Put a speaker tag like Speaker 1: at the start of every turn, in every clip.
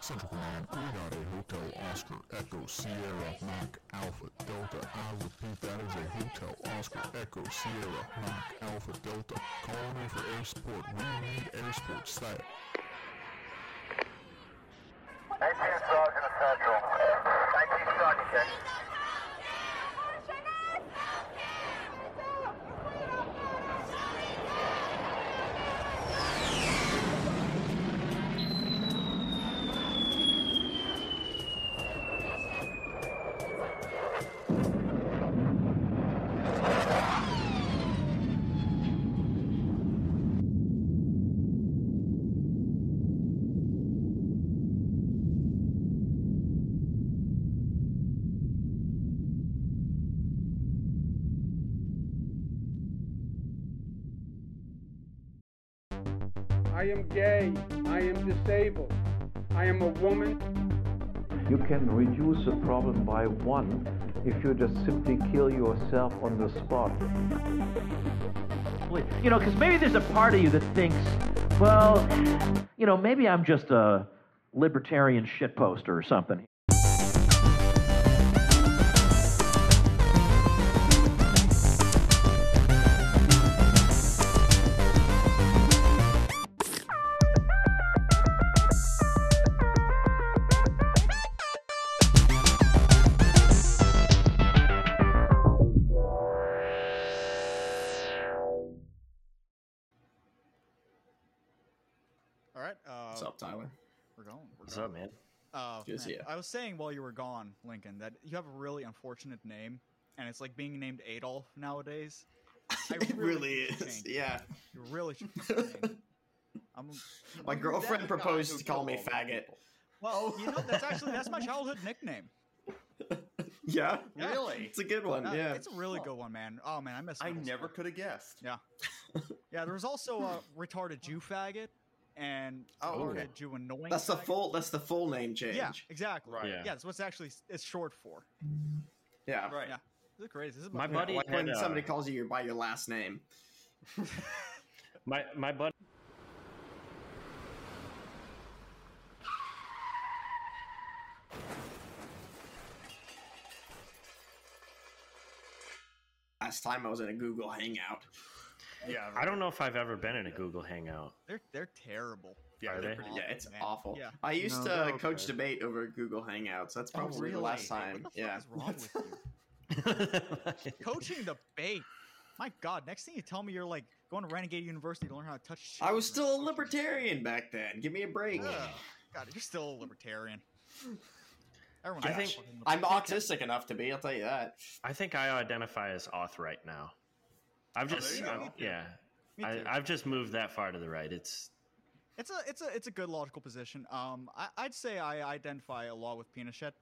Speaker 1: Central Command, green out a Hotel Oscar Echo Sierra Mach Alpha Delta. I repeat, that is a Hotel Oscar Echo Sierra Mach Alpha Delta. Calling in for air support. We need air support stat.
Speaker 2: APS Sergeant of Central. 19 Sergeant check.
Speaker 3: I am gay. I am disabled. I am a woman.
Speaker 4: You can reduce a problem by one if you just simply kill yourself on the spot.
Speaker 5: You know, because maybe there's a part of you that thinks, well, you know, maybe I'm just a libertarian shitposter or something.
Speaker 6: All right. Uh,
Speaker 7: What's up, Tyler?
Speaker 6: We're going. We're
Speaker 8: What's
Speaker 6: going.
Speaker 8: up, man?
Speaker 6: Uh,
Speaker 7: Good to see
Speaker 6: man,
Speaker 7: ya.
Speaker 6: I was saying while you were gone, Lincoln, that you have a really unfortunate name, and it's like being named Adolf nowadays. I
Speaker 7: it really
Speaker 6: should
Speaker 7: is.
Speaker 6: change it.
Speaker 7: Yeah.
Speaker 6: You really should. fucking change it. I'm,
Speaker 7: My
Speaker 6: you're that
Speaker 7: girlfriend
Speaker 6: guy
Speaker 7: proposed
Speaker 6: who
Speaker 7: to call
Speaker 6: killed
Speaker 7: me
Speaker 6: all those
Speaker 7: faggot.
Speaker 6: people. Well, you know that's actually that's my childhood nickname.
Speaker 7: Yeah.
Speaker 6: Yeah. Really?
Speaker 7: It's a good one.
Speaker 6: Uh,
Speaker 7: yeah.
Speaker 6: it's a really good one, man. Oh man, I miss.
Speaker 9: I
Speaker 6: middle
Speaker 9: never
Speaker 6: school.
Speaker 9: could have guessed.
Speaker 6: Yeah, there was also a retarded Jew faggot and
Speaker 7: Oh,
Speaker 6: retarded
Speaker 7: okay.
Speaker 6: Jew annoying.
Speaker 7: That's the
Speaker 6: faggot.
Speaker 7: full. That's the full name change.
Speaker 6: Yeah, exactly.
Speaker 9: Right.
Speaker 6: Yeah,
Speaker 8: Yeah.
Speaker 6: that's what's actually s- it's short for.
Speaker 7: Yeah.
Speaker 9: Right.
Speaker 6: Yeah. This is crazy. This is
Speaker 8: My
Speaker 6: my
Speaker 8: buddy
Speaker 7: Like
Speaker 8: had
Speaker 7: when
Speaker 8: uh,
Speaker 7: somebody calls you by your last name.
Speaker 8: my my buddy.
Speaker 7: Last time I was in a Google Hangout.
Speaker 9: Yeah.
Speaker 8: I don't know if I've ever been in a Google Hangout.
Speaker 6: They're they're terrible.
Speaker 8: Are they?
Speaker 6: pretty-
Speaker 7: Yeah, it's
Speaker 6: Oh, man.
Speaker 7: awful.
Speaker 6: Yeah.
Speaker 7: I used
Speaker 4: No,
Speaker 7: to
Speaker 4: they're okay.
Speaker 7: coach debate over Google Hangouts. That's probably the last
Speaker 6: Hey,
Speaker 7: time.
Speaker 6: What the
Speaker 7: yeah.
Speaker 6: fuck is wrong with you? Coaching the bait. My God. Next thing you tell me, you're like going to Renegade University to learn how to touch.
Speaker 7: I was
Speaker 6: children.
Speaker 7: still a libertarian back then. Give me a break.
Speaker 6: Ugh. God, you're still a libertarian. Everyone's
Speaker 8: I
Speaker 6: a
Speaker 8: think-
Speaker 6: fucking
Speaker 7: I'm
Speaker 6: libertarian.
Speaker 7: autistic enough to be. I'll tell you that.
Speaker 8: I think I identify as auth right now. I've
Speaker 9: there
Speaker 8: just
Speaker 9: you go.
Speaker 8: I'm- yeah.
Speaker 6: Me
Speaker 8: I,
Speaker 6: too.
Speaker 8: I've just moved that far to the right. It's
Speaker 6: It's a it's a it's a good logical position. Um, I, I'd say I identify a lot with Pinochet.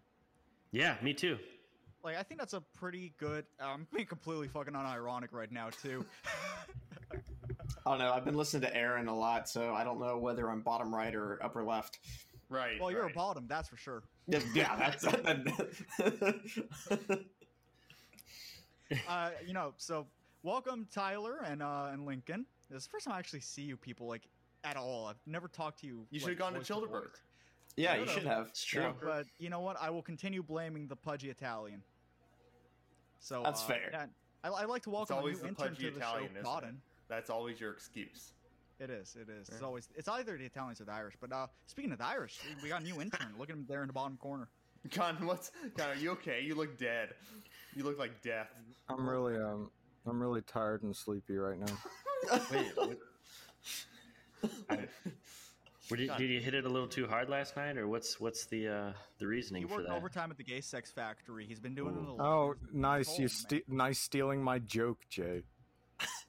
Speaker 8: yeah, me too.
Speaker 6: Like I think that's a pretty good. I'm being completely fucking unironic right now too.
Speaker 7: I don't know. I've been listening to Aaron a lot, so I don't know whether I'm bottom right or upper left.
Speaker 9: Right.
Speaker 6: well, you're a
Speaker 9: right.
Speaker 6: bottom, that's for sure.
Speaker 7: Yeah, yeah, that's.
Speaker 6: Uh, you know, so welcome Tyler and uh and Lincoln. This is the first time I actually see you people like at all. I've never talked to you.
Speaker 9: You should
Speaker 6: like,
Speaker 9: have gone to
Speaker 6: voice voice.
Speaker 9: Childeberg.
Speaker 7: yeah,
Speaker 6: No,
Speaker 7: you
Speaker 6: no,
Speaker 7: should have.
Speaker 8: It's true.
Speaker 6: But you know what? I will continue blaming the pudgy Italian. So
Speaker 7: That's
Speaker 6: uh,
Speaker 7: fair.
Speaker 6: yeah, I, I like to welcome a new
Speaker 9: always the
Speaker 6: intern
Speaker 9: pudgy
Speaker 6: to the
Speaker 9: Italian,
Speaker 6: show,
Speaker 9: isn't it?
Speaker 6: Cotton.
Speaker 9: That's always your excuse.
Speaker 6: It is. It is. It's always. It's either the Italians or the Irish. But uh, speaking of the Irish, we- we got a new intern. Look at him there in the bottom corner.
Speaker 9: Con, what's Con? Are you okay? You look dead. You look like death.
Speaker 4: I'm really um I'm really tired and sleepy right now.
Speaker 8: Wait, what, were you- did you hit it a little too hard last night, or what's what's the uh, the reasoning
Speaker 6: He
Speaker 8: for
Speaker 6: worked
Speaker 8: that?
Speaker 6: overtime at the gay sex factory. He's been doing it a lot.
Speaker 4: Oh, nice!
Speaker 6: man.
Speaker 4: You ste- nice stealing my joke, Jay.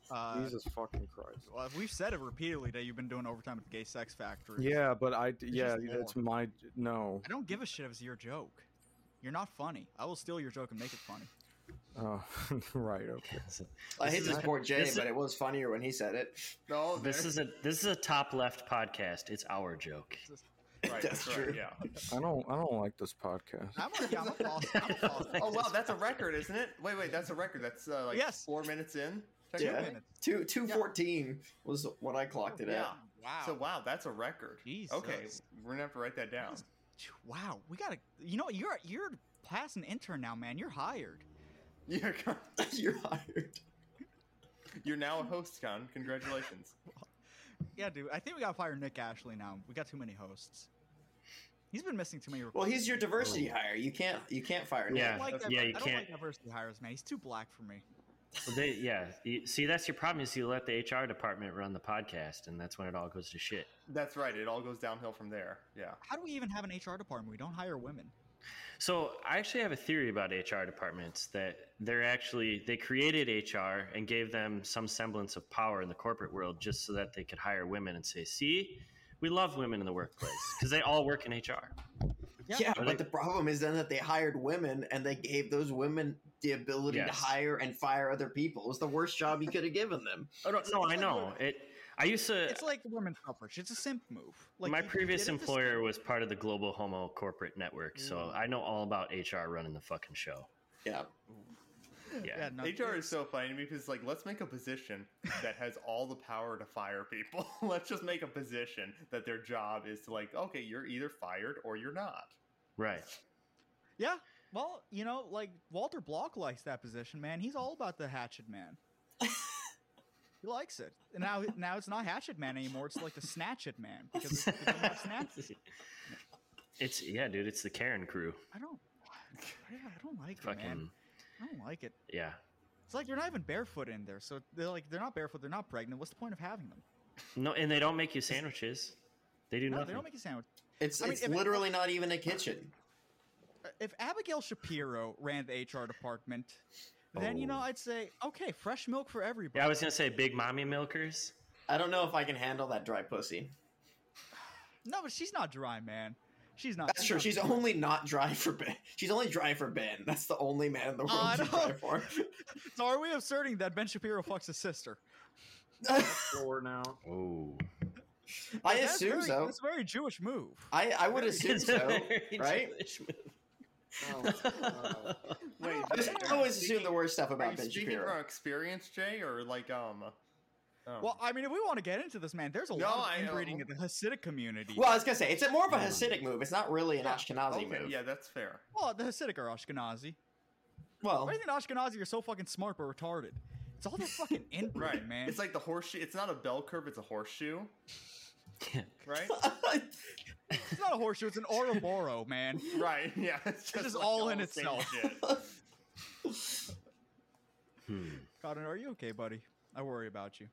Speaker 6: Uh,
Speaker 4: Jesus fucking Christ!
Speaker 6: well, we've said it repeatedly that you've been doing overtime at the gay sex factory.
Speaker 4: Yeah, but I yeah,
Speaker 6: just
Speaker 4: that's my no.
Speaker 6: I don't give a shit if it's your joke. You're not funny. I will steal your joke and make it funny.
Speaker 4: Oh, right. Okay.
Speaker 7: I hate to support Jay,
Speaker 8: this is-
Speaker 7: but it was funnier when he said it.
Speaker 9: No,
Speaker 8: This
Speaker 9: there-
Speaker 8: is a this is a top left podcast. It's our joke.
Speaker 9: right,
Speaker 7: That's
Speaker 9: right,
Speaker 7: true.
Speaker 9: Yeah.
Speaker 4: I don't. I don't like this podcast.
Speaker 6: I'm a, yeah, I'm a false. I'm a false.
Speaker 9: Oh wow, that's a record, isn't it? Wait, wait, that's a record. That's uh, like
Speaker 6: Yes.
Speaker 9: four minutes in. Check it
Speaker 7: Yeah,
Speaker 9: out.
Speaker 6: minutes.
Speaker 7: two two fourteen was when I clocked it
Speaker 9: Yeah.
Speaker 7: at.
Speaker 6: Wow.
Speaker 9: So wow, that's a record.
Speaker 6: Jesus.
Speaker 9: Okay, we're gonna have to write that down.
Speaker 6: Wow, we gotta. You know, what, you're you're past an intern now, man. You're hired.
Speaker 9: You're,
Speaker 7: You're hired.
Speaker 9: you're now a host, Con. Congratulations.
Speaker 6: Yeah, dude. I think we gotta fire Nick Ashley now. We got too many hosts. He's been missing too many.
Speaker 7: Well,
Speaker 6: requests.
Speaker 7: he's your diversity
Speaker 9: Oh.
Speaker 7: hire. You can't you can't fire him.
Speaker 8: Yeah.
Speaker 6: I don't like
Speaker 8: yeah,
Speaker 6: diver-
Speaker 8: you
Speaker 6: I don't
Speaker 8: can't-
Speaker 6: like diversity hires, man. He's too black for me.
Speaker 8: Well, they, yeah. You- See, that's your problem. Is you let the HR department run the podcast, and that's when it all goes to shit.
Speaker 9: That's right. It all goes downhill from there. Yeah.
Speaker 6: How do we even have an HR department? We don't hire women.
Speaker 8: So I actually have a theory about HR departments that they're actually they created HR and gave them some semblance of power in the corporate world just so that they could hire women and say, "See, we love women in the workplace because they all work in HR."
Speaker 7: Yeah,
Speaker 8: But
Speaker 7: but,
Speaker 8: they-
Speaker 7: the problem is then that they hired women and they gave those women the ability to
Speaker 8: Yes.
Speaker 7: hire and fire other people. It was the worst job you could have given them.
Speaker 8: Oh no, no I know it. I used to.
Speaker 6: It's like women's suffrage. It's a simp move. Like
Speaker 8: my
Speaker 6: you- you
Speaker 8: previous
Speaker 6: did it to-
Speaker 8: employer was part of the global homo corporate network,
Speaker 6: Mm.
Speaker 8: so I know all about HR running the fucking show.
Speaker 7: Yeah.
Speaker 8: Yeah.
Speaker 6: Yeah, no,
Speaker 9: HR is so funny to me because, like, let's make a position that has all the power to fire people. let's just make a position that their job is to, like, okay, you're either fired or you're not.
Speaker 8: Right.
Speaker 6: Yeah. Well, you know, like Walter Block likes that position, man. He's all about the hatchet man. he likes it. And now now it's not hatchet man anymore. It's like the snatch it man because it's become about snatch.
Speaker 8: It's yeah, dude. It's the Karen crew.
Speaker 6: I don't I don't- I don't like it,
Speaker 8: Fucking
Speaker 6: man. I don't like it.
Speaker 8: yeah.
Speaker 6: It's like they're not even barefoot in there. So they're like they're not barefoot, they're not pregnant. What's the point of having them?
Speaker 8: No, and they don't make you sandwiches. They do
Speaker 6: No,
Speaker 8: nothing.
Speaker 6: they don't make a sandwich.
Speaker 7: It's
Speaker 6: I mean,
Speaker 7: it's
Speaker 6: if it-
Speaker 7: literally not even a kitchen.
Speaker 6: Uh, if Abigail Shapiro ran the HR department, then you know I'd say okay, fresh milk for everybody.
Speaker 8: Oh. yeah, I was gonna say big mommy milkers.
Speaker 7: I don't know if I can handle that dry pussy.
Speaker 6: No, but she's not dry, man. She's not.
Speaker 7: That's true.
Speaker 6: not
Speaker 7: She's
Speaker 6: dry.
Speaker 7: only not dry for Ben. She's only dry for Ben. That's the only man
Speaker 9: Oh,
Speaker 7: in the world
Speaker 6: I
Speaker 7: she's
Speaker 6: know.
Speaker 7: dry for.
Speaker 6: So are we asserting that Ben Shapiro fucks his sister?
Speaker 10: Floor now.
Speaker 8: Oh,
Speaker 7: I
Speaker 6: Like, that's
Speaker 7: assume
Speaker 6: very-
Speaker 7: so.
Speaker 6: That's a very Jewish move.
Speaker 7: I, I would assume so, right? Oh,
Speaker 9: Wait,
Speaker 7: I just
Speaker 9: Jay, are
Speaker 7: always
Speaker 9: you
Speaker 7: assume the
Speaker 9: speaking-
Speaker 7: worst stuff
Speaker 9: Are you
Speaker 7: about Ben
Speaker 9: speaking
Speaker 7: Shapiro.
Speaker 9: from experience, Jay, or like, um. um,
Speaker 6: Well, I mean, if we want to get into this, man, there's a
Speaker 9: No,
Speaker 6: lot
Speaker 9: I
Speaker 6: of
Speaker 9: know.
Speaker 6: inbreeding in the Hasidic community.
Speaker 7: Well, I was gonna say it's a more of a Hasidic move. It's not really an Ashkenazi
Speaker 9: okay,
Speaker 7: move.
Speaker 9: Hmm. yeah, that's fair.
Speaker 6: Well, Oh, the Hasidic are Ashkenazi.
Speaker 7: Well,
Speaker 6: Why do you think Ashkenazi are so fucking smart but retarded? It's all the fucking inbreeding,
Speaker 9: Right,
Speaker 6: man.
Speaker 9: It's like the horseshoe. It's not a bell curve. It's a horseshoe. right.
Speaker 6: it's not a horseshoe. It's an Ouroboro, man.
Speaker 9: Right. Yeah. It's
Speaker 6: is
Speaker 9: like
Speaker 6: all in
Speaker 9: the same
Speaker 6: itself.
Speaker 9: shit.
Speaker 6: Cotton, are you okay, buddy? I worry about you.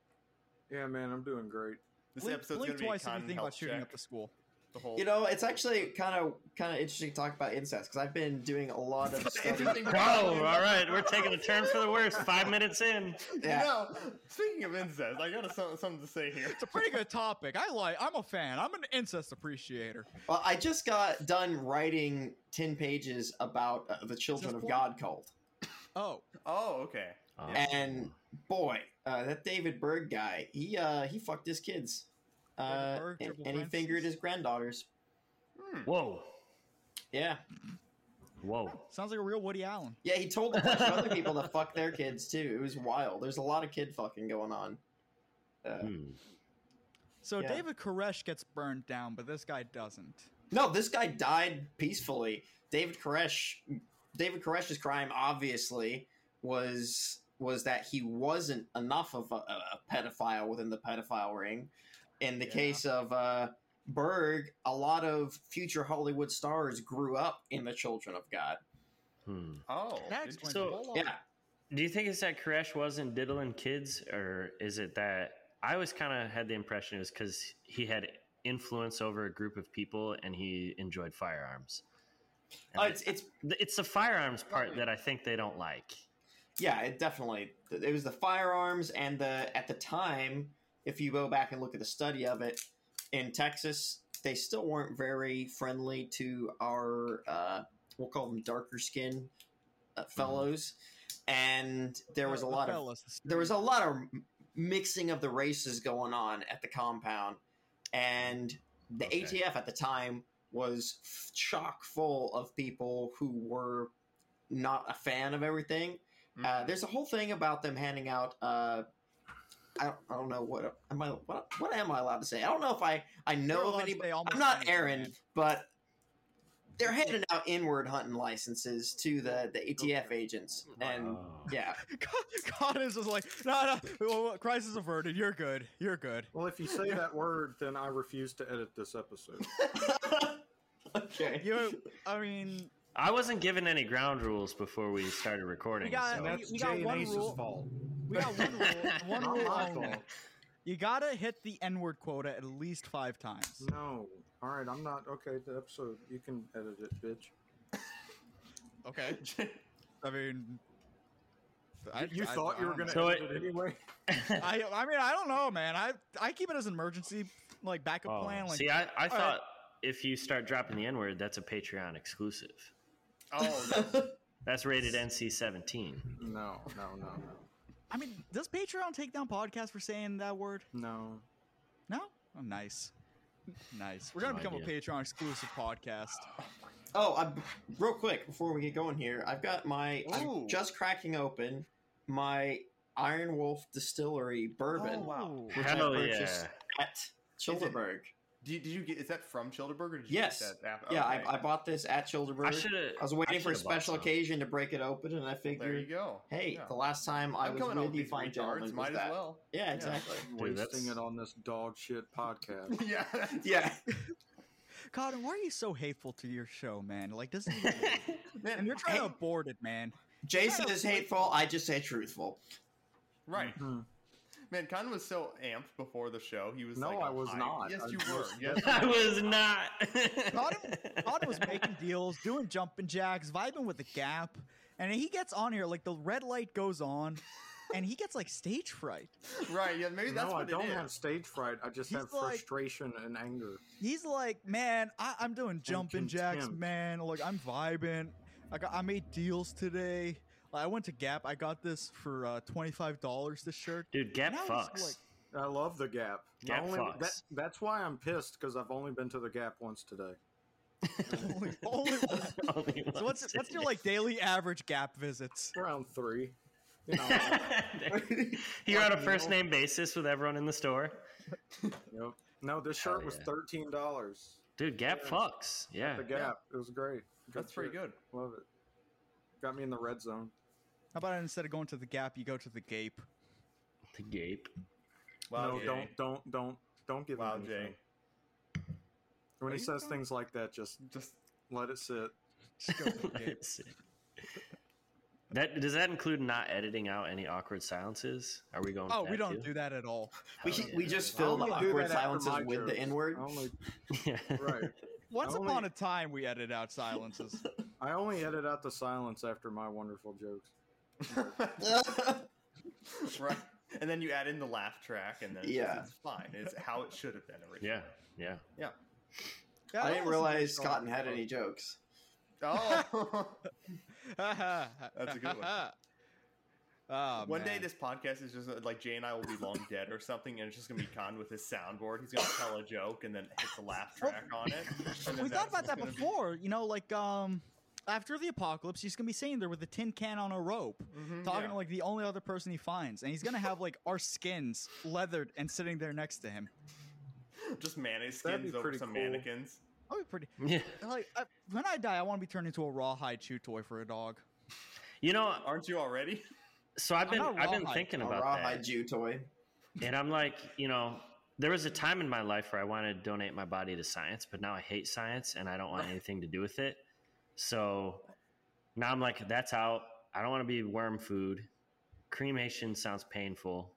Speaker 10: Yeah, man, I'm doing great.
Speaker 9: This
Speaker 6: blink,
Speaker 9: episode's
Speaker 6: blink
Speaker 9: gonna be
Speaker 6: twice
Speaker 9: a
Speaker 6: if you think about shooting up
Speaker 9: the,
Speaker 6: the school.
Speaker 9: the whole.
Speaker 7: you know, it's actually kind of kind of interesting to talk about incest because I've been doing a lot of study.
Speaker 9: Interesting-
Speaker 8: Whoa! All right, we're taking a turn for the worst. Five minutes in.
Speaker 7: Yeah.
Speaker 9: You know, speaking of incest, I got some, something to say here.
Speaker 6: It's a pretty good topic. I like. I'm a fan. I'm an incest appreciator.
Speaker 7: Well, I just got done writing ten pages about uh, the Children of
Speaker 6: porn?
Speaker 7: God cult,
Speaker 6: Oh,
Speaker 9: Oh, okay.
Speaker 8: Oh.
Speaker 7: and boy, uh, that David Berg guy, he uh, he fucked his kids, uh,
Speaker 6: David Berg,
Speaker 7: and,
Speaker 6: Triple
Speaker 7: and he
Speaker 6: Francis.
Speaker 7: fingered his granddaughters.
Speaker 8: whoa,
Speaker 7: Yeah,
Speaker 8: whoa.
Speaker 6: sounds like a real Woody Allen.
Speaker 7: yeah, he told a bunch of other people to fuck their kids too. It was wild. There's a lot of kid fucking going on. Uh,
Speaker 8: Hmm.
Speaker 6: So
Speaker 7: Yeah.
Speaker 6: David Koresh gets burned down, but this guy doesn't.
Speaker 7: No, this guy died peacefully. David Koresh, David Koresh's crime obviously was was that he wasn't enough of a, a pedophile within the pedophile ring. In the
Speaker 9: Yeah.
Speaker 7: case of uh, Berg, a lot of future Hollywood stars grew up in the Children of God.
Speaker 8: Hmm.
Speaker 9: Oh,
Speaker 6: That
Speaker 9: interesting.
Speaker 6: explains
Speaker 8: So-
Speaker 6: a whole lot.
Speaker 7: Yeah,
Speaker 8: Do you think it's that Koresh wasn't diddling kids, or is it that I always kind of had the impression it was because he had influence over a group of people and he enjoyed firearms. And
Speaker 7: Uh, it's it's
Speaker 8: th- it's the firearms part that I think they don't like.
Speaker 7: yeah, it definitely it was the firearms and the at the time. If you go back and look at the study of it in Texas, they still weren't very friendly to our uh, we'll call them darker skin uh, fellows, and there was a
Speaker 6: The
Speaker 7: lot of
Speaker 6: fellas, the
Speaker 7: there was a lot of m- mixing of the races going on at the compound, and the
Speaker 8: Okay.
Speaker 7: ATF at the time was f- chock full of people who were not a fan of everything. Uh,
Speaker 6: Mm-hmm.
Speaker 7: there's a whole thing about them handing out. Uh, I, don't, I don't know what am I what, what am I allowed to say? I don't know if I I
Speaker 6: You're
Speaker 7: know
Speaker 6: allowed
Speaker 7: of
Speaker 6: to say
Speaker 7: anybody.
Speaker 6: almost
Speaker 7: I'm not
Speaker 6: anything,
Speaker 7: Aaron,
Speaker 6: man.
Speaker 7: but they're handing out inward hunting licenses to the, the ATF agents, and yeah,
Speaker 6: God is just like, no, no, crisis averted. You're good. You're good.
Speaker 10: Well, if you say that word, then I refuse to edit this episode.
Speaker 7: okay,
Speaker 6: You, I mean,
Speaker 8: I wasn't given any ground rules before we started recording.
Speaker 6: we got
Speaker 8: so-
Speaker 6: we, we got
Speaker 10: Jay
Speaker 6: one
Speaker 10: and Ace's
Speaker 6: rule.
Speaker 10: fault.
Speaker 6: We got one rule. One
Speaker 10: Not
Speaker 6: rule.
Speaker 10: my
Speaker 6: only.
Speaker 10: fault.
Speaker 6: You gotta hit the N-word quota at least five times.
Speaker 10: No. All right, I'm not okay. The episode, you can edit it, bitch.
Speaker 6: Okay. I mean, I,
Speaker 10: you
Speaker 6: I-
Speaker 10: thought
Speaker 6: I
Speaker 10: you were
Speaker 6: don't
Speaker 10: gonna
Speaker 6: know.
Speaker 8: So
Speaker 10: edit
Speaker 8: it-
Speaker 10: it anyway.
Speaker 6: I, I mean, I don't know, man. I I keep it as an emergency, like backup
Speaker 8: Oh.
Speaker 6: plan. Like,
Speaker 8: See, I, I
Speaker 6: all right.
Speaker 8: thought if you start dropping the N word, that's a Patreon exclusive.
Speaker 9: Oh, that's
Speaker 8: That's rated NC 17.
Speaker 10: No, no, no,
Speaker 6: I mean, does Patreon take down podcasts for saying that word?
Speaker 10: no, no.
Speaker 6: No. Oh, nice, nice. We're gonna
Speaker 8: No
Speaker 6: become
Speaker 8: idea.
Speaker 6: a Patreon exclusive podcast.
Speaker 7: Oh, I, real quick before we get going here, I've got my
Speaker 9: Ooh.
Speaker 7: I'm just cracking open my Iron Wolf Distillery bourbon
Speaker 9: Oh, wow.
Speaker 6: Ooh.
Speaker 7: Which I
Speaker 8: Hell yeah.
Speaker 7: purchased- at Childeberg.
Speaker 9: Did, did you get? Is that from Childeberg? Or did you
Speaker 7: Yes.
Speaker 9: Get that after?
Speaker 7: Yeah,
Speaker 9: okay.
Speaker 7: I, I bought this at Childeberg.
Speaker 8: I should have.
Speaker 7: I was waiting for a special occasion to break it open, and I
Speaker 9: there you
Speaker 7: figured,
Speaker 9: go.
Speaker 7: hey,
Speaker 9: Yeah.
Speaker 7: the last time I
Speaker 9: I'm
Speaker 7: was
Speaker 9: coming up
Speaker 7: with
Speaker 9: with
Speaker 7: you,
Speaker 9: these
Speaker 7: fine
Speaker 9: retards.
Speaker 7: gentlemen, was
Speaker 9: Might as
Speaker 7: that.
Speaker 9: well.
Speaker 7: Yeah, exactly.
Speaker 8: Dude,
Speaker 10: Wasting
Speaker 8: that's-
Speaker 10: it on this dog shit podcast.
Speaker 9: Yeah.
Speaker 7: Yeah,
Speaker 6: Cotton, why are you so hateful to your show, man? Like, doesn't even and you're trying to
Speaker 7: hey,
Speaker 6: abort it, man.
Speaker 7: Jason is hateful. I just say truthful.
Speaker 9: Right.
Speaker 10: Mhm.
Speaker 9: Man, Con was so amped before the show. He was
Speaker 10: No,
Speaker 9: like,
Speaker 10: I
Speaker 9: all
Speaker 10: was
Speaker 9: hyped.
Speaker 10: not.
Speaker 9: Yes,
Speaker 10: I
Speaker 9: you
Speaker 10: was
Speaker 9: were.
Speaker 10: just-
Speaker 9: Yes.
Speaker 8: I was not.
Speaker 6: Cotton- Cotton was making deals, doing jumping jacks, vibing with the gap, and he gets on here like the red light goes on, and he gets like stage fright.
Speaker 9: Right. Yeah. Maybe that's
Speaker 10: no, I
Speaker 9: what it
Speaker 10: don't
Speaker 9: is.
Speaker 10: have stage fright. I just
Speaker 6: He's
Speaker 10: have
Speaker 6: like-
Speaker 10: frustration and anger.
Speaker 6: He's like, man, I, I'm doing jumping jacks,
Speaker 10: contempt.
Speaker 6: man. Like I'm vibing. I got, I made deals today. Like, I went to Gap. I got this for uh, twenty five dollars. This shirt.
Speaker 8: Dude, Gap
Speaker 6: Now he's
Speaker 8: fucks.
Speaker 6: like-
Speaker 10: I love the Gap. The
Speaker 8: Gap
Speaker 10: only,
Speaker 8: fucks.
Speaker 10: that, that's why I'm pissed because I've only been to the Gap once today.
Speaker 6: Only, only one.
Speaker 8: Only
Speaker 6: So what's
Speaker 8: once.
Speaker 6: what's your like daily average Gap visits?
Speaker 10: Around three. You know,
Speaker 8: You're on a first name basis with everyone in the store.
Speaker 10: yep. No, this
Speaker 8: Hell
Speaker 10: shirt was
Speaker 8: yeah.
Speaker 10: thirteen dollars.
Speaker 8: Dude, Gap
Speaker 10: Yeah.
Speaker 8: fucks. Yeah.
Speaker 10: The Gap. It was great.
Speaker 9: That's pretty
Speaker 10: shit.
Speaker 9: good.
Speaker 10: Love it. Got me in the red zone.
Speaker 6: How about instead of going to the Gap, you go to the Gape?
Speaker 8: The Gape.
Speaker 9: Wow,
Speaker 10: no,
Speaker 9: Jay.
Speaker 10: don't, don't, don't, don't give
Speaker 9: Wow,
Speaker 10: him
Speaker 9: Jay.
Speaker 10: anything. When he
Speaker 9: Are you
Speaker 10: says
Speaker 9: from-
Speaker 10: things like that, just
Speaker 9: Just
Speaker 10: let it sit.
Speaker 6: Just go to the Gape.
Speaker 8: that does that include not editing out any awkward silences? Are we going?
Speaker 6: Oh,
Speaker 8: with
Speaker 6: we
Speaker 8: that
Speaker 6: don't
Speaker 8: too?
Speaker 6: do that at all.
Speaker 7: We,
Speaker 8: Hell
Speaker 7: we
Speaker 8: yeah.
Speaker 7: just
Speaker 10: I
Speaker 7: fill the
Speaker 10: only do
Speaker 7: awkward
Speaker 10: that after
Speaker 7: silences
Speaker 10: my
Speaker 7: with the
Speaker 10: jokes.
Speaker 7: N word.
Speaker 10: I only,
Speaker 8: Yeah.
Speaker 10: right.
Speaker 6: Once
Speaker 10: Only-
Speaker 6: upon a time, we edit out silences.
Speaker 10: I only edit out the silence after my wonderful jokes.
Speaker 9: right. And then you add in the laugh track, and then it's,
Speaker 7: Yeah.
Speaker 9: just, it's fine. It's how it should have been originally.
Speaker 8: Yeah. Yeah.
Speaker 6: Yeah,
Speaker 7: I didn't
Speaker 6: honestly,
Speaker 7: realize
Speaker 6: it's not-
Speaker 7: Cotton had any jokes.
Speaker 9: Oh.
Speaker 6: That's
Speaker 9: a good one.
Speaker 6: Oh,
Speaker 9: One day
Speaker 6: man.
Speaker 9: this podcast is just uh, like Jay and I will be long dead or something, and it's just gonna be Con with his soundboard. He's gonna tell a joke and then hit the laugh track on it. and then
Speaker 6: we thought
Speaker 9: that's
Speaker 6: about that
Speaker 9: what's
Speaker 6: before. You know, like um, after the apocalypse, he's gonna be sitting there with a tin can on a rope,
Speaker 9: gonna
Speaker 7: Mm-hmm.
Speaker 9: be- Mhm,
Speaker 6: talking
Speaker 9: yeah.
Speaker 6: to like the only other person he finds, and he's gonna have like our skins leathered and sitting there next to him.
Speaker 9: just
Speaker 10: That'd be
Speaker 9: mannequins over
Speaker 10: pretty
Speaker 9: some
Speaker 10: cool.
Speaker 9: mannequins.
Speaker 6: That would be pretty.
Speaker 8: Yeah.
Speaker 6: Like I, when I die, I want to be turned into a rawhide chew toy for a dog.
Speaker 8: You know,
Speaker 9: Aren't you already?
Speaker 8: so I've
Speaker 6: I'm
Speaker 8: been
Speaker 6: not
Speaker 8: I've been
Speaker 6: rawhide.
Speaker 8: thinking
Speaker 7: A
Speaker 8: about
Speaker 7: rawhide
Speaker 8: that,
Speaker 7: Jew toy.
Speaker 8: and I'm like, you know, there was a time in my life where I wanted to donate my body to science, but now I hate science and I don't want anything to do with it. So now I'm like, that's out. I don't want to be worm food. Cremation sounds painful.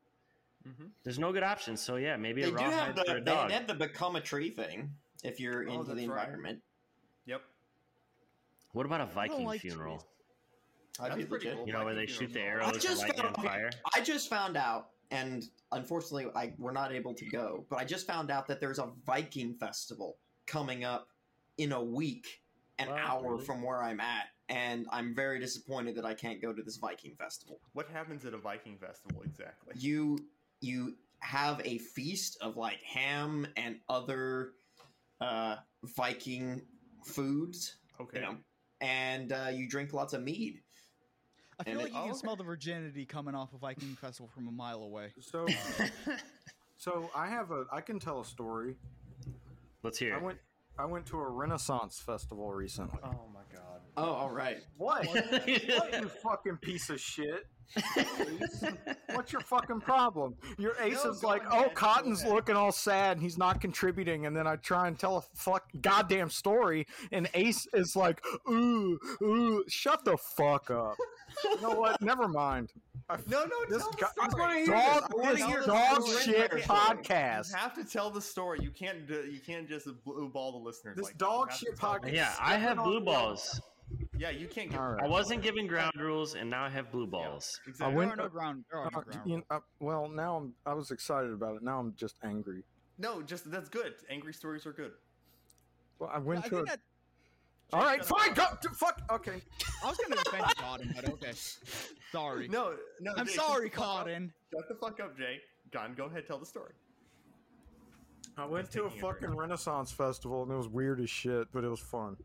Speaker 9: Mhm.
Speaker 8: The's no good options. So yeah, maybe
Speaker 7: They
Speaker 8: a
Speaker 7: do have
Speaker 8: rawhide for
Speaker 7: the
Speaker 8: a
Speaker 7: they
Speaker 8: dog.
Speaker 7: have the become a tree thing if you're
Speaker 9: Oh,
Speaker 7: into the
Speaker 9: that's right.
Speaker 7: environment.
Speaker 9: Yep.
Speaker 8: What about a Viking
Speaker 6: like
Speaker 8: funeral?
Speaker 6: trees.
Speaker 7: I'd be
Speaker 9: That's pretty
Speaker 7: legit.
Speaker 9: cool.
Speaker 8: You know, where they
Speaker 9: Viking
Speaker 8: shoot the
Speaker 9: funerals.
Speaker 8: arrows and
Speaker 7: just
Speaker 8: light it
Speaker 7: got
Speaker 8: on
Speaker 7: off-
Speaker 8: fire.
Speaker 7: I just found out, and unfortunately, I we're not able to go. But I just found out that there's a Viking festival coming up in a week, an
Speaker 8: Wow,
Speaker 7: hour
Speaker 8: really?
Speaker 7: from where I'm at, and I'm very disappointed that I can't go to this Viking festival.
Speaker 9: What happens at a Viking festival exactly?
Speaker 7: You you have a feast of like ham and other uh, Viking foods,
Speaker 9: Okay.
Speaker 7: you know, and uh, you drink lots of mead.
Speaker 6: I feel
Speaker 7: And it-
Speaker 6: like you
Speaker 9: oh,
Speaker 6: can
Speaker 9: okay.
Speaker 6: smell the virginity coming off a Viking festival from a mile away.
Speaker 10: So, so I have a. I can tell a story.
Speaker 8: Let's hear
Speaker 10: I
Speaker 8: it.
Speaker 10: went.
Speaker 1: I went to a Renaissance festival recently.
Speaker 9: Oh my god.
Speaker 7: Oh, all right.
Speaker 1: What? what you fucking piece of shit? Ace? What's your fucking problem? Your ace
Speaker 9: No,
Speaker 1: is
Speaker 9: go
Speaker 1: like,
Speaker 9: ahead,
Speaker 1: oh,
Speaker 9: go
Speaker 1: Cotton's
Speaker 9: ahead."
Speaker 1: looking all sad and he's not contributing, and then I try and tell a fuck goddamn story, and Ace is like, ooh, ooh, shut the fuck up. you know what? Never mind.
Speaker 9: No, no,
Speaker 1: This
Speaker 9: tell the
Speaker 1: guy- I
Speaker 9: story.
Speaker 7: wanna hear
Speaker 1: Dog,
Speaker 7: I wanna
Speaker 1: this
Speaker 7: hear
Speaker 1: dog
Speaker 7: this.
Speaker 1: shit
Speaker 7: You
Speaker 1: podcast.
Speaker 9: You have to tell the story. You can't. do- You can't just blue ball the listeners.
Speaker 1: This
Speaker 9: like that. You
Speaker 1: dog
Speaker 9: have to
Speaker 1: shit
Speaker 9: tell them.
Speaker 1: podcast.
Speaker 8: Yeah, I have
Speaker 1: Stepping on
Speaker 8: blue
Speaker 1: the-
Speaker 8: balls.
Speaker 9: Yeah, you can't get.
Speaker 1: All
Speaker 8: I
Speaker 1: right.
Speaker 8: wasn't given ground rules, and now I have blue balls.
Speaker 1: I
Speaker 9: Exactly.
Speaker 6: There
Speaker 1: went.
Speaker 6: are no ground. There are no
Speaker 1: uh,
Speaker 6: ground.
Speaker 1: you know, uh, well, now I'm. I was excited about it. Now I'm just angry.
Speaker 9: No, just that's good. Angry stories are good.
Speaker 1: Well, I
Speaker 6: rules.
Speaker 1: went
Speaker 6: I
Speaker 1: to. A,
Speaker 6: think that,
Speaker 1: all right,
Speaker 9: shut up.
Speaker 1: fine. Go, d- fuck. Okay.
Speaker 6: I was going to defend Cotton, but okay. Sorry.
Speaker 9: No, no.
Speaker 6: I'm
Speaker 9: Jake,
Speaker 6: sorry,
Speaker 9: shut the fuck up.
Speaker 6: Cotton.
Speaker 9: Shut the fuck up, Jake. John, go ahead. Tell the story.
Speaker 1: I went
Speaker 9: Just
Speaker 1: to a
Speaker 9: taking a break.
Speaker 1: fucking Renaissance festival and it was weird as shit, but it was fun.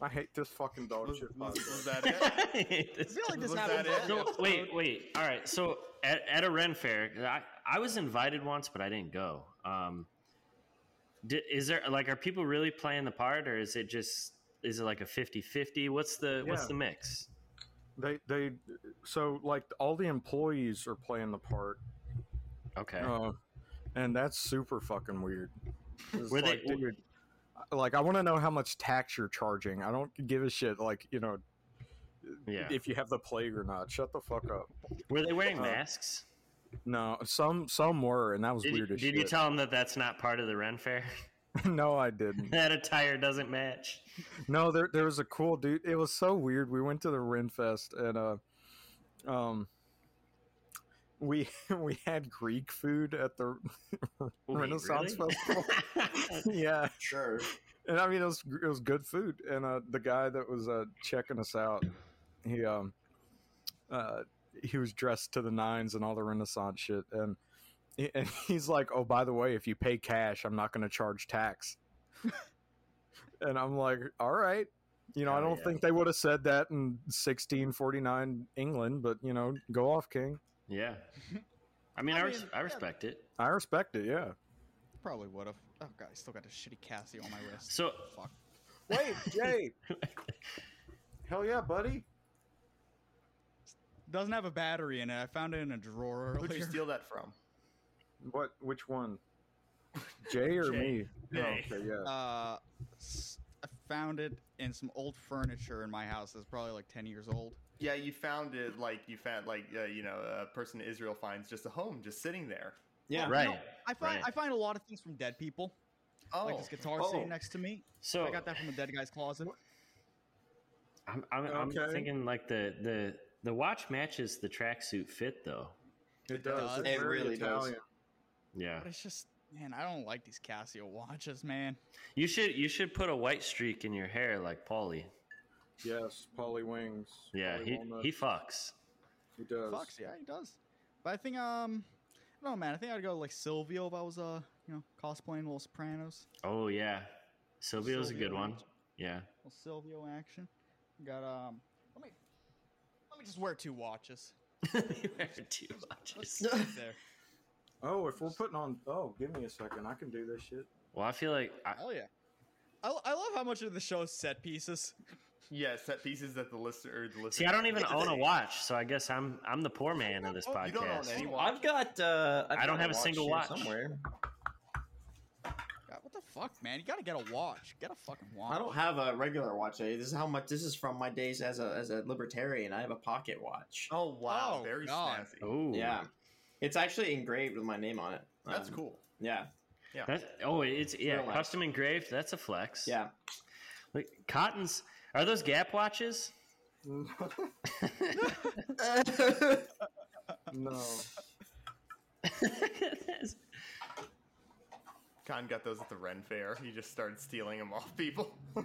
Speaker 1: I hate this fucking dog
Speaker 9: Was,
Speaker 1: shit.
Speaker 9: was-
Speaker 1: podcast.
Speaker 9: was that it?
Speaker 6: I feel like this
Speaker 9: Was
Speaker 6: happened.
Speaker 9: that it?
Speaker 6: No,
Speaker 8: No, wait, wait. All right. So at, at a Ren fair, I, I was invited once, but I didn't go. Um, di- is there like are people really playing the part, or is it just is it like a 50-50? What's the what's
Speaker 1: Yeah.
Speaker 8: the mix?
Speaker 1: They they so like all the employees are playing the part,
Speaker 8: Okay.
Speaker 1: uh, and that's super fucking weird. It's
Speaker 8: Were
Speaker 1: like,
Speaker 8: they?
Speaker 1: dude, like I want to know how much tax you're charging. I don't give a shit. Like you know,
Speaker 8: yeah.
Speaker 1: if you have the plague or not. Shut the fuck up.
Speaker 8: Were they wearing
Speaker 1: uh,
Speaker 8: masks?
Speaker 1: No, some some were, and that was
Speaker 8: Did, you-
Speaker 1: weird as
Speaker 8: did
Speaker 1: shit.
Speaker 8: you tell them that that's not part of the Ren fair?
Speaker 1: no, I didn't.
Speaker 8: that attire doesn't match.
Speaker 1: No, there there was a cool dude. It was so weird. We went to the Renfest and uh um we we had Greek food at the
Speaker 8: Wait,
Speaker 1: Renaissance
Speaker 8: really?
Speaker 1: Festival. yeah.
Speaker 7: Sure.
Speaker 1: And I mean it was it was good food and uh the guy that was uh checking us out, he um uh he was dressed to the nines and all the Renaissance shit and he- and he's like, "Oh, by the way, if you pay cash, I'm not going to charge tax." and I'm like, "All right." You know, I
Speaker 8: Hell
Speaker 1: don't
Speaker 8: yeah.
Speaker 1: think they would have said that in 1649 England, but you know, go off, King.
Speaker 8: yeah. I mean, I,
Speaker 6: I
Speaker 8: res-
Speaker 6: mean,
Speaker 8: I
Speaker 6: yeah.
Speaker 8: respect it.
Speaker 1: I respect it. Yeah.
Speaker 6: Probably would have. Oh god, I still got a shitty Casio on my wrist.
Speaker 8: So
Speaker 6: Fuck.
Speaker 1: Wait, Jay. Hell yeah, buddy.
Speaker 6: Doesn't have a battery in it. I found it in a drawer
Speaker 9: Who'd you
Speaker 6: earlier.
Speaker 9: steal that from?
Speaker 1: What? Which one? Jay or
Speaker 9: Jay.
Speaker 1: me? No,
Speaker 9: Jay.
Speaker 1: okay, yeah.
Speaker 6: Uh, s- I found it in some old furniture in my house. That's probably like ten years old.
Speaker 9: Yeah, you found it like you found like uh, you know a person in Israel finds just a home just sitting there.
Speaker 7: Yeah.
Speaker 8: right.
Speaker 6: I find
Speaker 8: Right.
Speaker 6: I find a lot of things from dead people.
Speaker 9: Oh,
Speaker 6: like this guitar
Speaker 7: Oh.
Speaker 6: sitting next to me.
Speaker 8: So
Speaker 6: I got that from a dead guy's closet.
Speaker 8: I'm, I'm, I'm
Speaker 1: Okay.
Speaker 8: thinking like the the the watch matches the tracksuit fit though.
Speaker 1: It
Speaker 6: does.
Speaker 1: It's
Speaker 7: It
Speaker 1: very
Speaker 7: really does.
Speaker 8: Yeah,
Speaker 6: But it's just, man, I don't like these Casio watches, man.
Speaker 8: you should you should put a white streak in your hair like Paulie.
Speaker 1: Yes, Polly Wings.
Speaker 8: Yeah,
Speaker 1: Pauly
Speaker 8: he
Speaker 1: Walnut.
Speaker 8: he fucks.
Speaker 1: He does.
Speaker 6: Fucks, yeah, he does. But I think, um, I don't know, man. I think I'd go like Silvio if I was, uh, you know, cosplaying Little Sopranos.
Speaker 8: Oh yeah, Silvio's a good
Speaker 6: Silvio.
Speaker 8: one. Yeah,
Speaker 6: Little Silvio action. Got um, let me, let me just wear two watches.
Speaker 8: two
Speaker 6: Let's
Speaker 8: watches.
Speaker 6: sit there.
Speaker 1: Oh, if we're putting on. Oh, give me a second. I can do this shit.
Speaker 8: Well, I feel like I,
Speaker 6: Hell yeah. I, I love how much of the show is set pieces.
Speaker 9: yeah, set pieces that the listener. The listener
Speaker 8: see. I don't even own a watch, so I guess I'm I'm the poor man of this
Speaker 9: Oh, you don't own
Speaker 8: podcast.
Speaker 9: any watch.
Speaker 7: I've got. Uh, I've
Speaker 8: I don't
Speaker 7: got
Speaker 8: have a single
Speaker 7: here
Speaker 8: watch.
Speaker 7: somewhere.
Speaker 6: God, what the fuck, man? You gotta get a watch. Get a fucking watch.
Speaker 7: I don't have a regular watch. eh? This is how much. This is from my days as a as a libertarian. I have a pocket watch.
Speaker 9: Oh wow,
Speaker 6: Oh,
Speaker 9: very
Speaker 6: God.
Speaker 9: snazzy.
Speaker 8: Oh
Speaker 7: Yeah, it's actually engraved with my name on it.
Speaker 9: That's
Speaker 7: Um,
Speaker 9: cool.
Speaker 7: Yeah,
Speaker 8: That's, oh, it's yeah,
Speaker 7: Real life.
Speaker 8: custom engraved. That's a flex.
Speaker 7: yeah.
Speaker 8: Look, cottons are those Gap watches?
Speaker 1: No.
Speaker 9: Khan got those at the Ren Fair. He just started stealing them off people.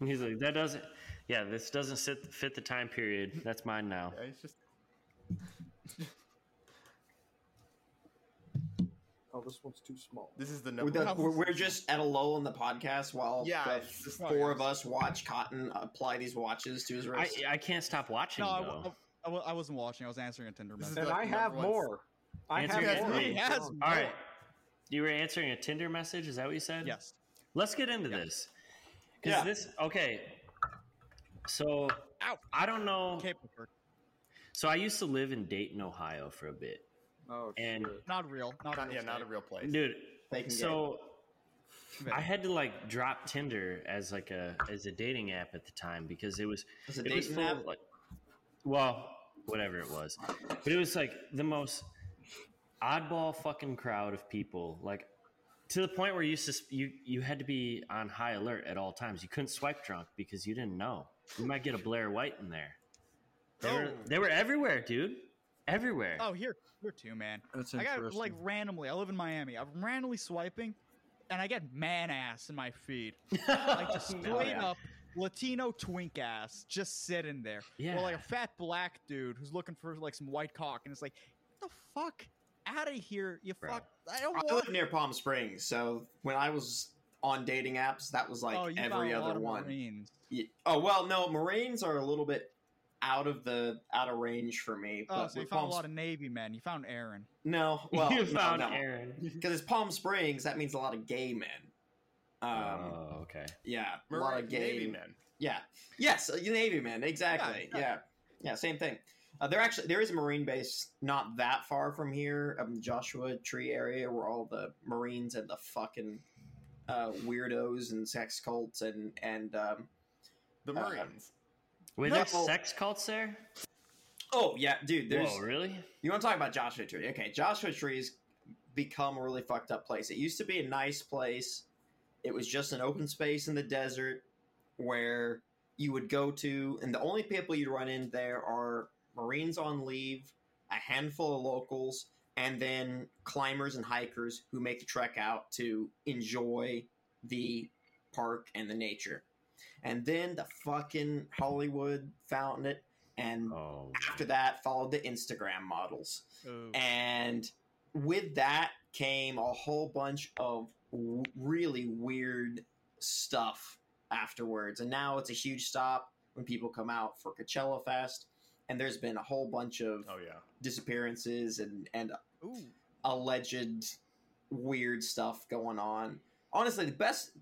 Speaker 8: He's like, that doesn't. Yeah, this doesn't sit, fit the time period. That's mine now.
Speaker 9: Yeah, he's just
Speaker 1: Oh, this one's too small.
Speaker 9: this is the
Speaker 7: We're,
Speaker 9: number.
Speaker 7: the-
Speaker 9: one-
Speaker 7: we're- we're just at a low in the podcast while
Speaker 9: Yeah,
Speaker 7: the
Speaker 9: it's just-
Speaker 7: four of us watch Cotton uh, apply these watches to his
Speaker 8: I,
Speaker 7: wrist.
Speaker 8: I can't stop watching.
Speaker 6: No, I,
Speaker 8: though.
Speaker 6: w- I, w- I wasn't watching. I was answering a Tinder
Speaker 9: This is
Speaker 6: message.
Speaker 1: And
Speaker 9: like
Speaker 1: I
Speaker 9: the
Speaker 1: have
Speaker 9: number one-
Speaker 1: more. I
Speaker 8: Answer
Speaker 1: have
Speaker 9: yes,
Speaker 1: more.
Speaker 9: he
Speaker 1: Hold
Speaker 6: has
Speaker 1: on.
Speaker 8: All right, you were answering a Tinder message. Is that what you said?
Speaker 6: Yes.
Speaker 8: Let's get into this. 'Cause
Speaker 7: Yeah.
Speaker 8: this okay. So I don't know. So I used to live in Dayton, Ohio for a bit.
Speaker 10: Oh,
Speaker 8: And-
Speaker 10: shit.
Speaker 6: Not real. Not
Speaker 9: Not,
Speaker 6: real
Speaker 9: yeah, not a
Speaker 6: estate.
Speaker 9: real place.
Speaker 8: Dude,
Speaker 7: They can
Speaker 8: so
Speaker 6: Very-
Speaker 8: I had to like drop Tinder as like a as a dating app at the time because it was
Speaker 7: As a
Speaker 8: it was
Speaker 7: dating
Speaker 8: full
Speaker 7: app?
Speaker 8: of, like well, whatever it was. But it was like the most oddball fucking crowd of people like to the point where you sus- you you had to be on high alert at all times. You couldn't swipe drunk because you didn't know. You might get a Blair White in there. They were,
Speaker 6: Oh.
Speaker 8: they were everywhere, dude. Everywhere.
Speaker 6: Oh, here, here too, man.
Speaker 10: That's
Speaker 6: I
Speaker 10: interesting.
Speaker 6: got like randomly. I live in Miami. I'm randomly swiping, and I get man ass in my feed, like just straight up Latino twink ass, just sitting there.
Speaker 8: Yeah.
Speaker 6: Or like a fat black dude who's looking for like some white cock, and it's like, get the fuck out of here, you
Speaker 8: Bro.
Speaker 6: fuck. I don't
Speaker 7: I
Speaker 6: want.
Speaker 7: live near Palm Springs, so when I was on dating apps, that was like
Speaker 6: oh, you found
Speaker 7: every
Speaker 6: a lot
Speaker 7: other
Speaker 6: of
Speaker 7: one.
Speaker 6: Marines.
Speaker 7: Ye- Oh well, no, Marines are a little bit out of the out of range for me.
Speaker 6: Oh,
Speaker 7: but
Speaker 6: so you
Speaker 7: with
Speaker 6: found
Speaker 7: Palm
Speaker 6: a lot
Speaker 7: Sp-
Speaker 6: of Navy men. You found Aaron.
Speaker 7: no. Well,
Speaker 8: you
Speaker 7: no,
Speaker 8: found
Speaker 7: no.
Speaker 8: Aaron.
Speaker 7: because it's Palm Springs. That means a lot of gay men. Um,
Speaker 6: Uh,
Speaker 8: oh, okay.
Speaker 7: yeah, a lot
Speaker 9: Marine-
Speaker 7: of gay
Speaker 9: Navy men.
Speaker 7: Yeah. Yes, uh, Navy men. Exactly. Yeah.
Speaker 6: Yeah,
Speaker 7: Yeah. same thing. Uh, there actually there is a Marine base not that far from here, up in the Joshua Tree area, where all the Marines and the fucking uh, weirdos and sex cults and and um,
Speaker 9: The
Speaker 7: Uh,
Speaker 9: Marines.
Speaker 8: Wait, there's
Speaker 7: No.
Speaker 8: sex cults there?
Speaker 7: oh yeah, dude. There's
Speaker 8: Whoa, really?
Speaker 7: You want to talk about Joshua Tree? Okay, Joshua Tree's become a really fucked up place. It used to be a nice place. It was just an open space in the desert where you would go to, and the only people you'd run in there are Marines on leave, a handful of locals, and then climbers and hikers who make the trek out to enjoy the park and the nature. And then the fucking Hollywood found it, and
Speaker 8: Oh,
Speaker 7: after that followed the Instagram models.
Speaker 6: Oh.
Speaker 7: And with that came a whole bunch of w- really weird stuff afterwards. And now it's a huge stop when people come out for Coachella Fest. And there's been a whole bunch of
Speaker 9: Oh yeah.
Speaker 7: disappearances and, and
Speaker 6: Ooh.
Speaker 7: alleged weird stuff going on. Honestly, the best,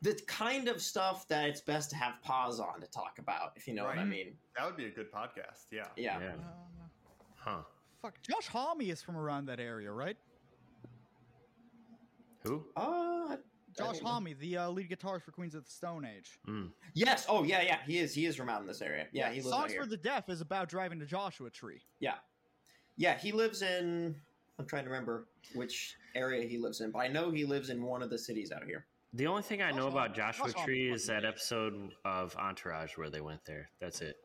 Speaker 7: the kind of stuff that it's best to have pause on to talk about, if you know what I
Speaker 9: Right.
Speaker 7: mean.
Speaker 9: That would be a good podcast. Yeah.
Speaker 7: Yeah.
Speaker 8: yeah.
Speaker 6: Uh,
Speaker 8: Huh.
Speaker 6: fuck. Josh Homme is from around that area, right?
Speaker 8: Who?
Speaker 7: Uh,
Speaker 6: Josh Homme, the uh, lead guitarist for Queens of the Stone Age.
Speaker 8: Mm.
Speaker 7: Yes. Oh, yeah, yeah. He is. He is from out in this area. Yeah, he lives out
Speaker 6: Songs
Speaker 7: here.
Speaker 6: for the Deaf is about driving to Joshua Tree.
Speaker 7: yeah, he lives in. I'm trying to remember which area he lives in, but I know he lives in one of the cities out here.
Speaker 8: The only thing I know
Speaker 6: Josh
Speaker 8: about
Speaker 6: Homme-
Speaker 8: Joshua
Speaker 6: Josh Homme
Speaker 8: Tree
Speaker 6: fucking
Speaker 8: is that
Speaker 6: did.
Speaker 8: episode of Entourage where they went there. That's it.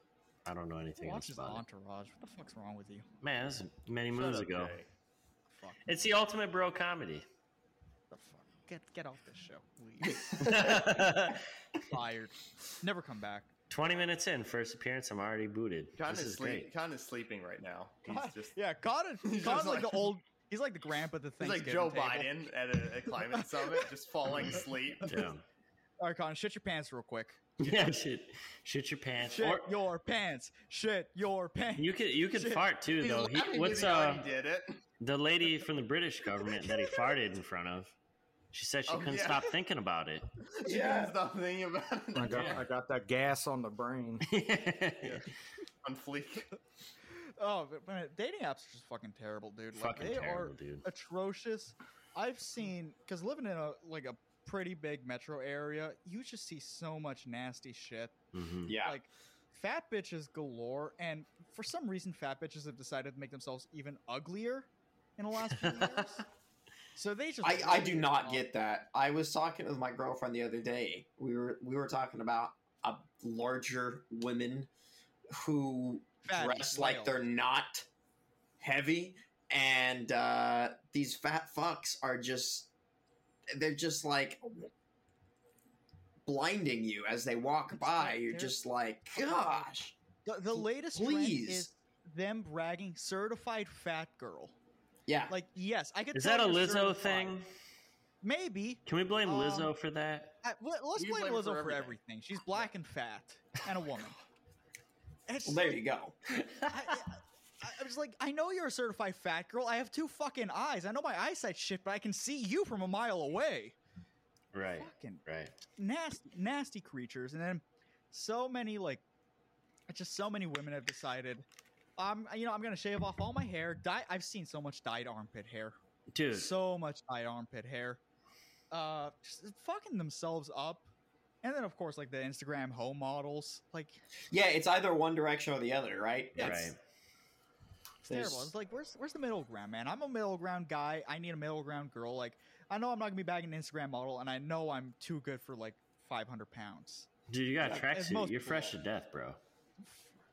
Speaker 8: I don't know
Speaker 6: Who
Speaker 8: anything else
Speaker 6: watches
Speaker 8: about it.
Speaker 6: Entourage? What the fuck's wrong with you?
Speaker 8: Man, that's many
Speaker 9: Shut
Speaker 8: moons
Speaker 9: up,
Speaker 8: ago.
Speaker 9: Jay.
Speaker 6: Fuck.
Speaker 8: It's the ultimate bro comedy.
Speaker 6: the fuck. Get get off this show, please. Fired. Never come back.
Speaker 8: 20 minutes in, first appearance, I'm already booted.
Speaker 9: Con
Speaker 8: this
Speaker 9: is
Speaker 8: is
Speaker 9: sleep.
Speaker 8: great.
Speaker 9: Con is sleeping right now. He's just.
Speaker 6: yeah, Connor's
Speaker 9: He's
Speaker 6: Connor's
Speaker 9: just
Speaker 6: like,
Speaker 9: like-
Speaker 6: the old. He's like the grandpa at the
Speaker 9: He's
Speaker 6: Thanksgiving
Speaker 9: like Joe
Speaker 6: table.
Speaker 9: Biden at a, a climate summit, just falling asleep.
Speaker 8: Yeah.
Speaker 6: All right, Connor, shit your pants real quick.
Speaker 8: yeah, shit. Shit your pants.
Speaker 6: Shit
Speaker 8: Or
Speaker 6: your pants. Shit your pants.
Speaker 8: you could you could
Speaker 6: Shit.
Speaker 8: fart too
Speaker 9: He's
Speaker 8: though.
Speaker 9: laughing
Speaker 8: He,
Speaker 9: 'cause
Speaker 8: what's
Speaker 9: he know
Speaker 8: uh
Speaker 9: He did it.
Speaker 8: the lady from the British government that he farted in front of? She said she
Speaker 9: Oh,
Speaker 8: couldn't
Speaker 9: yeah.
Speaker 8: stop thinking about it.
Speaker 9: She
Speaker 7: Yeah.
Speaker 9: couldn't stop thinking about it.
Speaker 10: I got, I got that gas on the brain.
Speaker 9: On fleek.
Speaker 6: Oh, but man, dating apps are just fucking terrible, dude. Like,
Speaker 8: Fucking
Speaker 6: they
Speaker 8: terrible,
Speaker 6: are
Speaker 8: dude.
Speaker 6: atrocious. I've seen because living in a like a pretty big metro area, you just see so much nasty shit.
Speaker 8: hmm
Speaker 7: Yeah.
Speaker 6: Like fat bitches galore, and for some reason, fat bitches have decided to make themselves even uglier in the last few years. So they just
Speaker 7: I, I do
Speaker 6: really
Speaker 7: not
Speaker 6: are-
Speaker 7: get that. I was talking with my girlfriend the other day. We were we were talking about a larger women who
Speaker 6: Fatty,
Speaker 7: dress like
Speaker 6: whale.
Speaker 7: they're not heavy, and uh, these fat fucks are just they're just like blinding you as they walk
Speaker 6: It's
Speaker 7: by.
Speaker 6: like
Speaker 7: You're
Speaker 6: they're-
Speaker 7: just like, gosh.
Speaker 6: the, the latest trend
Speaker 7: Please.
Speaker 6: is them bragging certified fat girl.
Speaker 7: Yeah.
Speaker 6: Like yes, I could.
Speaker 8: Is
Speaker 6: tell
Speaker 8: that a
Speaker 6: you're
Speaker 8: Lizzo
Speaker 6: certified.
Speaker 8: thing?
Speaker 6: Maybe
Speaker 8: Can we blame
Speaker 6: Um,
Speaker 8: Lizzo for that?
Speaker 6: Uh, let- let's
Speaker 9: You can
Speaker 6: blame
Speaker 9: blame her
Speaker 6: Lizzo for
Speaker 9: for
Speaker 6: everything.
Speaker 9: everything.
Speaker 6: She's black and fat and a woman. It's
Speaker 7: well, there
Speaker 6: like,
Speaker 7: you go.
Speaker 6: I, I, I- I was like, I know you're a certified fat girl. I have two fucking eyes. I know my eyesight shit, but I can see you from a mile away.
Speaker 8: Right.
Speaker 6: Fucking
Speaker 8: Right.
Speaker 6: nasty, nasty creatures. And then so many like, it's just so many women have decided, um, you know, I'm gonna shave off all my hair. Dye. I've seen so much dyed armpit hair.
Speaker 8: Dude.
Speaker 6: So much dyed armpit hair. Uh, just fucking themselves up. And then of course like the Instagram home models, like
Speaker 7: Yeah, it's either one direction or the other, right? It's-
Speaker 8: Right.
Speaker 6: It's
Speaker 7: There's-
Speaker 6: terrible. It's like, where's where's the middle ground, man? I'm a middle ground guy. I need a middle ground girl. Like, I know I'm not gonna be bagging an Instagram model, and I know I'm too good for like 500 pounds.
Speaker 8: Dude, you got a
Speaker 6: Yeah, as most
Speaker 8: tracksuit. You're
Speaker 6: people
Speaker 8: fresh
Speaker 6: are.
Speaker 8: to death, bro.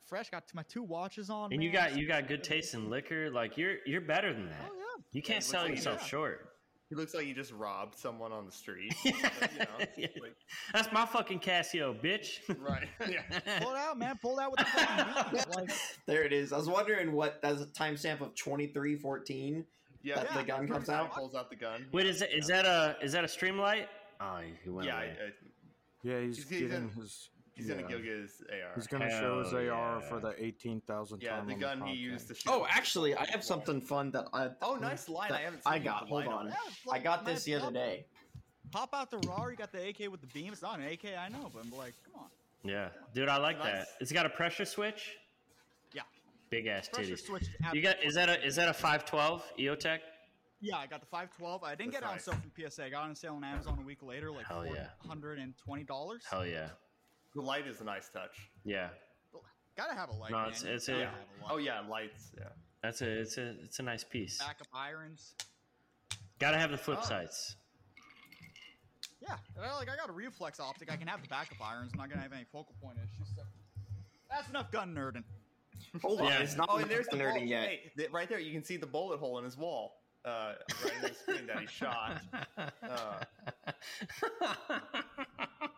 Speaker 6: Fresh, got my two watches on.
Speaker 8: And you
Speaker 6: man.
Speaker 8: got you got good taste in liquor. Like you're you're better than that.
Speaker 6: Oh yeah.
Speaker 8: You can't
Speaker 9: looks
Speaker 8: sell
Speaker 9: like you
Speaker 8: yourself
Speaker 6: got-
Speaker 8: short.
Speaker 9: He looks like he just robbed someone on the street. you know, like-
Speaker 8: That's my fucking Casio, bitch.
Speaker 9: right. Yeah.
Speaker 6: Pull it out, man. Pull it out with the fucking beat. Like,
Speaker 7: There it is. I was wondering what that's a timestamp of twenty three fourteen.
Speaker 9: Yeah.
Speaker 7: That the gun comes
Speaker 9: He
Speaker 7: out?
Speaker 9: Pulls out the gun.
Speaker 8: Wait, is that, is that a is that a streamlight? Oh, he went
Speaker 9: Yeah. I,
Speaker 8: away.
Speaker 9: I,
Speaker 10: Yeah, he's,
Speaker 9: He's
Speaker 10: getting
Speaker 9: gonna-
Speaker 10: his.
Speaker 9: he's
Speaker 10: yeah.
Speaker 9: gonna go get his AR.
Speaker 10: He's gonna show his
Speaker 8: Hell
Speaker 10: AR
Speaker 8: yeah.
Speaker 10: for the eighteen thousand.
Speaker 9: yeah, the gun he used to shoot.
Speaker 7: Oh, actually, I have something fun that I.
Speaker 9: Oh, nice line.
Speaker 7: that
Speaker 9: I haven't. Seen
Speaker 7: I
Speaker 9: you
Speaker 7: got.
Speaker 9: with the
Speaker 7: Hold
Speaker 9: line
Speaker 7: on.
Speaker 6: Yeah, it's
Speaker 7: I
Speaker 6: like,
Speaker 7: got
Speaker 6: man,
Speaker 7: this the other
Speaker 6: pop-
Speaker 7: day.
Speaker 6: Pop out the RAR. You got the AK with the beam. It's not an AK, I know, but I'm like, come on.
Speaker 8: Yeah, dude, I like that.
Speaker 9: Nice.
Speaker 8: It's got a pressure switch.
Speaker 6: Yeah.
Speaker 8: Big ass
Speaker 6: Pressure
Speaker 8: titties.
Speaker 6: switch. is out-
Speaker 8: You got is that a is that a five twelve EOTech?
Speaker 6: Yeah, I got the 512. I didn't
Speaker 9: That's
Speaker 6: get it on
Speaker 9: nice.
Speaker 6: sale from PSA. I got it on sale on Amazon a week later, like
Speaker 8: Hell yeah.
Speaker 6: $420.
Speaker 8: Hell yeah,
Speaker 9: The light is a nice touch.
Speaker 8: yeah.
Speaker 6: Gotta have a light.
Speaker 8: No,
Speaker 6: man.
Speaker 8: it's-
Speaker 6: You
Speaker 8: it's a-
Speaker 6: gotta
Speaker 8: Yeah.
Speaker 6: have light.
Speaker 9: Oh yeah, lights. Yeah.
Speaker 8: That's a it's a it's a nice piece.
Speaker 6: Backup irons.
Speaker 8: Gotta have the flip
Speaker 9: Oh.
Speaker 8: sights.
Speaker 6: Yeah, and I, like I got a reflex optic. I can have the backup irons. I'm not gonna have any focal point issues. So. That's enough gun nerding.
Speaker 7: Hold on.
Speaker 8: Yeah.
Speaker 7: It's not
Speaker 9: Oh, and there's the
Speaker 7: nerding
Speaker 9: bullet.
Speaker 7: yet.
Speaker 9: Hey, th- right there, you can see the bullet hole in his wall. Uh, right in the screen that he shot. Uh,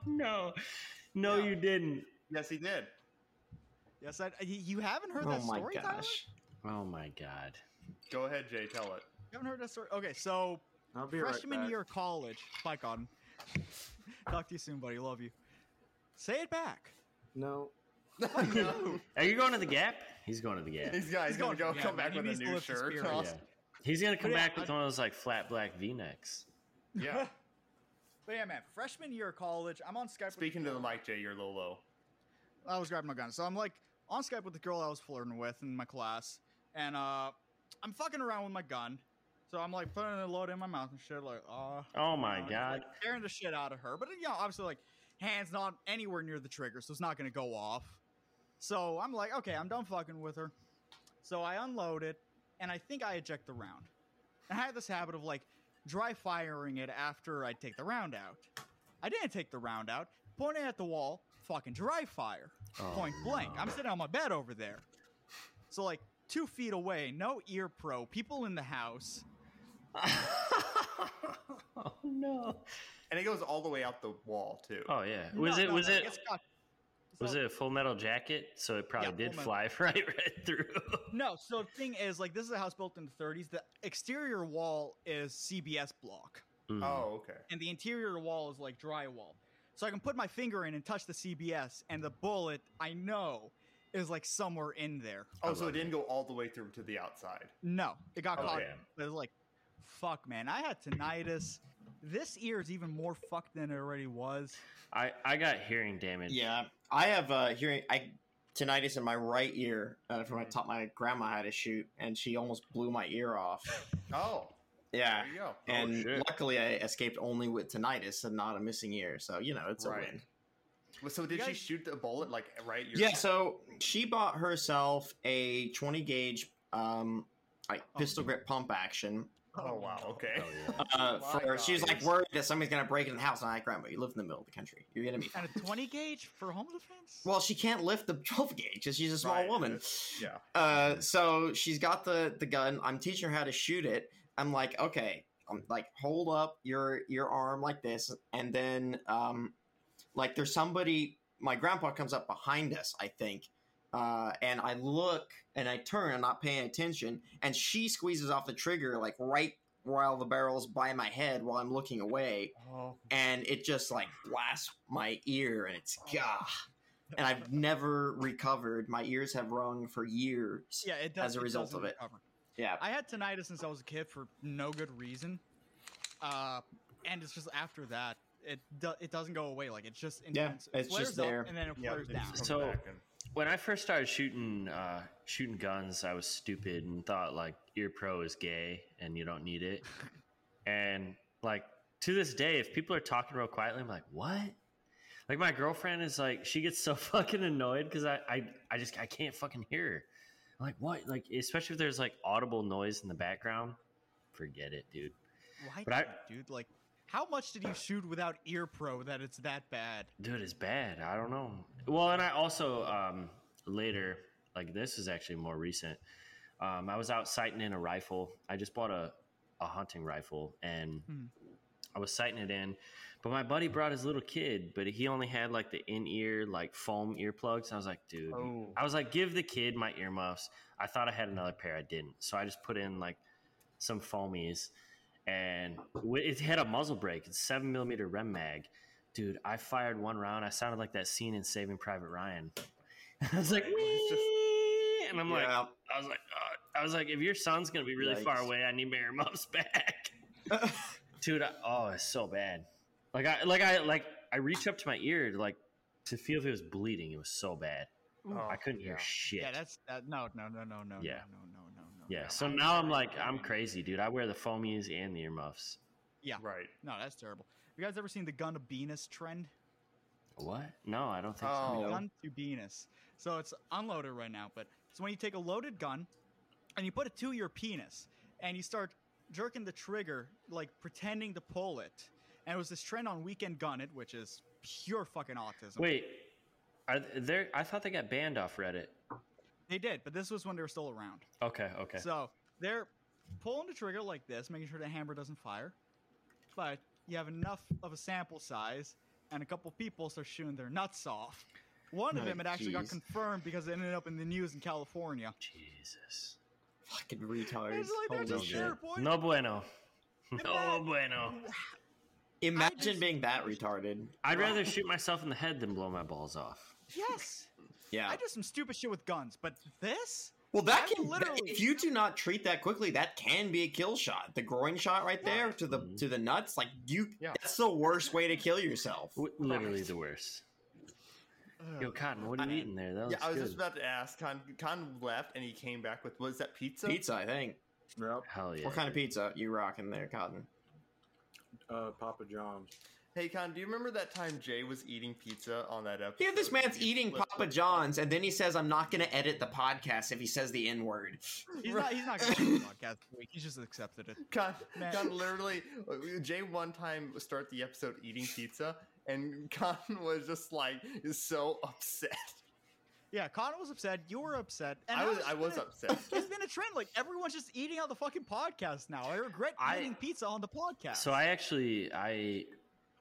Speaker 8: no, no,
Speaker 9: Yeah.
Speaker 8: you didn't.
Speaker 9: yes, he did.
Speaker 6: Yes, I, you you haven't heard
Speaker 7: Oh
Speaker 6: that
Speaker 7: my
Speaker 6: story, Tyler?
Speaker 7: gosh.
Speaker 8: Oh my god.
Speaker 9: Go ahead, Jay. Tell it.
Speaker 6: You haven't heard that story? Okay, so
Speaker 10: I'll be
Speaker 6: freshman
Speaker 10: right back.
Speaker 6: year of college. Bye, God. Talk to you soon, buddy. Love you. Say it back.
Speaker 10: No,
Speaker 8: Are you going to the Gap? He's going to the Gap.
Speaker 9: He's, yeah, he's gonna
Speaker 6: going-
Speaker 9: go
Speaker 6: yeah,
Speaker 9: come
Speaker 6: man,
Speaker 9: back
Speaker 6: he
Speaker 9: with
Speaker 6: needs
Speaker 9: a
Speaker 6: to
Speaker 9: new
Speaker 6: lift the
Speaker 9: shirt.
Speaker 6: spirit.
Speaker 9: Yeah.
Speaker 8: Yeah. He's gonna come
Speaker 6: But yeah,
Speaker 8: back with
Speaker 6: I-
Speaker 8: one of those like flat black V necks.
Speaker 9: yeah.
Speaker 6: But yeah, man, freshman year of college. I'm on Skype.
Speaker 9: Speaking
Speaker 6: with
Speaker 9: to the mic, Jay, you're a little low.
Speaker 6: I was grabbing my gun. So I'm like on Skype with the girl I was flirting with in my class, and uh, I'm fucking around with my gun. So I'm like putting the load in my mouth and shit, like, ah.
Speaker 8: Oh my
Speaker 6: know, just,
Speaker 8: god.
Speaker 6: like, scaring the shit out of her. But you know, obviously, like hands not anywhere near the trigger, so it's not gonna go off. So I'm like, okay, I'm done fucking with her. So I unload it, and I think I eject the round. And I had this habit of like dry firing it after I take the round out. I didn't take the round out. Pointed at the wall, fucking dry fire,
Speaker 8: Oh,
Speaker 6: point blank.
Speaker 8: no.
Speaker 6: I'm sitting on my bed over there. So like two feet away, no ear pro, people in the house.
Speaker 8: oh no.
Speaker 9: And it goes all the way out the wall too.
Speaker 8: Oh yeah. Was
Speaker 6: No,
Speaker 8: it
Speaker 6: no,
Speaker 8: was
Speaker 6: no,
Speaker 8: it
Speaker 6: gets got-
Speaker 8: was
Speaker 6: So-
Speaker 8: it a full metal jacket? So it probably
Speaker 6: Yeah,
Speaker 8: did
Speaker 6: Full Oh,
Speaker 8: fly right right through.
Speaker 6: No, so the thing is, like, this is a house built in the 30s. The exterior wall is CBS block,
Speaker 8: Mm.
Speaker 9: Oh, okay.
Speaker 6: and the interior wall is like drywall. So I can put my finger in and touch the CBS, and the bullet I know is like somewhere in there.
Speaker 9: Oh, so it didn't go all the way through to the outside.
Speaker 6: No, it got
Speaker 9: Oh,
Speaker 6: caught.
Speaker 8: damn.
Speaker 6: It was like, fuck, man. I had tinnitus. This ear is even more fucked than it already was.
Speaker 8: I I got hearing damage.
Speaker 7: Yeah, I have uh, hearing I tinnitus in my right ear uh, from my top. My grandma had a shoot, and she almost blew my ear off.
Speaker 9: Oh,
Speaker 7: Yeah,
Speaker 9: there you go.
Speaker 7: and
Speaker 8: shit.
Speaker 7: luckily I escaped only with tinnitus and not a missing ear. So you know it's
Speaker 9: Right.
Speaker 7: a win.
Speaker 9: Well, So did
Speaker 6: You
Speaker 9: she
Speaker 6: guys-
Speaker 9: shoot the bullet like right? Your
Speaker 7: Yeah. So she bought herself a 20 gauge um like
Speaker 6: Oh,
Speaker 7: pistol
Speaker 6: no.
Speaker 7: grip pump action.
Speaker 9: Oh wow. Okay.
Speaker 8: Oh, yeah.
Speaker 7: Uh,
Speaker 9: My
Speaker 7: for she's
Speaker 9: God.
Speaker 7: like worried that somebody's gonna break into the house. And I'm like, Grandma, you live in the middle of the country. You're gonna be.
Speaker 6: And a 20 gauge for home defense?
Speaker 7: Well, she can't lift the 12 gauge because she's a small
Speaker 9: Right,
Speaker 7: woman.
Speaker 9: yeah.
Speaker 7: Uh, so she's got the the gun. I'm teaching her how to shoot it. I'm like, okay, I'm like, hold up your your arm like this, and then um, like there's somebody. My grandpa comes up behind us, I think, uh, and I look and I turn. I'm not paying attention, and she squeezes off the trigger like right while the barrel's by my head while I'm looking away
Speaker 6: oh,
Speaker 7: and it just like blasts my ear and it's gah and i've never recovered my ears have rung for years
Speaker 6: yeah, it does.
Speaker 7: as a
Speaker 6: it
Speaker 7: result
Speaker 6: doesn't
Speaker 7: of it.
Speaker 6: recover.
Speaker 7: yeah
Speaker 6: I had tinnitus since I was a kid for no good reason. Uh, and it's just after that, it do, it doesn't go away. Like it's just
Speaker 7: Yeah,
Speaker 6: intense. it
Speaker 7: it's
Speaker 6: flares
Speaker 7: just
Speaker 6: up
Speaker 7: there.
Speaker 6: and then it
Speaker 9: Yeah,
Speaker 6: flares
Speaker 9: they
Speaker 6: down.
Speaker 9: just come
Speaker 8: So-
Speaker 9: back and-
Speaker 8: when I first started shooting uh, shooting guns, I was stupid and thought like ear pro is gay and you don't need it. and like to this day, if people are talking real quietly, I'm like, what? Like my girlfriend is like, she gets so fucking annoyed because I, I I just I can't fucking hear. Her. I'm like what? Like especially if there's like audible noise in the background, forget it, dude.
Speaker 6: Why,
Speaker 8: But I-
Speaker 6: not, dude? Like, how much did you shoot without ear pro that it's that bad?
Speaker 8: Dude, it's bad. I don't know. Well, and I also um, later, like this is actually more recent. Um, I was out sighting in a rifle. I just bought a a hunting rifle, and
Speaker 6: Hmm.
Speaker 8: I was sighting it in. But my buddy brought his little kid, but he only had like the in ear like foam earplugs. I was like, dude,
Speaker 9: Oh.
Speaker 8: I was like, give the kid my earmuffs. I thought I had another pair. I didn't. So I just put in like some foamies and w- it had a muzzle brake. It's seven millimeter rem mag. Dude, I fired one round. I sounded like that scene in Saving Private Ryan. I was like,
Speaker 9: Right, where it's just-
Speaker 8: "Wee!" and I'm like,
Speaker 7: yeah.
Speaker 8: I was like, uh, I was like, if your son's gonna be really far
Speaker 7: Yikes.
Speaker 8: away, I need my earmuffs back. Dude, I, oh, it's so bad. Like I, like I, like I reached up to my ear to like to feel if it was bleeding. It was so bad.
Speaker 9: Oh,
Speaker 8: I couldn't hear
Speaker 9: yeah.
Speaker 8: shit.
Speaker 6: Yeah, that's that. No, no, no, no, no.
Speaker 8: Yeah.
Speaker 6: No, no, no, no.
Speaker 8: Yeah,
Speaker 6: no.
Speaker 8: so now I'm like, I'm crazy, dude. I wear the foamies and the earmuffs.
Speaker 9: Right.
Speaker 6: No, that's terrible. You guys ever seen the gun to Venus trend?
Speaker 8: What? No, I don't think
Speaker 9: Oh.
Speaker 8: so.
Speaker 6: Gun to Venus. So it's unloaded right now, but it's when you take a loaded gun and you put it to your penis and you start jerking the trigger, like pretending to pull it. And it was this trend on Weekend Gun It, which is pure fucking autism.
Speaker 8: Wait, are there? I thought they got banned off Reddit.
Speaker 6: They did, but this was when they were still around.
Speaker 8: Okay, okay.
Speaker 6: So they're pulling the trigger like this, making sure the hammer doesn't fire. But you have enough of a sample size, and a couple people start shooting their nuts off. One of
Speaker 7: Oh,
Speaker 6: them had actually got
Speaker 7: jeez.
Speaker 6: confirmed because it ended up in the news in California.
Speaker 8: Jesus.
Speaker 7: Fucking retards.
Speaker 6: It's like there's
Speaker 7: Holy
Speaker 6: a
Speaker 7: shit.
Speaker 6: share point.
Speaker 8: No bueno. No
Speaker 6: that-
Speaker 8: bueno.
Speaker 7: Imagine
Speaker 6: just-
Speaker 7: being that retarded.
Speaker 8: I'd rather shoot myself in the head than blow my balls off.
Speaker 6: Yes,
Speaker 7: Yeah.
Speaker 6: I do some stupid shit with guns, but this.
Speaker 7: well, that
Speaker 6: I'm
Speaker 7: can literally.
Speaker 6: literally-
Speaker 7: If you do not treat that quickly, that can be a kill shot. The groin shot right there to the
Speaker 8: Mm-hmm.
Speaker 7: to the nuts. Like you.
Speaker 9: Yeah.
Speaker 7: That's the worst way to kill yourself.
Speaker 8: W- Literally the worst. Yo, Cotton, what are you eating there? That
Speaker 9: Yeah,
Speaker 8: looks
Speaker 9: I was
Speaker 8: good.
Speaker 9: just about to ask. Con, Con left and he came back with, was that pizza?
Speaker 7: Pizza, I think.
Speaker 10: Yep.
Speaker 8: Hell yeah.
Speaker 7: What kind of pizza you rocking there, Cotton?
Speaker 10: Uh, Papa John's.
Speaker 9: Hey, Con, do you remember that time Jay was eating pizza on that episode?
Speaker 7: Here, this man's
Speaker 9: You
Speaker 7: eating
Speaker 9: flipped
Speaker 7: Papa
Speaker 9: it.
Speaker 7: John's, and then he says, "I'm not going to edit the podcast if he says the N word."
Speaker 6: He's not. He's not going to do the podcast this week. He's just accepted it.
Speaker 9: Con,
Speaker 6: Man.
Speaker 9: Con literally, Jay one time started the episode eating pizza, and Con was just like so upset.
Speaker 6: Yeah, Connor was upset. You were upset. And
Speaker 9: I was,
Speaker 6: just
Speaker 9: I was
Speaker 6: gonna-
Speaker 9: upset.
Speaker 6: It's been a trend. Like everyone's just eating out the fucking podcast now. I regret
Speaker 8: I-
Speaker 6: eating pizza on the podcast.
Speaker 8: So I actually I ate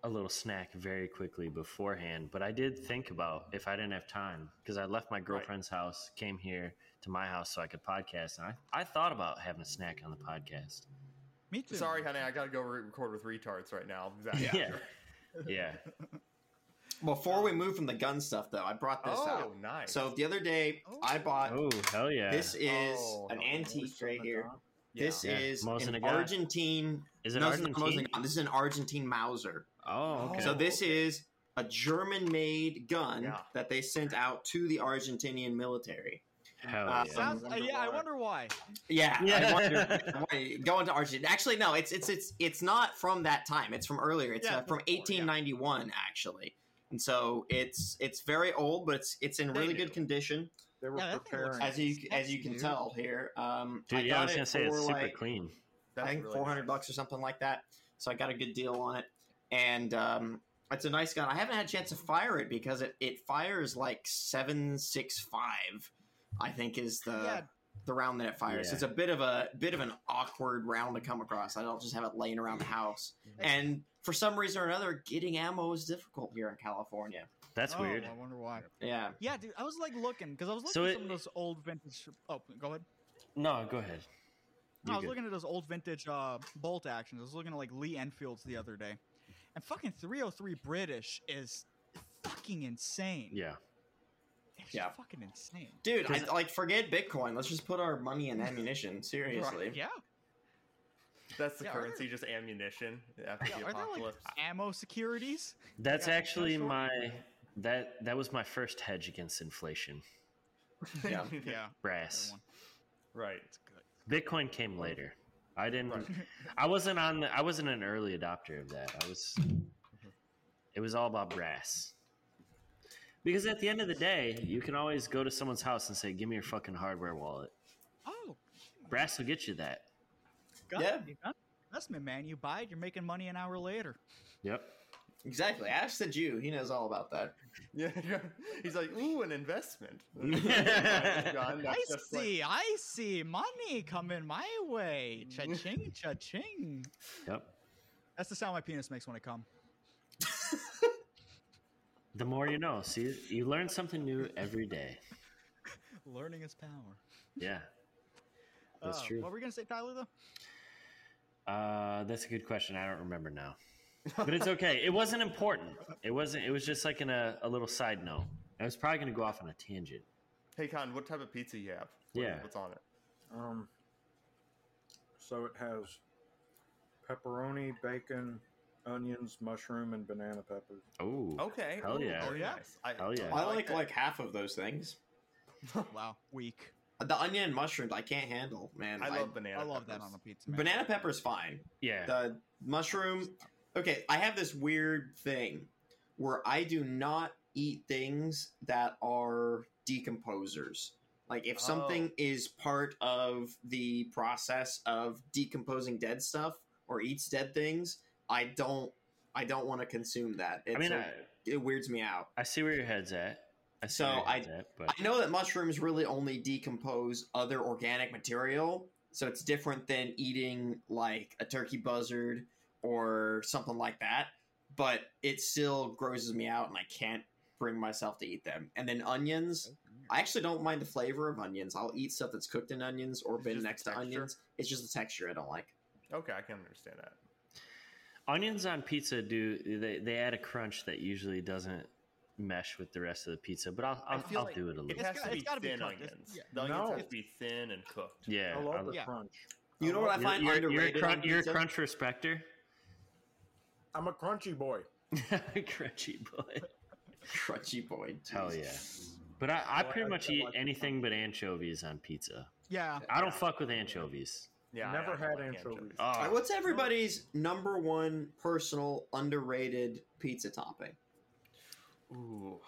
Speaker 8: a little snack very quickly beforehand, but I did think about if I didn't have time because I left my girlfriend's house, came here to my house so I could podcast, and I, I thought about having a snack on the podcast.
Speaker 6: me too.
Speaker 9: Sorry, honey, I gotta go re- record with retards right now. Zach,
Speaker 8: Yeah.
Speaker 9: after.
Speaker 8: Yeah.
Speaker 7: Before we move from the gun stuff, though, I brought this
Speaker 9: Oh,
Speaker 7: out.
Speaker 9: nice.
Speaker 7: So the other day,
Speaker 6: Oh.
Speaker 7: I bought
Speaker 8: Oh hell yeah!
Speaker 7: this is
Speaker 9: Oh.
Speaker 7: an antique right here.
Speaker 9: Yeah.
Speaker 7: This
Speaker 8: Yeah.
Speaker 7: is
Speaker 8: Mosin
Speaker 7: an
Speaker 8: Nagant.
Speaker 7: Argentine.
Speaker 8: is it
Speaker 7: no, it's not Mosin
Speaker 8: Argentine?
Speaker 7: Nagant. This is an Argentine Mauser.
Speaker 8: Oh okay.
Speaker 7: So
Speaker 9: Oh,
Speaker 7: this
Speaker 9: okay.
Speaker 7: is a German-made gun
Speaker 9: Yeah.
Speaker 7: that they sent out to the Argentinian military.
Speaker 8: hell yeah.
Speaker 7: uh, so-
Speaker 6: Sounds, uh, yeah, I wonder why.
Speaker 7: Yeah,
Speaker 8: Yeah.
Speaker 7: I wonder, why- going to Argentina. Actually, no, it's it's it's it's not from that time. It's from earlier. It's
Speaker 6: Yeah,
Speaker 7: uh, from
Speaker 6: before, yeah.
Speaker 7: 1891, actually. And so it's it's very old, but it's it's in
Speaker 9: They
Speaker 7: really
Speaker 9: knew.
Speaker 7: good condition,
Speaker 10: They were
Speaker 6: Yeah, that thing looks
Speaker 10: preparing.
Speaker 7: as you as you
Speaker 6: That's
Speaker 7: can
Speaker 6: new.
Speaker 7: tell here. Um,
Speaker 8: Dude,
Speaker 7: I
Speaker 8: yeah, I
Speaker 7: got
Speaker 8: was
Speaker 7: it
Speaker 8: gonna say it's
Speaker 7: for,
Speaker 8: super
Speaker 7: like,
Speaker 8: clean.
Speaker 9: That's
Speaker 7: I think
Speaker 9: really
Speaker 7: 400
Speaker 9: nice.
Speaker 7: bucks or something like that. So I got a good deal on it, and um, it's a nice gun. I haven't had a chance to fire it because it, it fires like seven six five, I think is the
Speaker 6: yeah,
Speaker 7: the round that it fires.
Speaker 8: Yeah.
Speaker 7: It's a bit of a bit of an awkward round to come across. I don't just have it laying around the house. And for some reason or another, getting ammo is difficult here in California.
Speaker 8: That's
Speaker 6: oh,
Speaker 8: weird.
Speaker 6: I wonder why.
Speaker 7: Yeah.
Speaker 6: Yeah, dude, I was like looking because I was looking
Speaker 8: So
Speaker 6: at
Speaker 8: it-
Speaker 6: some of those old vintage. Oh, go ahead.
Speaker 8: No, go ahead.
Speaker 6: No, I
Speaker 8: You're
Speaker 6: was
Speaker 8: good.
Speaker 6: looking at those old vintage uh, bolt actions. I was looking at like Lee Enfield's the other day, and fucking 303 British is fucking insane.
Speaker 8: Yeah.
Speaker 6: It's
Speaker 7: Yeah.
Speaker 6: fucking insane.
Speaker 7: Dude, I,
Speaker 8: Does-
Speaker 7: like forget Bitcoin. Let's just put our money in ammunition. Seriously.
Speaker 6: Yeah,
Speaker 9: That's the
Speaker 6: Yeah, are
Speaker 9: currency, just ammunition after
Speaker 6: Yeah,
Speaker 9: the
Speaker 6: are there like
Speaker 9: apocalypse.
Speaker 6: ammo securities?
Speaker 8: That's
Speaker 6: Yeah, that's
Speaker 8: actually
Speaker 6: what-
Speaker 8: my that that was my first hedge against inflation.
Speaker 7: Yeah.
Speaker 6: Yeah.
Speaker 8: Brass.
Speaker 6: one.
Speaker 9: Right.
Speaker 8: Bitcoin came later. I didn't. I wasn't on. The, I wasn't an early adopter of that. I was.
Speaker 6: Mm-hmm.
Speaker 8: It was all about brass. Because at the end of the day, you can always go to someone's house and say, "Give me your fucking hardware wallet."
Speaker 6: Oh,
Speaker 8: Brass will get you that.
Speaker 6: got
Speaker 7: Yeah.
Speaker 6: it. You got the investment, man. You buy it, you're making money an hour later.
Speaker 8: Yep.
Speaker 7: Exactly. Ask the Jew. He knows all about that.
Speaker 9: Yeah, yeah. he's like, ooh, an investment. John,
Speaker 6: I
Speaker 9: "Oh that's just like-
Speaker 6: see, I see. Money coming my way. Cha-ching, cha-ching.
Speaker 8: Yep.
Speaker 6: That's the sound my penis makes when I come.
Speaker 8: The more you know. See, you learn something new every day.
Speaker 6: Learning is power.
Speaker 8: Yeah. That's
Speaker 6: Uh,
Speaker 8: true.
Speaker 6: What were we gonna say, Tyler? Though
Speaker 8: Uh, that's a good question. I don't remember now, but it's okay. It wasn't important. It wasn't. It was just like in a, a little side note. I was probably going to go off on a tangent.
Speaker 9: hey, Con, what type of pizza you have? What-
Speaker 8: Yeah.
Speaker 9: What's on it?
Speaker 10: Um, so it has pepperoni, bacon, onions, mushroom, and banana peppers.
Speaker 8: Oh,
Speaker 9: Okay.
Speaker 8: Hell
Speaker 9: ooh,
Speaker 8: yeah.
Speaker 9: very
Speaker 6: Yeah.
Speaker 9: nice. I,
Speaker 8: Hell yeah.
Speaker 7: I like
Speaker 9: that.
Speaker 7: like half of those things.
Speaker 6: wow, weak.
Speaker 7: The onion and mushrooms I can't handle, man.
Speaker 9: I love banana.
Speaker 6: I love that
Speaker 9: peppers.
Speaker 6: on a pizza. Man.
Speaker 7: banana pepper's fine.
Speaker 8: yeah.
Speaker 7: The mushroom. Okay, I have this weird thing where I do not eat things that are decomposers. Like if
Speaker 8: Oh.
Speaker 7: something is part of the process of decomposing dead stuff or eats dead things, I don't I don't want to consume that. It's
Speaker 8: I mean,
Speaker 7: a-
Speaker 8: I,
Speaker 7: it weirds me out.
Speaker 8: I see where your head's at. I see
Speaker 7: So
Speaker 8: where your
Speaker 7: I-
Speaker 8: head's at, but
Speaker 7: I know that mushrooms really only decompose other organic material, so it's different than eating like a turkey buzzard or something like that, but it still grosses me out and I can't bring myself to eat them. And then onions, I actually don't mind the flavor of onions. I'll eat stuff that's cooked in onions or
Speaker 9: It's
Speaker 7: been
Speaker 9: just the
Speaker 7: next to
Speaker 9: texture.
Speaker 7: onions. It's just the texture I don't like.
Speaker 9: Okay, I can understand that.
Speaker 8: onions on pizza do they, they add a crunch that usually doesn't mesh with the rest of the pizza. But I'll I'll,
Speaker 9: feel
Speaker 8: I'll
Speaker 9: like
Speaker 8: do it a little.
Speaker 9: It
Speaker 6: It's
Speaker 9: has
Speaker 6: got-
Speaker 9: to
Speaker 6: it's
Speaker 9: be
Speaker 6: gotta be
Speaker 9: thin
Speaker 6: cooked. It's-
Speaker 9: onions.
Speaker 6: yeah.
Speaker 9: The onions
Speaker 10: No.
Speaker 9: have to be thin and cooked.
Speaker 8: yeah.
Speaker 10: I love
Speaker 8: I'll-
Speaker 10: the
Speaker 6: Yeah.
Speaker 10: crunch.
Speaker 7: You know what I
Speaker 8: Oh, You're-
Speaker 7: find
Speaker 8: you're, you're, a
Speaker 7: underrated?
Speaker 8: crun-
Speaker 7: on
Speaker 8: you're a
Speaker 7: pizza?
Speaker 8: crunch respecter.
Speaker 10: I'm a crunchy boy.
Speaker 8: Crunchy boy.
Speaker 7: Crunchy boy.
Speaker 8: Hell
Speaker 7: Jesus.
Speaker 8: yeah. But I, I
Speaker 10: Well,
Speaker 8: pretty
Speaker 10: I-
Speaker 8: much
Speaker 10: I
Speaker 8: eat
Speaker 10: like the
Speaker 8: anything but anchovies on pizza.
Speaker 6: Yeah,
Speaker 8: I don't fuck with anchovies.
Speaker 9: Yeah, I-
Speaker 10: Never
Speaker 9: I don't
Speaker 10: had
Speaker 9: like
Speaker 10: anchovies.
Speaker 8: Oh,
Speaker 7: Alright, what's everybody's number one personal underrated pizza topping?
Speaker 9: Ooh.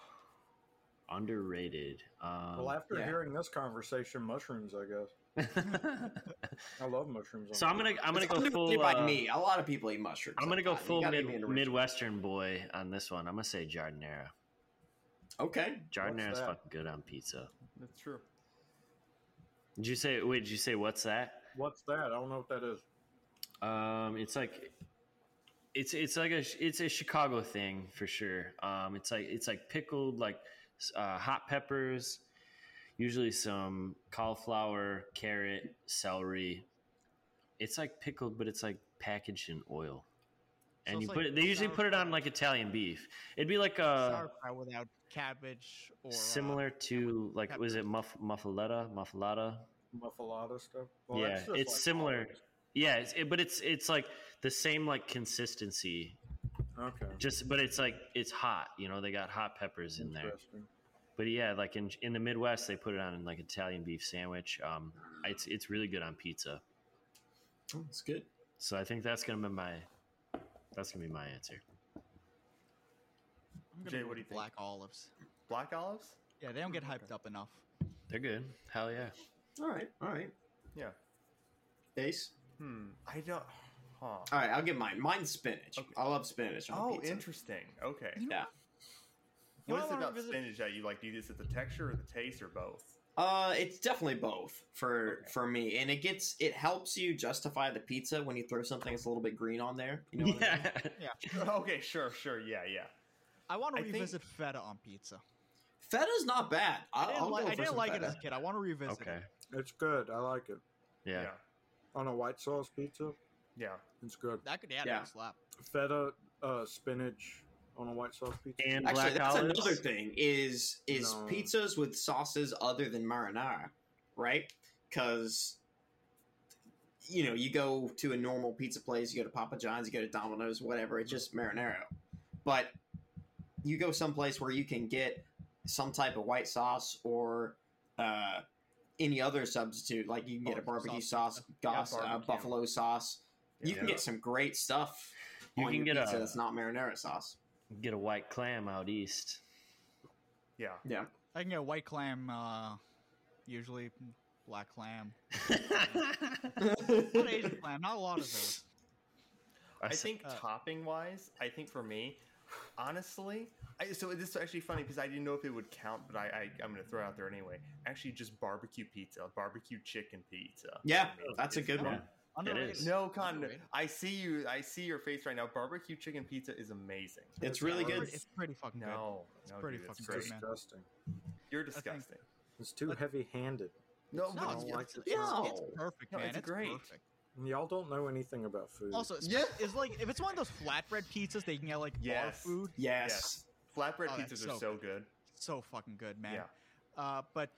Speaker 8: underrated. Um,
Speaker 10: well, after
Speaker 7: yeah.
Speaker 10: hearing this conversation, mushrooms, I guess. I love mushrooms. on
Speaker 8: so I'm gonna I'm gonna
Speaker 7: It's
Speaker 8: go
Speaker 7: underrated
Speaker 8: full.
Speaker 7: by
Speaker 8: uh,
Speaker 7: me. A lot of people eat mushrooms.
Speaker 8: I'm gonna go
Speaker 7: sometimes. You
Speaker 8: full
Speaker 7: gotta
Speaker 8: mid,
Speaker 7: be an original.
Speaker 8: Midwestern boy on this one. I'm gonna say jardinera.
Speaker 7: Okay,
Speaker 8: Jardinera's
Speaker 10: that?
Speaker 8: fucking good on pizza.
Speaker 9: That's true.
Speaker 8: Did you say? Wait, did you say what's that?
Speaker 10: pizza. What's that? I don't know what that is.
Speaker 8: Um, it's like, it's it's like a it's a Chicago thing for sure. Um, it's like it's like pickled like s- uh, hot peppers, usually some cauliflower, carrot, celery. It's like pickled, but it's like packaged in oil.
Speaker 6: So
Speaker 8: And
Speaker 6: it's
Speaker 8: you
Speaker 6: like
Speaker 8: put it, they usually put it on
Speaker 6: sauerkraut.
Speaker 8: like Italian beef. It'd be like a
Speaker 6: sauerkraut without cabbage or uh,
Speaker 8: Uh, similar to like was it muff, muffaletta, muffalata?
Speaker 10: Muffalata stuff.
Speaker 8: Yeah,
Speaker 10: that's just
Speaker 8: it's
Speaker 10: like
Speaker 8: similar.
Speaker 10: olives.
Speaker 8: Yeah, it's, it, but it's it's like the same like consistency
Speaker 10: Okay.
Speaker 8: just but it's like it's hot you know they got hot peppers in there
Speaker 10: Interesting.
Speaker 8: but yeah like in in the midwest they put it on like italian beef sandwich um it's it's really good on pizza
Speaker 7: Oh, that's good.
Speaker 8: so i think that's gonna be my that's gonna be my answer
Speaker 6: I'm gonna
Speaker 9: Jay,
Speaker 6: go
Speaker 9: what
Speaker 6: with
Speaker 9: do you think?
Speaker 6: black olives.
Speaker 9: Black olives?
Speaker 6: Yeah, they don't get hyped up enough.
Speaker 8: they're good hell yeah
Speaker 7: All right, all right.
Speaker 9: Yeah.
Speaker 7: Ace.
Speaker 9: Hmm. I don't. Huh.
Speaker 7: All right, I'll get mine. Mine's spinach.
Speaker 9: Okay.
Speaker 7: I love spinach. On
Speaker 9: Oh,
Speaker 7: pizza.
Speaker 9: interesting. Okay.
Speaker 7: Yeah.
Speaker 6: You
Speaker 9: What
Speaker 6: know
Speaker 9: is
Speaker 6: I
Speaker 9: it
Speaker 6: wanna
Speaker 9: about
Speaker 6: revisit-
Speaker 9: spinach that you like? Do you just at the texture or the taste or both?
Speaker 7: Uh, it's definitely both for for me, and it gets it helps you justify the pizza when you throw something that's a little bit green on there. You know. what I mean?
Speaker 8: yeah
Speaker 9: okay, sure, sure, yeah, yeah.
Speaker 6: I want
Speaker 9: I
Speaker 6: to
Speaker 9: think-
Speaker 6: revisit feta on pizza.
Speaker 7: Feta's not bad.
Speaker 6: I
Speaker 7: I,
Speaker 6: didn't,
Speaker 7: I'll
Speaker 6: li-
Speaker 7: go
Speaker 6: I
Speaker 7: for
Speaker 6: didn't
Speaker 7: some
Speaker 6: like it
Speaker 7: feta.
Speaker 6: as a kid. I want to revisit
Speaker 8: okay
Speaker 6: it.
Speaker 10: It's good. I like it.
Speaker 8: yeah,
Speaker 9: yeah,
Speaker 10: On a white sauce pizza,
Speaker 9: yeah.
Speaker 10: it's good.
Speaker 6: That could add
Speaker 7: Yeah.
Speaker 6: a slap.
Speaker 10: Feta, uh, spinach on a white sauce pizza.
Speaker 8: and
Speaker 7: Actually,
Speaker 8: black
Speaker 7: that's
Speaker 8: olives
Speaker 7: another thing is is
Speaker 10: No.
Speaker 7: pizzas with sauces other than marinara, right? Because you know, you go to a normal pizza place, you go to Papa John's, you go to Domino's, whatever. It's just marinara. But you go someplace where you can get some type of white sauce or uh, any other substitute. Like you can get a barbecue sauce, goss,
Speaker 9: Yeah,
Speaker 7: uh,
Speaker 9: barbecue.
Speaker 7: buffalo sauce. You can
Speaker 9: Yeah.
Speaker 7: get some great stuff
Speaker 8: You
Speaker 7: on
Speaker 8: can
Speaker 7: your
Speaker 8: get
Speaker 7: pizza
Speaker 8: a-
Speaker 7: that's not marinara sauce.
Speaker 8: Get a white clam out east.
Speaker 9: Yeah.
Speaker 7: Yeah.
Speaker 6: I can get a white clam, uh, usually black clam. Not Asian clam, not a lot of those.
Speaker 9: I
Speaker 8: s-
Speaker 6: uh,
Speaker 9: think topping wise, I think for me, honestly, I, so this is actually funny because I didn't know if it would count, but I, I I'm gonna throw it out there anyway. Actually, just barbecue pizza, barbecue chicken pizza.
Speaker 7: Yeah,
Speaker 9: for me
Speaker 7: that's a
Speaker 9: is
Speaker 7: good
Speaker 9: fun.
Speaker 7: one.
Speaker 6: Underrated.
Speaker 8: is.
Speaker 9: No, Cotton,
Speaker 6: Underrated.
Speaker 9: I see you. I see your face right now. Barbecue chicken pizza is amazing.
Speaker 7: It's really
Speaker 6: It's
Speaker 7: good.
Speaker 6: pretty- It's pretty fucking good.
Speaker 9: No,
Speaker 6: It's
Speaker 9: no,
Speaker 6: pretty
Speaker 9: dude,
Speaker 10: It's
Speaker 9: it's
Speaker 6: fucking good,
Speaker 9: great.
Speaker 6: man.
Speaker 10: disgusting.
Speaker 9: You're
Speaker 6: think-
Speaker 9: disgusting.
Speaker 10: It's too heavy-handed.
Speaker 9: No,
Speaker 6: No,
Speaker 9: but
Speaker 10: it's-
Speaker 9: it's,
Speaker 10: like the
Speaker 6: it's- it's
Speaker 7: No.
Speaker 6: perfect,
Speaker 9: No,
Speaker 6: man.
Speaker 9: it's
Speaker 6: It's
Speaker 9: great.
Speaker 6: perfect.
Speaker 10: And Y'all don't know anything about food.
Speaker 6: Also, it's,
Speaker 7: Yeah.
Speaker 6: it's like if it's one of those flatbread pizzas that you can get like bar
Speaker 9: Yes.
Speaker 6: food,
Speaker 7: Yes.
Speaker 9: flatbread
Speaker 6: Oh, that's
Speaker 9: pizzas
Speaker 6: so
Speaker 9: are so good.
Speaker 6: so fucking good, man.
Speaker 9: Yeah.
Speaker 6: Uh, but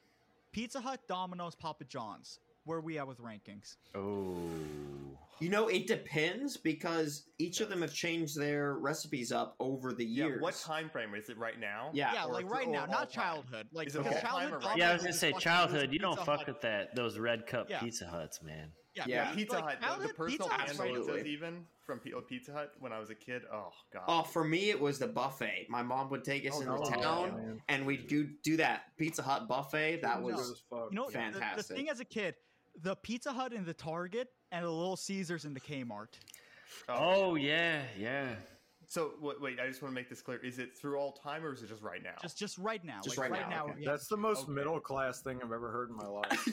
Speaker 6: Pizza Hut, Domino's, Papa John's. Where we at with rankings?
Speaker 8: Oh.
Speaker 7: You know, it depends because each of them have changed their recipes up over the years.
Speaker 9: Yeah. What time frame is it right now?
Speaker 7: Yeah.
Speaker 6: yeah, like
Speaker 9: or-
Speaker 6: right
Speaker 9: or
Speaker 6: now,
Speaker 9: all
Speaker 6: not
Speaker 9: time?
Speaker 6: childhood. Like
Speaker 9: Is it
Speaker 6: because
Speaker 9: all time
Speaker 6: childhood
Speaker 9: or right
Speaker 6: Domino's
Speaker 8: Yeah, I was gonna
Speaker 6: is
Speaker 8: say
Speaker 6: fucking-
Speaker 8: childhood.
Speaker 6: it's
Speaker 8: You don't
Speaker 6: Pizza
Speaker 8: fuck
Speaker 6: Hut.
Speaker 8: with that. Those red cup
Speaker 6: Yeah.
Speaker 8: Pizza Huts, man.
Speaker 6: Yeah,
Speaker 7: Yeah.
Speaker 6: but,
Speaker 9: Pizza
Speaker 6: like,
Speaker 9: Hut, the- the,
Speaker 6: childhood
Speaker 9: personal
Speaker 6: Pizza Hut
Speaker 7: Hut's right
Speaker 9: handles
Speaker 7: Absolutely.
Speaker 9: even from P- oh, Pizza Hut when I was a kid. Oh god.
Speaker 7: Oh, for me, it was the buffet. My mom would take us
Speaker 9: Oh,
Speaker 7: into
Speaker 9: no.
Speaker 7: town,
Speaker 10: man.
Speaker 7: and we'd do do that Pizza Hut buffet. That
Speaker 10: Good
Speaker 7: was
Speaker 10: as fuck.
Speaker 6: You know, the- The,
Speaker 7: Fantastic.
Speaker 6: thing as a kid, the Pizza Hut and the Target, and the Little Caesars and the Kmart.
Speaker 8: Oh yeah, yeah.
Speaker 9: So wait, wait, I just want to make this clear. Is it through all time or is it just right now?
Speaker 6: Just, just right now.
Speaker 7: Just
Speaker 6: like,
Speaker 7: right
Speaker 6: right
Speaker 7: now,
Speaker 6: now.
Speaker 7: okay.
Speaker 6: yeah.
Speaker 10: That's the most
Speaker 9: Okay.
Speaker 10: middle class thing I've ever heard in my life.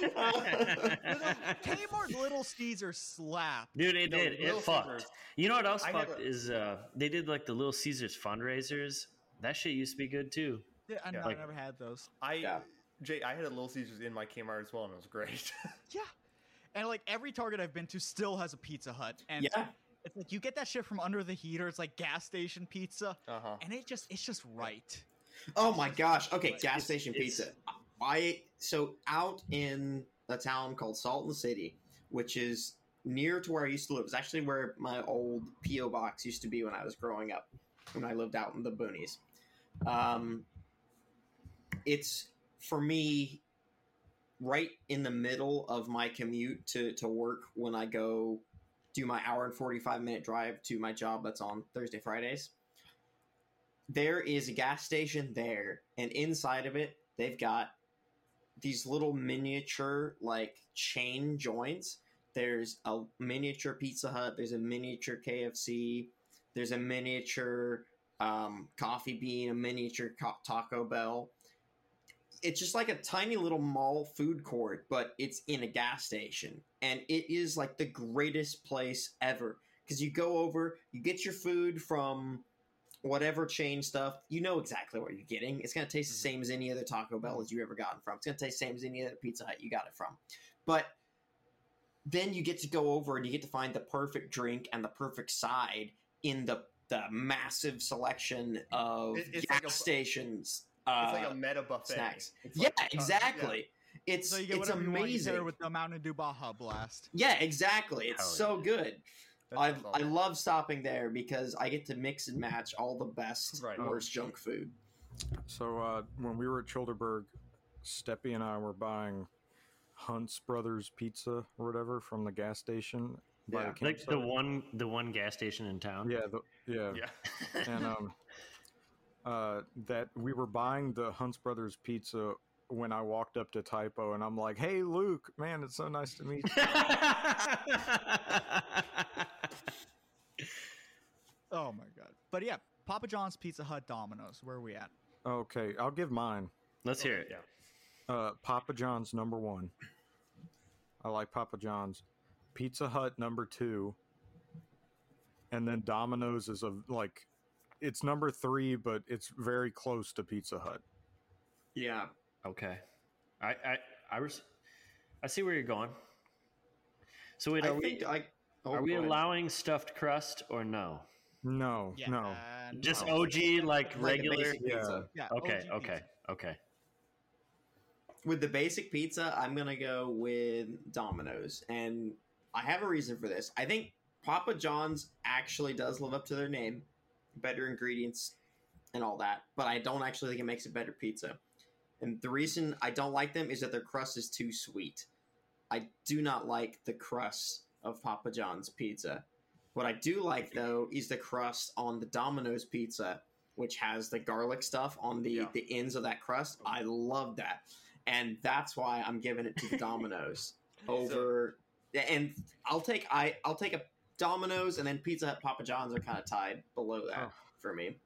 Speaker 7: yeah.
Speaker 6: Kmart, Little Caesars slap.
Speaker 8: Dude, it
Speaker 9: No,
Speaker 8: did. It
Speaker 9: Little
Speaker 8: fucked.
Speaker 9: Caesars-
Speaker 8: You know what else
Speaker 9: I
Speaker 8: fucked
Speaker 9: never-
Speaker 8: is uh, they did like the Little Caesars fundraisers. That shit used to be good too.
Speaker 6: I
Speaker 9: Yeah.
Speaker 6: know, I never had those.
Speaker 9: I
Speaker 7: Yeah.
Speaker 9: Jay, I had a Little Caesars in my Kmart as well, and it was great.
Speaker 6: Yeah. And like every Target I've been to still has a Pizza Hut, and
Speaker 7: Yeah.
Speaker 6: it's like you get that shit from under the heater. It's like gas station pizza,
Speaker 9: uh huh.
Speaker 6: and it just it's just right.
Speaker 7: Oh my gosh. Okay, gas
Speaker 8: It's-
Speaker 7: station
Speaker 8: it's-
Speaker 7: pizza. I so out in a town called Salton City, which is near to where I used to live. It's actually where my old PO box used to be when I was growing up, when I lived out in the boonies. Um, it's for me right in the middle of my commute to to work when I go do my hour and 45 minute drive to my job that's on Thursday Fridays there is a gas station there, and inside of it, they've got these little miniature like chain joints. There's a miniature Pizza Hut. There's a miniature KFC. There's a miniature um, Coffee Bean. A miniature co- Taco Bell. It's just like a tiny little mall food court, but it's in a gas station, and it is like the greatest place ever. Because you go over, you get your food from whatever chain stuff, you know exactly what you're getting. It's going to taste the
Speaker 9: Mm-hmm.
Speaker 7: same as any other Taco Bell as you ever gotten from. It's going to taste the same as any other Pizza Hut you got it from. But then you get to go over and you get to find the perfect drink and the perfect side in the the massive selection of
Speaker 9: It- it's
Speaker 7: gas
Speaker 9: like a-
Speaker 7: stations.
Speaker 9: It's
Speaker 7: Uh,
Speaker 9: like a meta buffet.
Speaker 7: snacks.
Speaker 9: It's
Speaker 7: yeah,
Speaker 9: like a-
Speaker 7: exactly. It's
Speaker 6: So you get
Speaker 7: it's
Speaker 6: whatever you want. You pair it
Speaker 7: amazing.
Speaker 6: with the Mountain Dew Baja Blast.
Speaker 7: Yeah, exactly. It's
Speaker 8: Hell
Speaker 7: so
Speaker 8: yeah.
Speaker 7: good.
Speaker 9: That
Speaker 7: I,
Speaker 9: sounds
Speaker 7: I
Speaker 9: awesome.
Speaker 7: love stopping there because I get to mix and match all the best,
Speaker 9: Right.
Speaker 7: worst junk food.
Speaker 10: So uh, when we were at Childerberg, Steppy and I were buying Hunt's Brothers Pizza or whatever from the gas station by
Speaker 7: Yeah.
Speaker 10: the
Speaker 8: Like
Speaker 10: campsite.
Speaker 8: the one, the one gas station in town.
Speaker 10: yeah, the, yeah,
Speaker 9: Yeah.
Speaker 10: and um, uh, that we were buying the Hunt's Brothers Pizza when I walked up to Typo and I'm like, "Hey, Luke, man, it's so nice to meet you."
Speaker 6: Oh my god! But yeah, Papa John's, Pizza Hut, Domino's. Where are we at?
Speaker 10: okay, I'll give mine.
Speaker 8: Let's hear it.
Speaker 9: Yeah.
Speaker 10: Uh, Papa John's number one. I like Papa John's. Pizza Hut number two. And then Domino's is a like, it's number three, but it's very close to Pizza Hut.
Speaker 7: Yeah.
Speaker 8: Okay. I, I, I, res- I see where you're going. So wait,
Speaker 7: I
Speaker 8: are we,
Speaker 7: think I. Oh,
Speaker 8: are we
Speaker 7: go ahead.
Speaker 8: allowing stuffed crust or no?
Speaker 10: No,
Speaker 6: Yeah,
Speaker 10: no,
Speaker 8: Just
Speaker 6: no.
Speaker 8: OG like
Speaker 7: Like a
Speaker 8: regular.
Speaker 7: basic pizza.
Speaker 6: Yeah.
Speaker 8: Okay,
Speaker 6: OG
Speaker 8: okay,
Speaker 6: pizza.
Speaker 8: okay.
Speaker 7: with the basic pizza, I'm gonna go with Domino's, and I have a reason for this. I think Papa John's actually does live up to their name, better ingredients and all that, but I don't actually think it makes a better pizza. And the reason I don't like them is that their crust is too sweet. I do not like the crust of Papa John's pizza. What I do like though is the crust on the Domino's pizza, which has the garlic stuff on the
Speaker 9: Yeah.
Speaker 7: the ends of that crust. I love that, and that's why I'm giving it to the Domino's over. And I'll take I I'll take a Domino's and then Pizza Hut, Papa John's are kind of tied below that
Speaker 10: Oh.
Speaker 7: for me.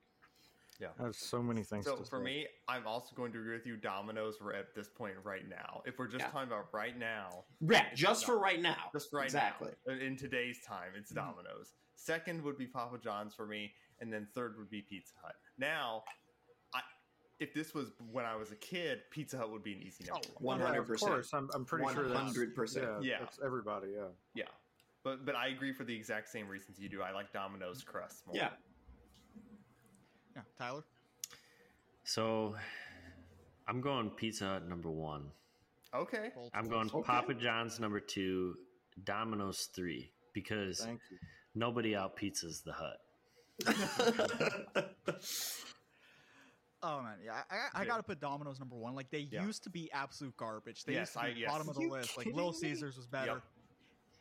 Speaker 10: I have so many things
Speaker 9: So
Speaker 10: to
Speaker 9: for
Speaker 10: say.
Speaker 9: me, I'm also going to agree with you. Dominoes were at this point right now. If we're just
Speaker 7: Yeah.
Speaker 9: talking about right now,
Speaker 7: Yeah,
Speaker 9: it's
Speaker 7: just for
Speaker 9: Domino's.
Speaker 7: right now.
Speaker 9: just right
Speaker 7: exactly.
Speaker 9: now, in- in today's time, it's
Speaker 7: Mm-hmm.
Speaker 9: Domino's. Second would be Papa John's for me, and then third would be Pizza Hut. Now, I if this was when I was a kid, Pizza Hut would be an easy number one.
Speaker 7: One
Speaker 10: Yeah,
Speaker 7: hundred
Speaker 10: of
Speaker 7: percent.
Speaker 10: course, I'm, I'm pretty sure that's
Speaker 7: 100%.
Speaker 10: Yeah,
Speaker 9: Yeah.
Speaker 10: that's everybody. Yeah,
Speaker 9: Yeah, but but I agree for the exact same reasons you do. I like Domino's crust more.
Speaker 7: Yeah.
Speaker 6: Yeah, Tyler.
Speaker 8: So I'm going Pizza Hut number one.
Speaker 9: Okay.
Speaker 6: Roll
Speaker 8: I'm
Speaker 6: to
Speaker 8: going
Speaker 6: close.
Speaker 7: Okay.
Speaker 8: Papa John's number two, Domino's three, because
Speaker 10: thank you.
Speaker 8: nobody out pizzas the Hut.
Speaker 6: Oh man, yeah, I, I, I
Speaker 9: Okay.
Speaker 6: gotta put Domino's number one. Like they
Speaker 9: Yeah.
Speaker 6: used to be absolute garbage. They
Speaker 9: Yes,
Speaker 6: used to be
Speaker 9: I- yes.
Speaker 6: bottom of the
Speaker 7: You
Speaker 6: list. Like
Speaker 7: kidding
Speaker 6: Little
Speaker 7: me?
Speaker 6: Caesars was better.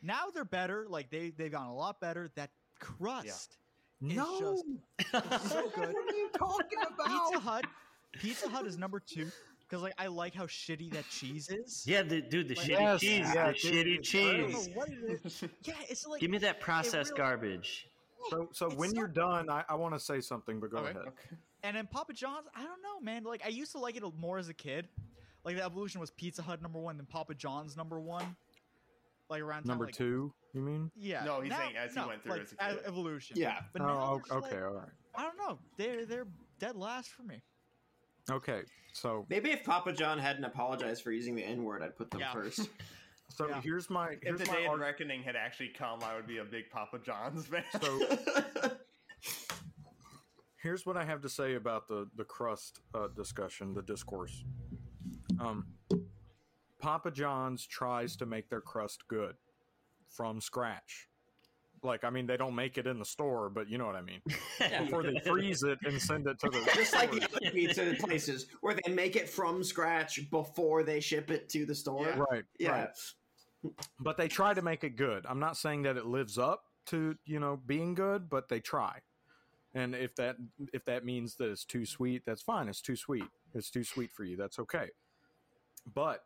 Speaker 6: Now they're better. Like they they've gotten a lot better. That crust is just so good.
Speaker 11: What are you talking
Speaker 6: Pizza
Speaker 11: about?
Speaker 6: Hut, Pizza Hut is number two because like I like how shitty that cheese is.
Speaker 8: Yeah, the, dude, the shitty
Speaker 10: Yes,
Speaker 8: cheese,
Speaker 10: yeah,
Speaker 8: the
Speaker 10: dude,
Speaker 8: shitty
Speaker 10: it's
Speaker 6: I don't know
Speaker 8: cheese.
Speaker 6: what it is. Yeah, it's like
Speaker 8: Give me that processed
Speaker 6: really-
Speaker 8: garbage.
Speaker 10: So, so
Speaker 6: It's
Speaker 10: when
Speaker 6: so
Speaker 10: you're done, I, I want to say something, but go
Speaker 9: Okay.
Speaker 10: ahead.
Speaker 9: okay.
Speaker 6: And then Papa John's, I don't know, man. Like I used to like it more as a kid. Like the evolution was Pizza Hut number one, then Papa John's number one. Like around
Speaker 10: Number
Speaker 6: time, like,
Speaker 10: two, you mean?
Speaker 6: Yeah.
Speaker 9: No, he's
Speaker 6: now-
Speaker 9: saying as he
Speaker 6: no,
Speaker 9: went through
Speaker 6: like,
Speaker 9: as a kid.
Speaker 6: evolution.
Speaker 7: Yeah.
Speaker 6: But now
Speaker 10: oh,
Speaker 6: they're
Speaker 10: o-
Speaker 6: just
Speaker 10: okay,
Speaker 6: like-
Speaker 10: all right.
Speaker 6: I don't know. They're they're dead last for me.
Speaker 10: Okay, so
Speaker 7: Maybe if Papa John hadn't apologized for using the N word, I'd put them
Speaker 6: Yeah.
Speaker 7: first.
Speaker 10: so
Speaker 6: Yeah.
Speaker 10: here's my
Speaker 9: If
Speaker 10: here's
Speaker 9: the
Speaker 10: my
Speaker 9: day of
Speaker 10: arg-
Speaker 9: reckoning had actually come, I would be a big Papa John's fan.
Speaker 10: so here's what I have to say about the the crust uh, discussion, the discourse. Um, Papa John's tries to make their crust good from scratch. Like, I mean, they don't make it in the store, but you know what I mean. Before they freeze it and send it to the
Speaker 7: Just like the other pizza places where they make it from scratch before they ship it to the store.
Speaker 9: Yeah.
Speaker 10: right,
Speaker 7: Yeah.
Speaker 10: right. but they try to make it good. I'm not saying that it lives up to you know being good, but they try. And if that if that means that it's too sweet, that's fine. It's too sweet. It's too sweet for you. That's okay. But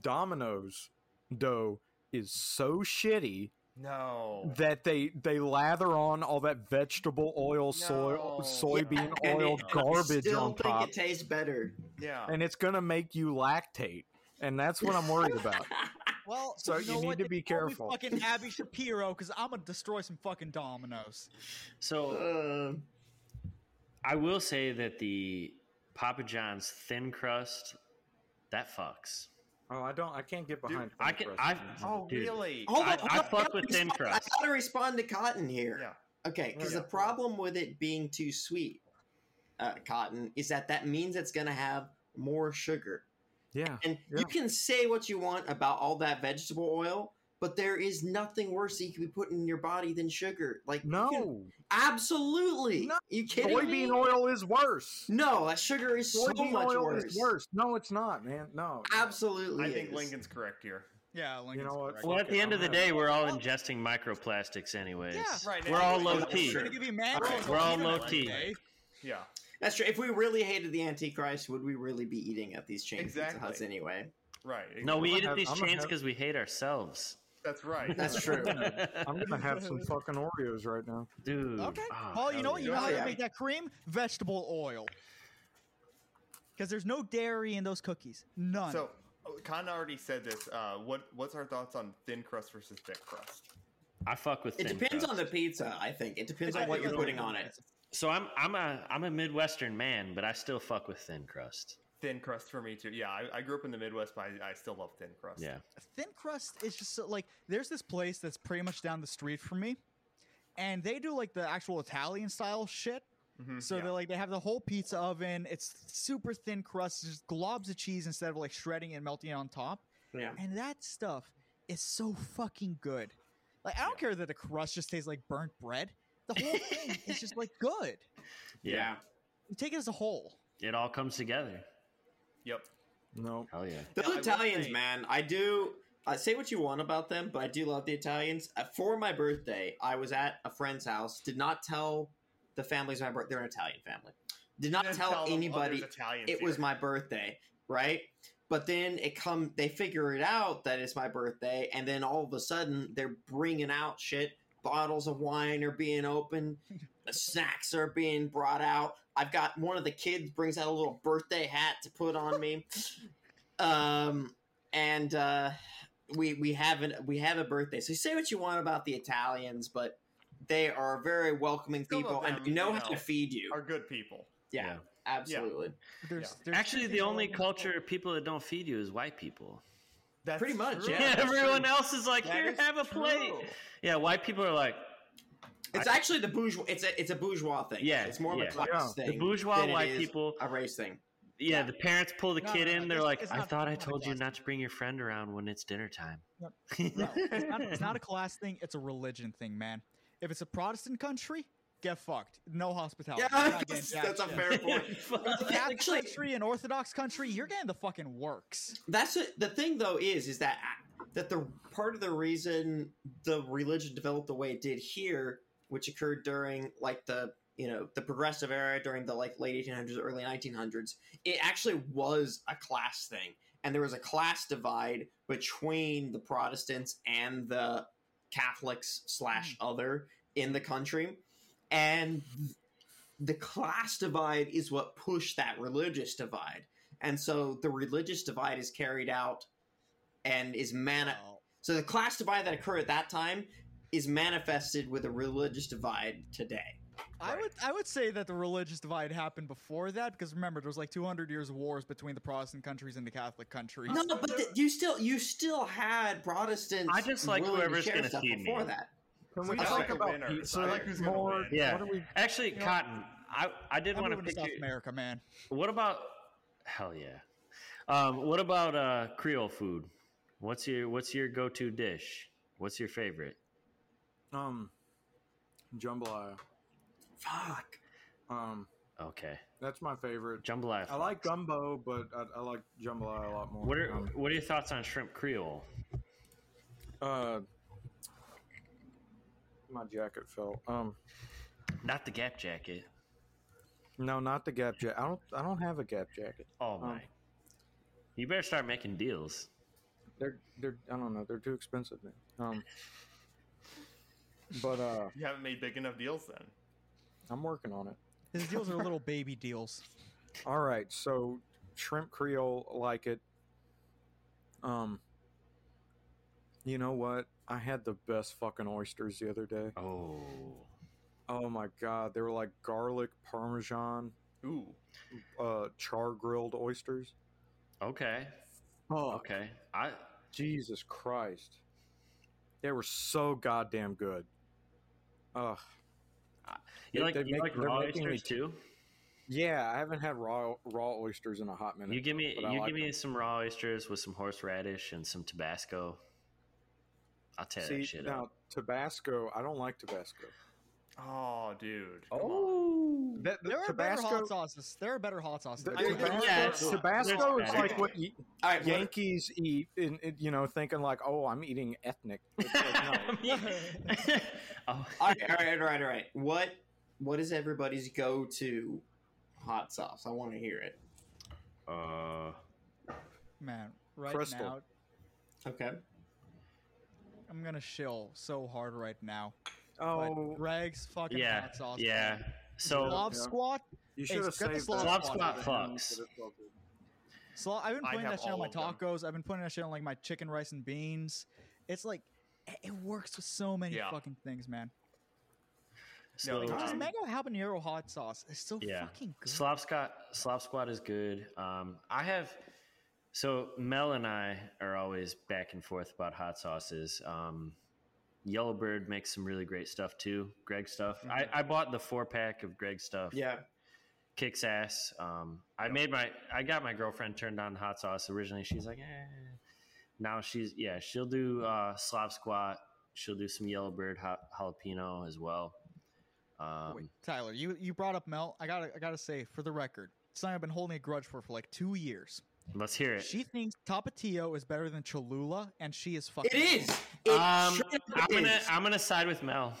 Speaker 10: Domino's dough is so shitty
Speaker 9: no.
Speaker 10: that they they lather on all that vegetable oil, soy,
Speaker 9: No.
Speaker 10: soybean
Speaker 7: And
Speaker 10: oil
Speaker 7: it- I
Speaker 10: garbage
Speaker 7: still
Speaker 10: on
Speaker 7: think
Speaker 10: top,
Speaker 7: it tastes better.
Speaker 9: Yeah.
Speaker 10: and it's gonna make you lactate. And that's what I'm worried about.
Speaker 6: Well,
Speaker 10: So you
Speaker 6: know
Speaker 10: need
Speaker 6: what?
Speaker 10: to be
Speaker 6: They call me
Speaker 10: careful.
Speaker 6: fucking Abby Shapiro, because I'm gonna destroy some fucking Dominoes.
Speaker 8: So
Speaker 7: Uh,
Speaker 9: Um,
Speaker 8: I will say that the Papa John's thin crust, that fucks.
Speaker 10: Oh, I don't. I can't get behind.
Speaker 8: I
Speaker 10: French
Speaker 8: can.
Speaker 10: crust.
Speaker 8: I
Speaker 9: oh,
Speaker 8: dude,
Speaker 9: really?
Speaker 7: hold on,
Speaker 8: I-
Speaker 7: hold
Speaker 8: I
Speaker 7: on,
Speaker 8: fuck
Speaker 7: gotta
Speaker 8: with thin
Speaker 7: respond-
Speaker 8: crust.
Speaker 7: I gotta respond to Cotton here.
Speaker 9: Yeah.
Speaker 7: Okay, because
Speaker 9: Yeah.
Speaker 7: the problem with it being too sweet, uh, Cotton, is that that means it's gonna have more sugar.
Speaker 10: yeah.
Speaker 7: And
Speaker 10: Yeah.
Speaker 7: you can say what you want about all that vegetable oil, but there is nothing worse that you can be putting in your body than sugar. Like you can-
Speaker 10: No,
Speaker 7: absolutely.
Speaker 10: No.
Speaker 7: You kidding me?
Speaker 10: soybean oil is worse.
Speaker 7: No, that sugar is so
Speaker 10: soybean
Speaker 7: much
Speaker 10: oil
Speaker 7: worse.
Speaker 10: is worse. No, it's not, man. No.
Speaker 7: Absolutely,
Speaker 9: I think
Speaker 7: is.
Speaker 9: Lincoln's correct here.
Speaker 6: Yeah, Lincoln's
Speaker 10: know what?
Speaker 6: correct.
Speaker 8: Well, at
Speaker 10: Okay,
Speaker 8: the end
Speaker 10: I'm
Speaker 8: of the
Speaker 10: gonna-
Speaker 8: day, we're all ingesting microplastics, anyways.
Speaker 6: Yeah,
Speaker 9: right,
Speaker 8: We're all low
Speaker 7: everybody's
Speaker 8: T.
Speaker 6: You're gonna give me mad
Speaker 7: All right,
Speaker 6: ones
Speaker 8: we're
Speaker 6: on
Speaker 8: all
Speaker 6: the
Speaker 8: low
Speaker 6: internet
Speaker 8: T.
Speaker 6: today.
Speaker 9: Yeah.
Speaker 7: That's true. If we really hated the Antichrist, would we really be eating at these chain
Speaker 9: Exactly.
Speaker 7: pizza huts anyway?
Speaker 9: Right.
Speaker 8: No, we
Speaker 10: I'm
Speaker 8: eat
Speaker 10: gonna
Speaker 8: at these
Speaker 10: have- I'm gonna
Speaker 8: chains
Speaker 10: have-
Speaker 8: because we hate ourselves,
Speaker 9: That's right.
Speaker 7: That's true.
Speaker 10: I'm gonna have some fucking Oreos right now.
Speaker 8: dude.
Speaker 6: Okay.
Speaker 10: ah,
Speaker 8: Oh,
Speaker 6: Paul, you
Speaker 8: hell
Speaker 6: know what? You
Speaker 8: yeah.
Speaker 6: know how
Speaker 7: yeah.
Speaker 6: to make that cream? Vegetable oil. Because there's no dairy in those cookies. None.
Speaker 9: So, Cotton already said this. Uh, what What's our thoughts on thin crust versus thick crust?
Speaker 8: I fuck with.
Speaker 7: It
Speaker 8: thin
Speaker 7: depends
Speaker 8: crust.
Speaker 7: on the pizza. I think it depends on
Speaker 6: Exactly.
Speaker 7: what you're putting on it.
Speaker 8: So I'm I'm a I'm a Midwestern man, but I still fuck with thin crust.
Speaker 9: Thin crust for me too. Yeah, I, I grew up in the Midwest, but I, I still love thin crust.
Speaker 8: Yeah.
Speaker 6: thin crust is just so, like there's this place
Speaker 8: Mm-hmm.
Speaker 6: that's pretty much down the street from me and they do like the actual italian style shit
Speaker 9: Mhm,
Speaker 6: So
Speaker 9: yeah.
Speaker 6: they're like they have the whole pizza oven. It's super thin crust, just globs of cheese instead of like shredding and melting it on top.
Speaker 7: Yeah.
Speaker 6: And that stuff is so fucking good. Like I don't care that the crust just tastes like burnt bread. The whole thing is just like good.
Speaker 8: Yeah.
Speaker 6: You take it as a whole.
Speaker 8: It all comes together.
Speaker 9: Yep.
Speaker 10: No.
Speaker 8: Hell yeah.
Speaker 9: Yeah,
Speaker 7: Those
Speaker 9: I will
Speaker 7: Italians,
Speaker 9: say-
Speaker 7: man, I do. I say what you want about them, but I do love the Italians. Uh, For my birthday, I was at a friend's house. Did not tell the families my birthday. They're an Italian family. Did not
Speaker 9: Then
Speaker 7: tell,
Speaker 9: them, "Oh,
Speaker 7: anybody.
Speaker 9: there's Italians
Speaker 7: it was
Speaker 9: here."
Speaker 7: my birthday, right? But then it come. They figure it out that it's my birthday, and then all of a sudden they're bringing out shit. Bottles of wine are being opened. snacks are being brought out. I've got one of the kids brings out a little birthday hat to put on me. Um, and uh, we we have an, we have a birthday. So you say what you want about the Italians, but they are very welcoming
Speaker 9: Some of
Speaker 7: people and
Speaker 9: them,
Speaker 7: know
Speaker 9: you
Speaker 7: how
Speaker 9: know,
Speaker 7: to feed you.
Speaker 9: are good people.
Speaker 7: yeah,
Speaker 8: Yeah.
Speaker 7: absolutely.
Speaker 6: There's, there's
Speaker 8: Actually,
Speaker 6: something
Speaker 8: the only
Speaker 6: about-
Speaker 8: culture people that don't feed you is white people.
Speaker 9: That's
Speaker 7: Pretty much,
Speaker 9: true.
Speaker 7: yeah.
Speaker 8: Yeah,
Speaker 7: that's
Speaker 8: everyone
Speaker 7: true.
Speaker 8: else is like,
Speaker 9: That
Speaker 8: here,
Speaker 9: is
Speaker 8: have a plate.
Speaker 9: true.
Speaker 8: Yeah, white people are like,
Speaker 7: It's actually the bourgeois. It's a it's a bourgeois thing.
Speaker 8: Yeah,
Speaker 7: it's more of
Speaker 8: yeah.
Speaker 7: a class
Speaker 10: Yeah.
Speaker 7: thing.
Speaker 8: The bourgeois
Speaker 7: than it
Speaker 8: white
Speaker 7: is
Speaker 8: people-
Speaker 7: a race thing.
Speaker 8: yeah, the parents pull the
Speaker 6: No,
Speaker 8: kid
Speaker 6: no, no,
Speaker 8: in. They're
Speaker 6: it's-
Speaker 8: like,
Speaker 6: it's
Speaker 8: I
Speaker 6: not-
Speaker 8: thought I
Speaker 6: it's not a
Speaker 8: told you
Speaker 6: class
Speaker 8: not to bring your friend around when it's dinner time.
Speaker 6: Yep. No, it's, not, it's not a class thing. It's a religion thing, man. If it's a Protestant country, get fucked. No hospitality.
Speaker 8: Oh,
Speaker 7: Yeah,
Speaker 6: You're not getting
Speaker 7: that's,
Speaker 6: jack
Speaker 7: that's a
Speaker 6: shit.
Speaker 7: fair point.
Speaker 6: It's a Catholic
Speaker 7: Actually-
Speaker 6: country, an Orthodox country, you're getting the fucking works.
Speaker 7: that's it. the thing though is is that that the part of the reason the religion developed the way it did here which occurred during like the you know the progressive era during the like late 1800s early 1900s it actually was a class thing and there was a class divide between the protestants and the catholics slash other in the country and the class divide is what pushed that religious divide and so the religious divide is carried out and is mani-
Speaker 6: Oh,
Speaker 7: so the class divide that occurred at that time is manifested with a religious divide today
Speaker 6: I would I would say that the religious divide happened before that because remember there was like 200 years of wars between the Protestant countries and the Catholic countries.
Speaker 7: no no but th- you still you still had protestants
Speaker 8: I just like
Speaker 7: willing
Speaker 8: whoever's
Speaker 7: share
Speaker 8: gonna
Speaker 7: stuff
Speaker 8: feed me.
Speaker 7: before that
Speaker 10: Can
Speaker 9: I
Speaker 10: we talk
Speaker 9: like the
Speaker 10: about
Speaker 9: winners.
Speaker 10: pizza
Speaker 9: I like who's gonna
Speaker 10: more?
Speaker 9: win.
Speaker 8: Yeah.
Speaker 10: What do we?
Speaker 8: Actually, Cotton, I, I did
Speaker 6: I'm
Speaker 8: want
Speaker 6: moving
Speaker 8: to pick
Speaker 6: to South
Speaker 8: your-
Speaker 6: America, man.
Speaker 8: What about hell yeah? Um, what about uh, Creole food? What's your what's your go to dish? What's your favorite?
Speaker 10: Um, jambalaya.
Speaker 7: fuck
Speaker 10: Um,
Speaker 8: Okay,
Speaker 10: that's my favorite.
Speaker 8: jambalaya.
Speaker 10: I like gumbo, but I, I like jambalaya a lot more.
Speaker 8: What are
Speaker 10: Um,
Speaker 8: what are your thoughts on shrimp Creole?
Speaker 10: uh, my jacket fell. Um,
Speaker 8: Not the Gap Jacket.
Speaker 10: no, not the gap jacket. I don't. I don't have a gap jacket.
Speaker 8: Oh my! You better start making deals.
Speaker 10: They're they're. I don't know. They're too expensive, man. Um, but uh,
Speaker 9: You haven't made big enough deals then.
Speaker 10: I'm working on it.
Speaker 6: His deals are little baby deals.
Speaker 10: All right, so shrimp creole like it. Um, you know what? I had the best fucking oysters the other day.
Speaker 8: Oh,
Speaker 10: Oh my god, they were like garlic parmesan,
Speaker 9: Ooh.
Speaker 10: uh, char grilled oysters.
Speaker 8: okay,
Speaker 10: Oh,
Speaker 8: okay. I
Speaker 10: Jesus Christ, they were so goddamn good. Ugh, They-
Speaker 8: you like
Speaker 10: they
Speaker 8: you
Speaker 10: make-
Speaker 8: like
Speaker 10: they're
Speaker 8: raw
Speaker 10: making me-
Speaker 8: oysters too.
Speaker 10: yeah, I haven't had raw raw oysters in a hot minute.
Speaker 8: You give me
Speaker 10: but I
Speaker 8: you
Speaker 10: like
Speaker 8: give me some raw oysters with some horseradish and some Tabasco. I'll tear
Speaker 10: See
Speaker 8: that shit
Speaker 10: now,
Speaker 8: up.
Speaker 10: Tabasco. I don't like Tabasco.
Speaker 9: Oh, dude. Come on.
Speaker 10: Oh, that,
Speaker 6: There are
Speaker 10: Tabasco.
Speaker 6: better hot sauces. There are better hot sauces.
Speaker 10: The-
Speaker 6: than
Speaker 7: I mean,
Speaker 6: Tabasco.
Speaker 10: Tabasco,
Speaker 7: yeah, it's-
Speaker 10: Tabasco
Speaker 8: it's
Speaker 10: is
Speaker 8: bad.
Speaker 10: like what y-
Speaker 7: all right well,
Speaker 10: Yankees eat, in, in- you know, thinking like, "Oh, I'm eating ethnic." It's like, no.
Speaker 8: oh,
Speaker 7: all right all right all right all right what what is everybody's go-to hot sauce i want to hear it
Speaker 8: uh,
Speaker 6: man. Right
Speaker 10: Crystal.
Speaker 6: now,
Speaker 7: okay
Speaker 6: I'm gonna shill so hard right now. But
Speaker 10: Oh,
Speaker 6: Greg's fucking
Speaker 8: yeah,
Speaker 6: hot sauce.
Speaker 8: yeah. So
Speaker 6: Lob
Speaker 10: Yeah.
Speaker 6: squat.
Speaker 10: you should have
Speaker 6: it's got the
Speaker 10: saved
Speaker 6: slow
Speaker 10: that.
Speaker 8: Slob squat fucks.
Speaker 6: So I've been
Speaker 9: I
Speaker 6: putting
Speaker 9: have
Speaker 6: that shit on
Speaker 9: all
Speaker 6: my
Speaker 9: of them.
Speaker 6: tacos. I've been putting that shit on like my chicken, rice, and beans. It's like it- it works with so many
Speaker 9: Yeah.
Speaker 6: fucking things, man.
Speaker 8: So,
Speaker 9: like,
Speaker 6: Just
Speaker 9: Um,
Speaker 6: mango habanero hot sauce is so
Speaker 8: yeah.
Speaker 6: fucking good.
Speaker 8: Slop Scott, Slop Squad is good. Um, I have so Mel and I are always back and forth about hot sauces. Um, Yellowbird makes some really great stuff too. Greg stuff.
Speaker 6: Mm-hmm.
Speaker 8: I, I bought the four pack of Greg stuff.
Speaker 7: Yeah.
Speaker 8: Kicks ass. Um, I made my. I got my girlfriend turned on hot sauce originally. She's like, eh. Now she's yeah. She'll do uh, Slav squat. She'll do some Yellowbird hot, jalapeno as well. Um,
Speaker 6: Wait, Tyler, you you brought up Mel. I gotta I gotta say for the record, something I've been holding a grudge for for like two years.
Speaker 8: let's hear it.
Speaker 6: She thinks Tapatio is better than Cholula, and she is fucking.
Speaker 7: It is. It
Speaker 8: um,
Speaker 7: straight up
Speaker 8: I'm gonna
Speaker 7: is.
Speaker 8: I'm gonna side with Mel.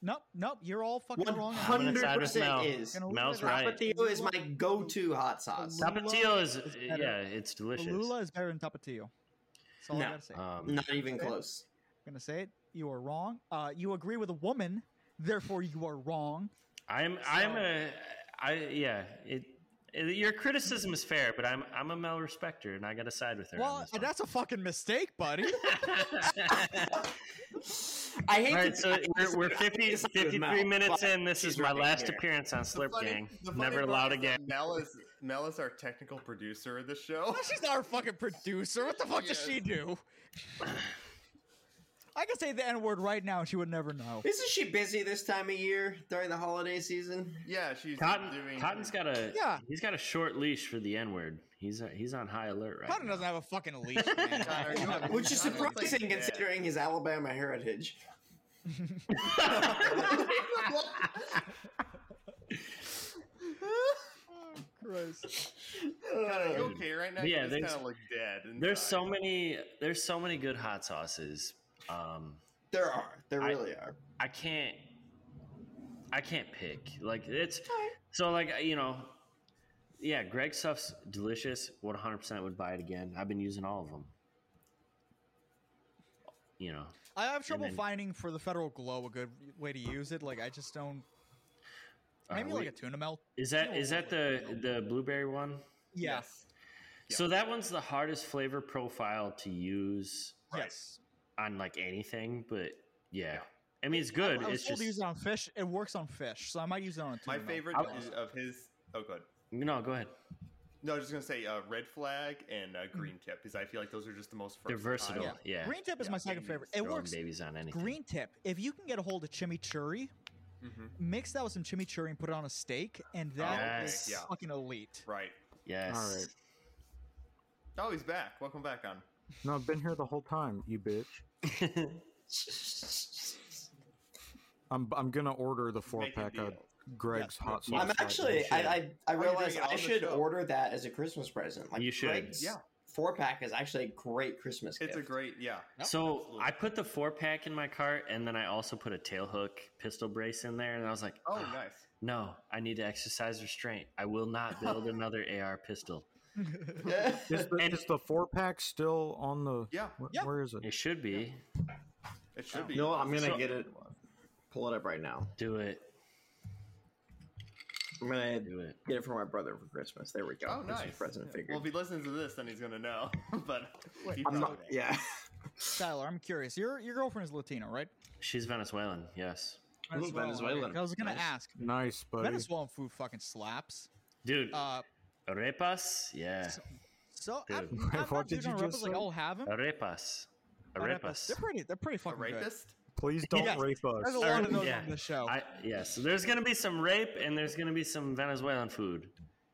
Speaker 6: Nope, nope. You're all fucking wrong.
Speaker 8: I'm gonna
Speaker 7: 100%
Speaker 8: side with Mel.
Speaker 7: is.
Speaker 6: Gonna leave
Speaker 8: Mel's
Speaker 6: it at
Speaker 8: right.
Speaker 7: Tapatio is my go-to hot sauce.
Speaker 6: Tapatio
Speaker 8: Tapatio is
Speaker 6: is better.
Speaker 8: yeah, it's delicious.
Speaker 6: Cholula is better than Tapatio. That's all I
Speaker 7: No.
Speaker 6: gotta say.
Speaker 8: Um,
Speaker 7: Not even close.
Speaker 6: I'm gonna say it. You are wrong. Uh, you agree with a woman, therefore you are wrong.
Speaker 8: I'm I'm a I yeah. It, it- your criticism is fair, but I'm I'm a Mel respecter, and I got to side with her. on
Speaker 6: Well,
Speaker 8: this one.
Speaker 6: that's a fucking mistake, buddy.
Speaker 7: I hate
Speaker 8: all right.
Speaker 7: to-
Speaker 8: So we're, we're
Speaker 7: I hate
Speaker 8: 50,
Speaker 7: to side with
Speaker 8: 53
Speaker 7: Mel,
Speaker 8: minutes
Speaker 7: but
Speaker 8: in. This
Speaker 7: she's
Speaker 8: is my
Speaker 7: right
Speaker 8: last
Speaker 7: here.
Speaker 8: appearance on
Speaker 9: The
Speaker 8: Slurp
Speaker 9: funny-
Speaker 8: Gang.
Speaker 9: the funny
Speaker 8: Never
Speaker 9: part
Speaker 8: allowed
Speaker 9: is
Speaker 8: again.
Speaker 9: that Mel is Mel is our technical producer of the show.
Speaker 6: She's not a fucking producer. What the fuck does she
Speaker 9: Yes.
Speaker 6: do? I could say the N word right now and she would never know.
Speaker 7: Isn't she busy this time of year during the holiday season?
Speaker 9: Yeah, she's
Speaker 8: Cotton,
Speaker 9: doing.
Speaker 8: Cotton's got a
Speaker 6: Yeah.
Speaker 8: He's got a short leash for the N word. He's he's on high alert right
Speaker 6: Cotton
Speaker 8: now.
Speaker 6: doesn't have a fucking leash, man.
Speaker 9: Cotton, are you having-
Speaker 7: Which is
Speaker 9: Cotton's like
Speaker 7: surprising
Speaker 9: dead.
Speaker 7: considering his Alabama heritage.
Speaker 6: Christ.
Speaker 7: Uh,
Speaker 9: Cotton, are you okay right now?
Speaker 8: Yeah,
Speaker 9: Yeah, you
Speaker 8: there's-
Speaker 9: just kind of look dead. inside.
Speaker 8: There's so many. There's so many good hot sauces. Um,
Speaker 7: There are. There
Speaker 8: I-
Speaker 7: really are.
Speaker 8: I can't I can't pick. Like it's so like you know, yeah. Greg stuff's delicious. One hundred percent would buy it again. I've been using all of them. You know,
Speaker 6: I have trouble
Speaker 8: then-
Speaker 6: finding for the federal glow a good way to use it. Like I just don't.
Speaker 8: Uh,
Speaker 6: Maybe like
Speaker 8: we-
Speaker 6: a tuna melt.
Speaker 8: is that is that the the blueberry one?
Speaker 6: Yeah.
Speaker 9: Yes.
Speaker 8: So that one's the hardest flavor profile to use
Speaker 6: Yes.
Speaker 8: on like anything. But yeah, I mean it's good.
Speaker 6: I was
Speaker 8: It's
Speaker 6: told
Speaker 8: just
Speaker 6: to use it on fish. It works on fish, so I might use it on a tuna
Speaker 9: My
Speaker 6: melt.
Speaker 9: favorite
Speaker 8: I'll-
Speaker 9: is of his. Oh, good.
Speaker 8: no. Go ahead.
Speaker 9: No, I was just gonna say uh, red flag and uh, green tip because I feel like those are just the most.
Speaker 8: They're
Speaker 9: versatile.
Speaker 8: versatile. Yeah,
Speaker 6: Green tip is
Speaker 9: Yeah,
Speaker 6: my second
Speaker 9: babies.
Speaker 6: favorite. It
Speaker 8: Throwing
Speaker 6: works.
Speaker 8: babies on anything.
Speaker 6: Green tip. If you can get a hold of chimichurri,
Speaker 9: Mhm.
Speaker 6: mix that with some chimichurri and put it on a steak, and that is
Speaker 8: Yes.
Speaker 9: Yeah.
Speaker 6: fucking elite.
Speaker 9: Right.
Speaker 8: Yes.
Speaker 10: All right.
Speaker 9: Oh, he's back. Welcome back on.
Speaker 10: No, I've been here the whole time, you bitch. I'm I'm gonna order the four
Speaker 9: Make a
Speaker 10: pack of
Speaker 9: deal.
Speaker 10: Greg's
Speaker 6: Yeah.
Speaker 10: hot sauce. right
Speaker 7: I'm
Speaker 10: now.
Speaker 7: actually. I I, I
Speaker 9: you're doing
Speaker 7: realized
Speaker 9: it
Speaker 7: I
Speaker 9: on the
Speaker 7: should
Speaker 9: show.
Speaker 7: order that as a Christmas present. Like
Speaker 8: You should.
Speaker 7: Greg's
Speaker 9: Yeah.
Speaker 7: Four pack is actually a great Christmas
Speaker 9: It's
Speaker 7: gift.
Speaker 9: a great. Yeah.
Speaker 8: So
Speaker 9: absolutely.
Speaker 8: I put the four pack in my cart, and then I also put a tail hook pistol brace in there, and I was like,
Speaker 9: Oh,
Speaker 8: "Ah,
Speaker 9: nice.
Speaker 8: no, I need to exercise restraint. I will not build another AR pistol.
Speaker 7: Yeah.
Speaker 10: Is the, is the four pack still on the?
Speaker 9: Yeah.
Speaker 10: wh-
Speaker 6: Yeah.
Speaker 10: Where is it?
Speaker 8: It should be.
Speaker 9: It should be.
Speaker 7: no, I'm gonna
Speaker 8: So-
Speaker 7: get it. Pull it up right now.
Speaker 8: Do it.
Speaker 7: I'm gonna
Speaker 8: Do it.
Speaker 7: get it for my brother for Christmas. There we go.
Speaker 9: Oh,
Speaker 7: Christmas
Speaker 9: nice.
Speaker 7: present
Speaker 9: Yeah.
Speaker 7: figure.
Speaker 9: Well, if he listens to this, then he's gonna know. but he
Speaker 7: I'm not.
Speaker 9: probably-
Speaker 7: Yeah.
Speaker 6: Tyler, I'm curious. Your your girlfriend is Latino, right?
Speaker 8: She's Venezuelan. Yes,
Speaker 7: Ooh, Venezuelan.
Speaker 6: I was gonna
Speaker 7: Nice.
Speaker 6: ask.
Speaker 10: Nice, buddy.
Speaker 6: Venezuelan food fucking slaps.
Speaker 8: dude.
Speaker 6: Uh,
Speaker 8: arepas. Yeah,
Speaker 6: so I'm,
Speaker 8: Dude.
Speaker 6: I'm
Speaker 10: What
Speaker 6: not
Speaker 10: did
Speaker 6: big on
Speaker 10: you just
Speaker 6: arepas, Like
Speaker 10: say?
Speaker 6: I'll have them.
Speaker 8: arepas. Arepas.
Speaker 6: They're pretty. They're pretty
Speaker 9: A
Speaker 6: fucking good.
Speaker 9: rapist?
Speaker 10: Please don't
Speaker 6: Yes.
Speaker 10: rape us.
Speaker 6: There's a lot of those
Speaker 8: Yeah.
Speaker 6: on the show.
Speaker 8: I, yeah. So there's gonna be some rape, and there's gonna be some Venezuelan food.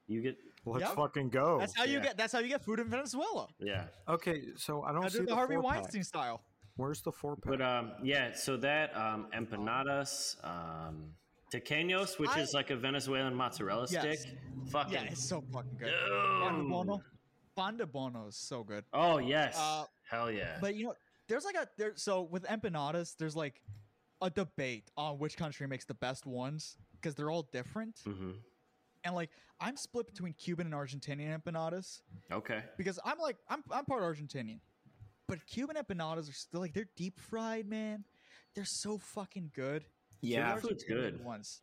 Speaker 8: You get.
Speaker 10: Let's
Speaker 6: Yep.
Speaker 10: fucking go.
Speaker 6: that's how you
Speaker 8: yeah.
Speaker 6: get. That's how you get food in Venezuela.
Speaker 8: Yeah.
Speaker 10: Okay, so I don't
Speaker 6: I
Speaker 10: see
Speaker 6: do
Speaker 10: the,
Speaker 6: the Harvey
Speaker 10: four
Speaker 6: Weinstein
Speaker 10: Pack.
Speaker 6: style.
Speaker 10: Where's the four pack?
Speaker 8: But um, yeah, so that um, empanadas, um, tequeños, which is
Speaker 6: I-
Speaker 8: like a Venezuelan mozzarella
Speaker 6: Yes.
Speaker 8: stick. Fucking.
Speaker 6: Yeah, it's so fucking good. Pan de bono.
Speaker 8: Dude.
Speaker 6: Pan de bono is so good.
Speaker 8: Oh yes,
Speaker 6: Uh,
Speaker 8: hell yeah.
Speaker 6: But you know, there's like a there. So with empanadas, there's like a debate on which country makes the best ones because they're all different.
Speaker 8: hmm
Speaker 6: And like, I'm split between Cuban and Argentinian empanadas
Speaker 8: Okay.
Speaker 6: because I'm like, I'm I'm part Argentinian, but Cuban empanadas are still like they're deep fried, man. They're so fucking good.
Speaker 7: Yeah.
Speaker 8: Their food's good.
Speaker 6: Ones.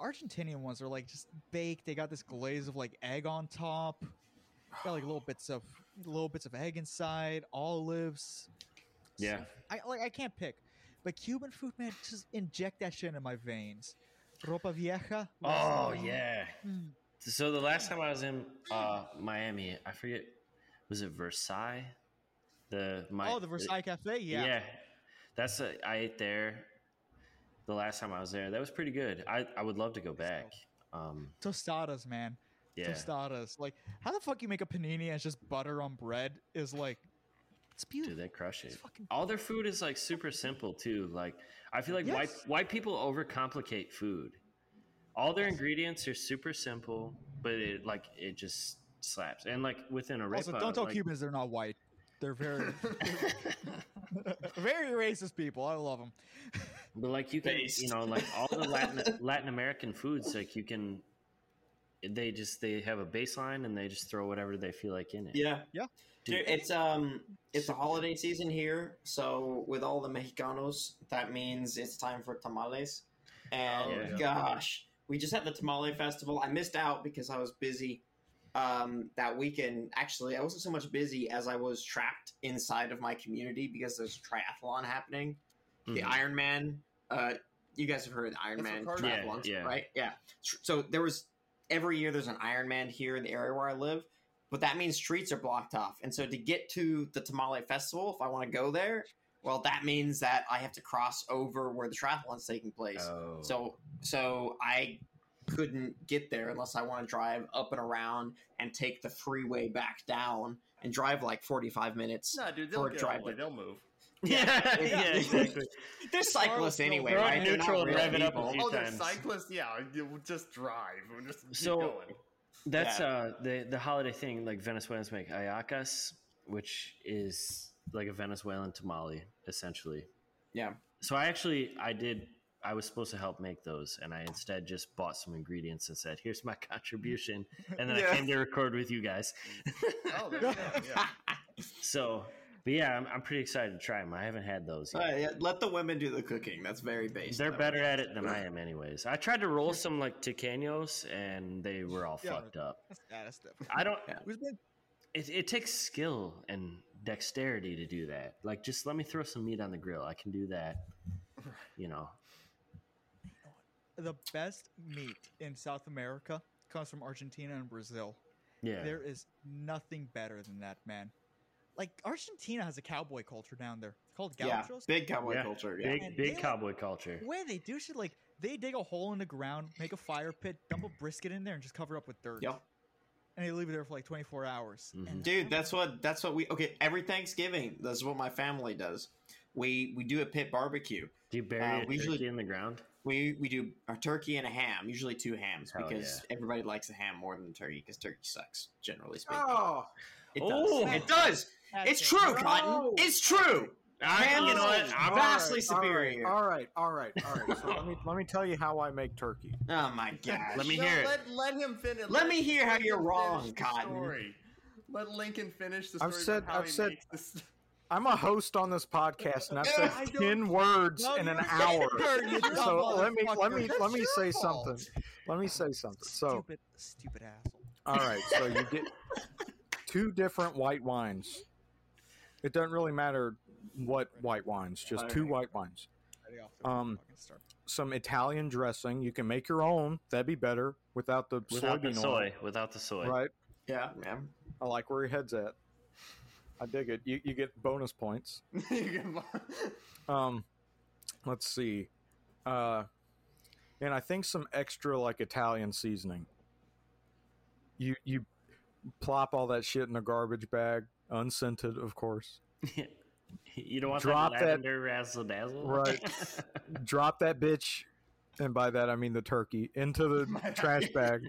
Speaker 6: Argentinian ones are like just baked. They got this glaze of like egg on top. Got like little bits of little bits of egg inside, olives.
Speaker 8: Yeah.
Speaker 6: So- I like I can't pick. But Cuban food, man, just inject that shit into my veins. Ropa vieja.
Speaker 8: Oh yeah. So the last time I was in uh, Miami, I forget, was it Versailles? The my,
Speaker 6: oh, the Versailles Oh, Cafe. Yeah.
Speaker 8: yeah. That's a, I ate there the last time I was there. That was pretty good. I, I would love to go back. Um,
Speaker 6: Tostadas, man.
Speaker 8: yeah,
Speaker 6: Tostadas. Like, how the fuck you make a panini and it's just butter on bread is like, it's beautiful.
Speaker 8: dude, they crush it.
Speaker 6: fucking
Speaker 8: All their food is like super simple too. Like I feel like white
Speaker 6: Yes.
Speaker 8: white people overcomplicate food. All their ingredients are super simple, but it like it just slaps. And like within a
Speaker 6: Also,
Speaker 8: ripa,
Speaker 6: don't tell
Speaker 8: like,
Speaker 6: Cubans they're not white. They're very, very racist people. I love them.
Speaker 8: But like you can, you
Speaker 7: Based.
Speaker 8: know, like all the Latin Latin American foods, like you can, they just they have a baseline and they just throw whatever they feel like in it.
Speaker 7: Yeah.
Speaker 6: Yeah.
Speaker 7: Dude, it's um it's the holiday season here, so with all the Mexicanos, that means it's time for tamales. And
Speaker 8: Oh, yeah.
Speaker 7: gosh, we just had the tamale festival. I missed out because I was busy um that weekend. Actually, I wasn't so much busy as I was trapped inside of my community because there's a triathlon happening.
Speaker 8: Mhm.
Speaker 7: The Ironman, uh you guys have heard of the Iron
Speaker 9: That's
Speaker 7: Man
Speaker 9: what
Speaker 8: Carter-
Speaker 7: triathlons,
Speaker 8: Yeah, yeah.
Speaker 7: right? Yeah. Tr- So there was every year there's an Iron Man here in the area where I live, but that means streets are blocked off. And so to get to the Tamale Festival, if I want to go there, well, that means that I have to cross over where the triathlon's taking place.
Speaker 8: Oh.
Speaker 7: So so I couldn't get there unless I want to drive up and around and take the freeway back down and drive like 45 minutes.
Speaker 9: Nah, dude,
Speaker 7: For
Speaker 9: they'll
Speaker 7: a
Speaker 9: get all the
Speaker 7: driver.
Speaker 9: way. They'll move.
Speaker 8: yeah, yeah, exactly.
Speaker 7: They're cyclists
Speaker 6: Charlottesville,
Speaker 7: anyway,
Speaker 8: they're on
Speaker 7: right? They're not
Speaker 8: neutral and
Speaker 7: real
Speaker 8: rev it up
Speaker 7: people.
Speaker 8: a few
Speaker 9: Oh, they're
Speaker 8: times.
Speaker 9: cyclists. Yeah, you just drive. We'll Just keep
Speaker 8: So-
Speaker 9: going.
Speaker 8: That's
Speaker 7: Yeah.
Speaker 8: uh the the holiday thing. Like Venezuelans make ayacas, which is like a Venezuelan tamale, essentially.
Speaker 7: Yeah.
Speaker 8: So I actually I did I was supposed to help make those, and I instead just bought some ingredients and said, "Here's my contribution," and then
Speaker 7: Yeah.
Speaker 8: I came to record with you guys.
Speaker 9: Oh, there you go. Yeah.
Speaker 8: So, but yeah, I'm, I'm pretty excited to try them. I haven't had those yet.
Speaker 7: Uh, yeah, let the women do the cooking. That's very basic.
Speaker 8: They're better at it than I am, anyways. I tried to roll some like tequeños, and they were all
Speaker 6: Yeah.
Speaker 8: fucked up.
Speaker 6: Yeah, that's different.
Speaker 8: I don't.
Speaker 6: Who's been
Speaker 8: It, it takes skill and dexterity to do that. Like, just let me throw some meat on the grill. I can do that. You know,
Speaker 6: the best meat in South America comes from Argentina and Brazil.
Speaker 8: yeah.
Speaker 6: There is nothing better than that, man. Like Argentina has a cowboy culture down there It's called
Speaker 7: Yeah,
Speaker 6: gauchos.
Speaker 7: big cowboy
Speaker 8: Yeah,
Speaker 7: culture. Yeah.
Speaker 8: Big
Speaker 6: And they
Speaker 8: big
Speaker 6: like-
Speaker 8: cowboy culture.
Speaker 6: The way they do shit, like they dig a hole in the ground, make a fire pit, dump a brisket in there, and just cover up with dirt.
Speaker 7: Yep.
Speaker 6: And they leave it there for like 24 hours. And
Speaker 7: Dude, that's what that's what we okay. Every Thanksgiving, that's what my family does. We we do a pit barbecue.
Speaker 8: Do you bury
Speaker 7: Uh,
Speaker 8: a
Speaker 7: we usually-
Speaker 8: turkey in the ground?
Speaker 7: We we do a turkey and a ham, usually two hams,
Speaker 8: Hell
Speaker 7: because everybody likes a ham more than the turkey because turkey sucks, generally speaking. it does.
Speaker 8: Oh.
Speaker 7: it does.
Speaker 6: that's
Speaker 7: It's
Speaker 6: it.
Speaker 7: true, Cotton. It's true. Ham
Speaker 8: you know
Speaker 7: is
Speaker 8: what? I'm-
Speaker 7: vastly
Speaker 10: All right,
Speaker 7: superior.
Speaker 10: All right, all right, all right. So let me let me tell you how I make turkey.
Speaker 7: Oh my gosh.
Speaker 8: Let me
Speaker 9: No,
Speaker 8: hear it.
Speaker 9: Let, let him finish.
Speaker 7: Let me hear how
Speaker 9: Lincoln
Speaker 7: you're
Speaker 9: finish
Speaker 7: wrong,
Speaker 9: the
Speaker 7: Cotton.
Speaker 9: Story. Let Lincoln finish the story.
Speaker 10: I've said-
Speaker 9: about how
Speaker 10: I've
Speaker 9: he
Speaker 10: said-
Speaker 9: makes this-
Speaker 10: I'm a host on this podcast, and I've said
Speaker 6: I don't-
Speaker 10: ten words
Speaker 6: No,
Speaker 10: in an
Speaker 6: you're
Speaker 10: hour.
Speaker 6: You're a
Speaker 10: So let me let
Speaker 6: motherfucker.
Speaker 10: me let
Speaker 6: That's
Speaker 10: me
Speaker 6: your
Speaker 10: say
Speaker 6: fault.
Speaker 10: something. Let me say something. So
Speaker 6: Stupid, stupid asshole.
Speaker 10: all right, so you get two different white wines. It doesn't really matter what white wines, just two white wines.
Speaker 6: Ready off the
Speaker 10: Um,
Speaker 6: fucking start.
Speaker 10: Some Italian dressing. You can make your own. That'd be better without the
Speaker 8: Without the
Speaker 10: soybean
Speaker 8: soy. Without the soy.
Speaker 10: oil. Right.
Speaker 7: Yeah, man.
Speaker 10: I like where your head's at. I dig it. You you get bonus points.
Speaker 9: You can-
Speaker 10: Um, let's see. Uh, and I think some extra like Italian seasoning. You you plop all that shit in a garbage bag, unscented, of course.
Speaker 8: You don't want
Speaker 10: Drop
Speaker 8: that
Speaker 10: that-
Speaker 8: lavender razzle dazzle.
Speaker 10: Right. Drop that bitch, and by that I mean the turkey, into the trash bag.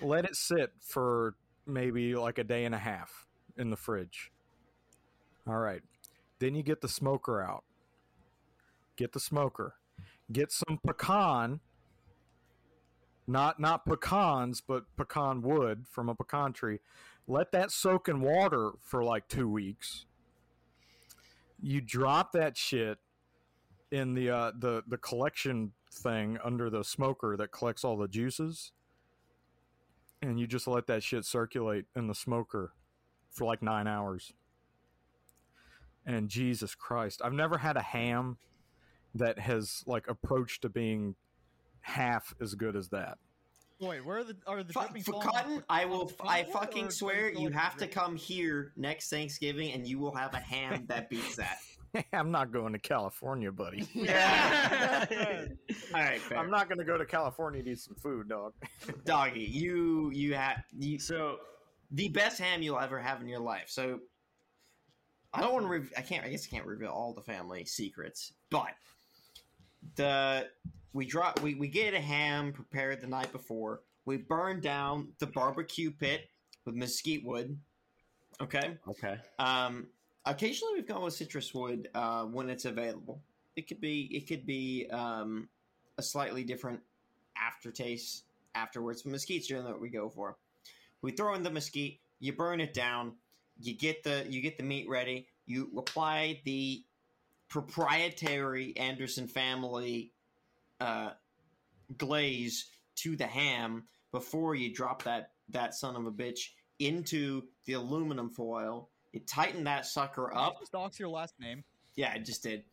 Speaker 10: Let it sit for maybe like a day and a half in the fridge. All right. Then you get the smoker out. Get the smoker. Get some pecan. Not not pecans, but pecan wood from a pecan tree. Let that soak in water for like 2 weeks. You drop that shit in the uh, the the collection thing under the smoker that collects all the juices, and you just let that shit circulate in the smoker for like nine hours. And Jesus Christ, I've never had a ham that has like approached to being half as good as that.
Speaker 6: Wait, where are the are the
Speaker 7: Fu-
Speaker 6: drippings
Speaker 7: for
Speaker 6: falling off
Speaker 7: cotton,
Speaker 6: the
Speaker 7: I
Speaker 6: top
Speaker 7: will.
Speaker 6: of the
Speaker 7: I
Speaker 6: cardboard, or
Speaker 7: fucking
Speaker 6: is it
Speaker 7: swear
Speaker 6: still
Speaker 7: you
Speaker 6: like
Speaker 7: have to
Speaker 6: dripping?
Speaker 7: come here next Thanksgiving, and you will have a ham that beats that.
Speaker 10: I'm not going to California, buddy.
Speaker 7: Yeah. All right, fair.
Speaker 10: I'm not going to go to California to eat some food, dog.
Speaker 7: doggy. You you have you,
Speaker 8: So
Speaker 7: the best ham you'll ever have in your life. So I don't want to. Re- I can't. I guess I can't reveal all the family secrets, but the we draw. We we get a ham prepared the night before. We burn down the barbecue pit with mesquite wood. Okay.
Speaker 8: okay,
Speaker 7: Um, occasionally, we've gone with citrus wood uh, when it's available. It could be it could be um, a slightly different aftertaste afterwards. But mesquite's generally what we go for. We throw in the mesquite, you burn it down, you get the you get the meat ready, you apply the proprietary Anderson family uh, glaze to the ham before you drop that that son of a bitch into the aluminum foil. You tighten that sucker up.
Speaker 6: Stalks your last name.
Speaker 7: Yeah, I just did.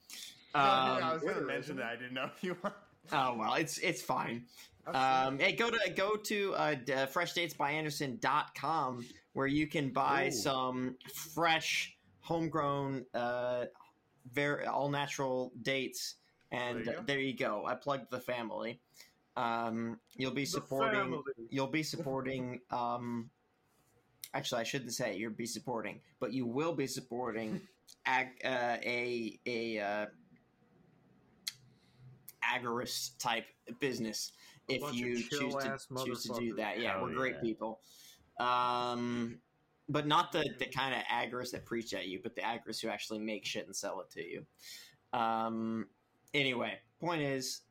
Speaker 9: No, no, I
Speaker 7: Um,
Speaker 9: was going to mention that. I didn't know if you want.
Speaker 7: Oh well, it's it's fine. Um, hey, go to go to uh, d- uh, freshdatesbyanderson.com where you can buy some fresh, homegrown, uh, very all natural dates. And
Speaker 9: There you
Speaker 7: uh,
Speaker 9: go.
Speaker 7: there you go. I plugged the family. Um, you'll be supporting. You'll be supporting. Um, actually, I shouldn't say you'll be supporting, but you will be supporting ag, uh, a a uh, agorist type business if
Speaker 10: bunch of
Speaker 7: you choose to
Speaker 10: chill-ass
Speaker 7: choose to do
Speaker 10: motherfuckers.
Speaker 7: that. Yeah,
Speaker 8: Hell
Speaker 7: we're great
Speaker 8: yeah.
Speaker 7: people. Um, but not the, the kind of agorists that preach at you, but the agorists who actually make shit and sell it to you. Um, anyway, point is,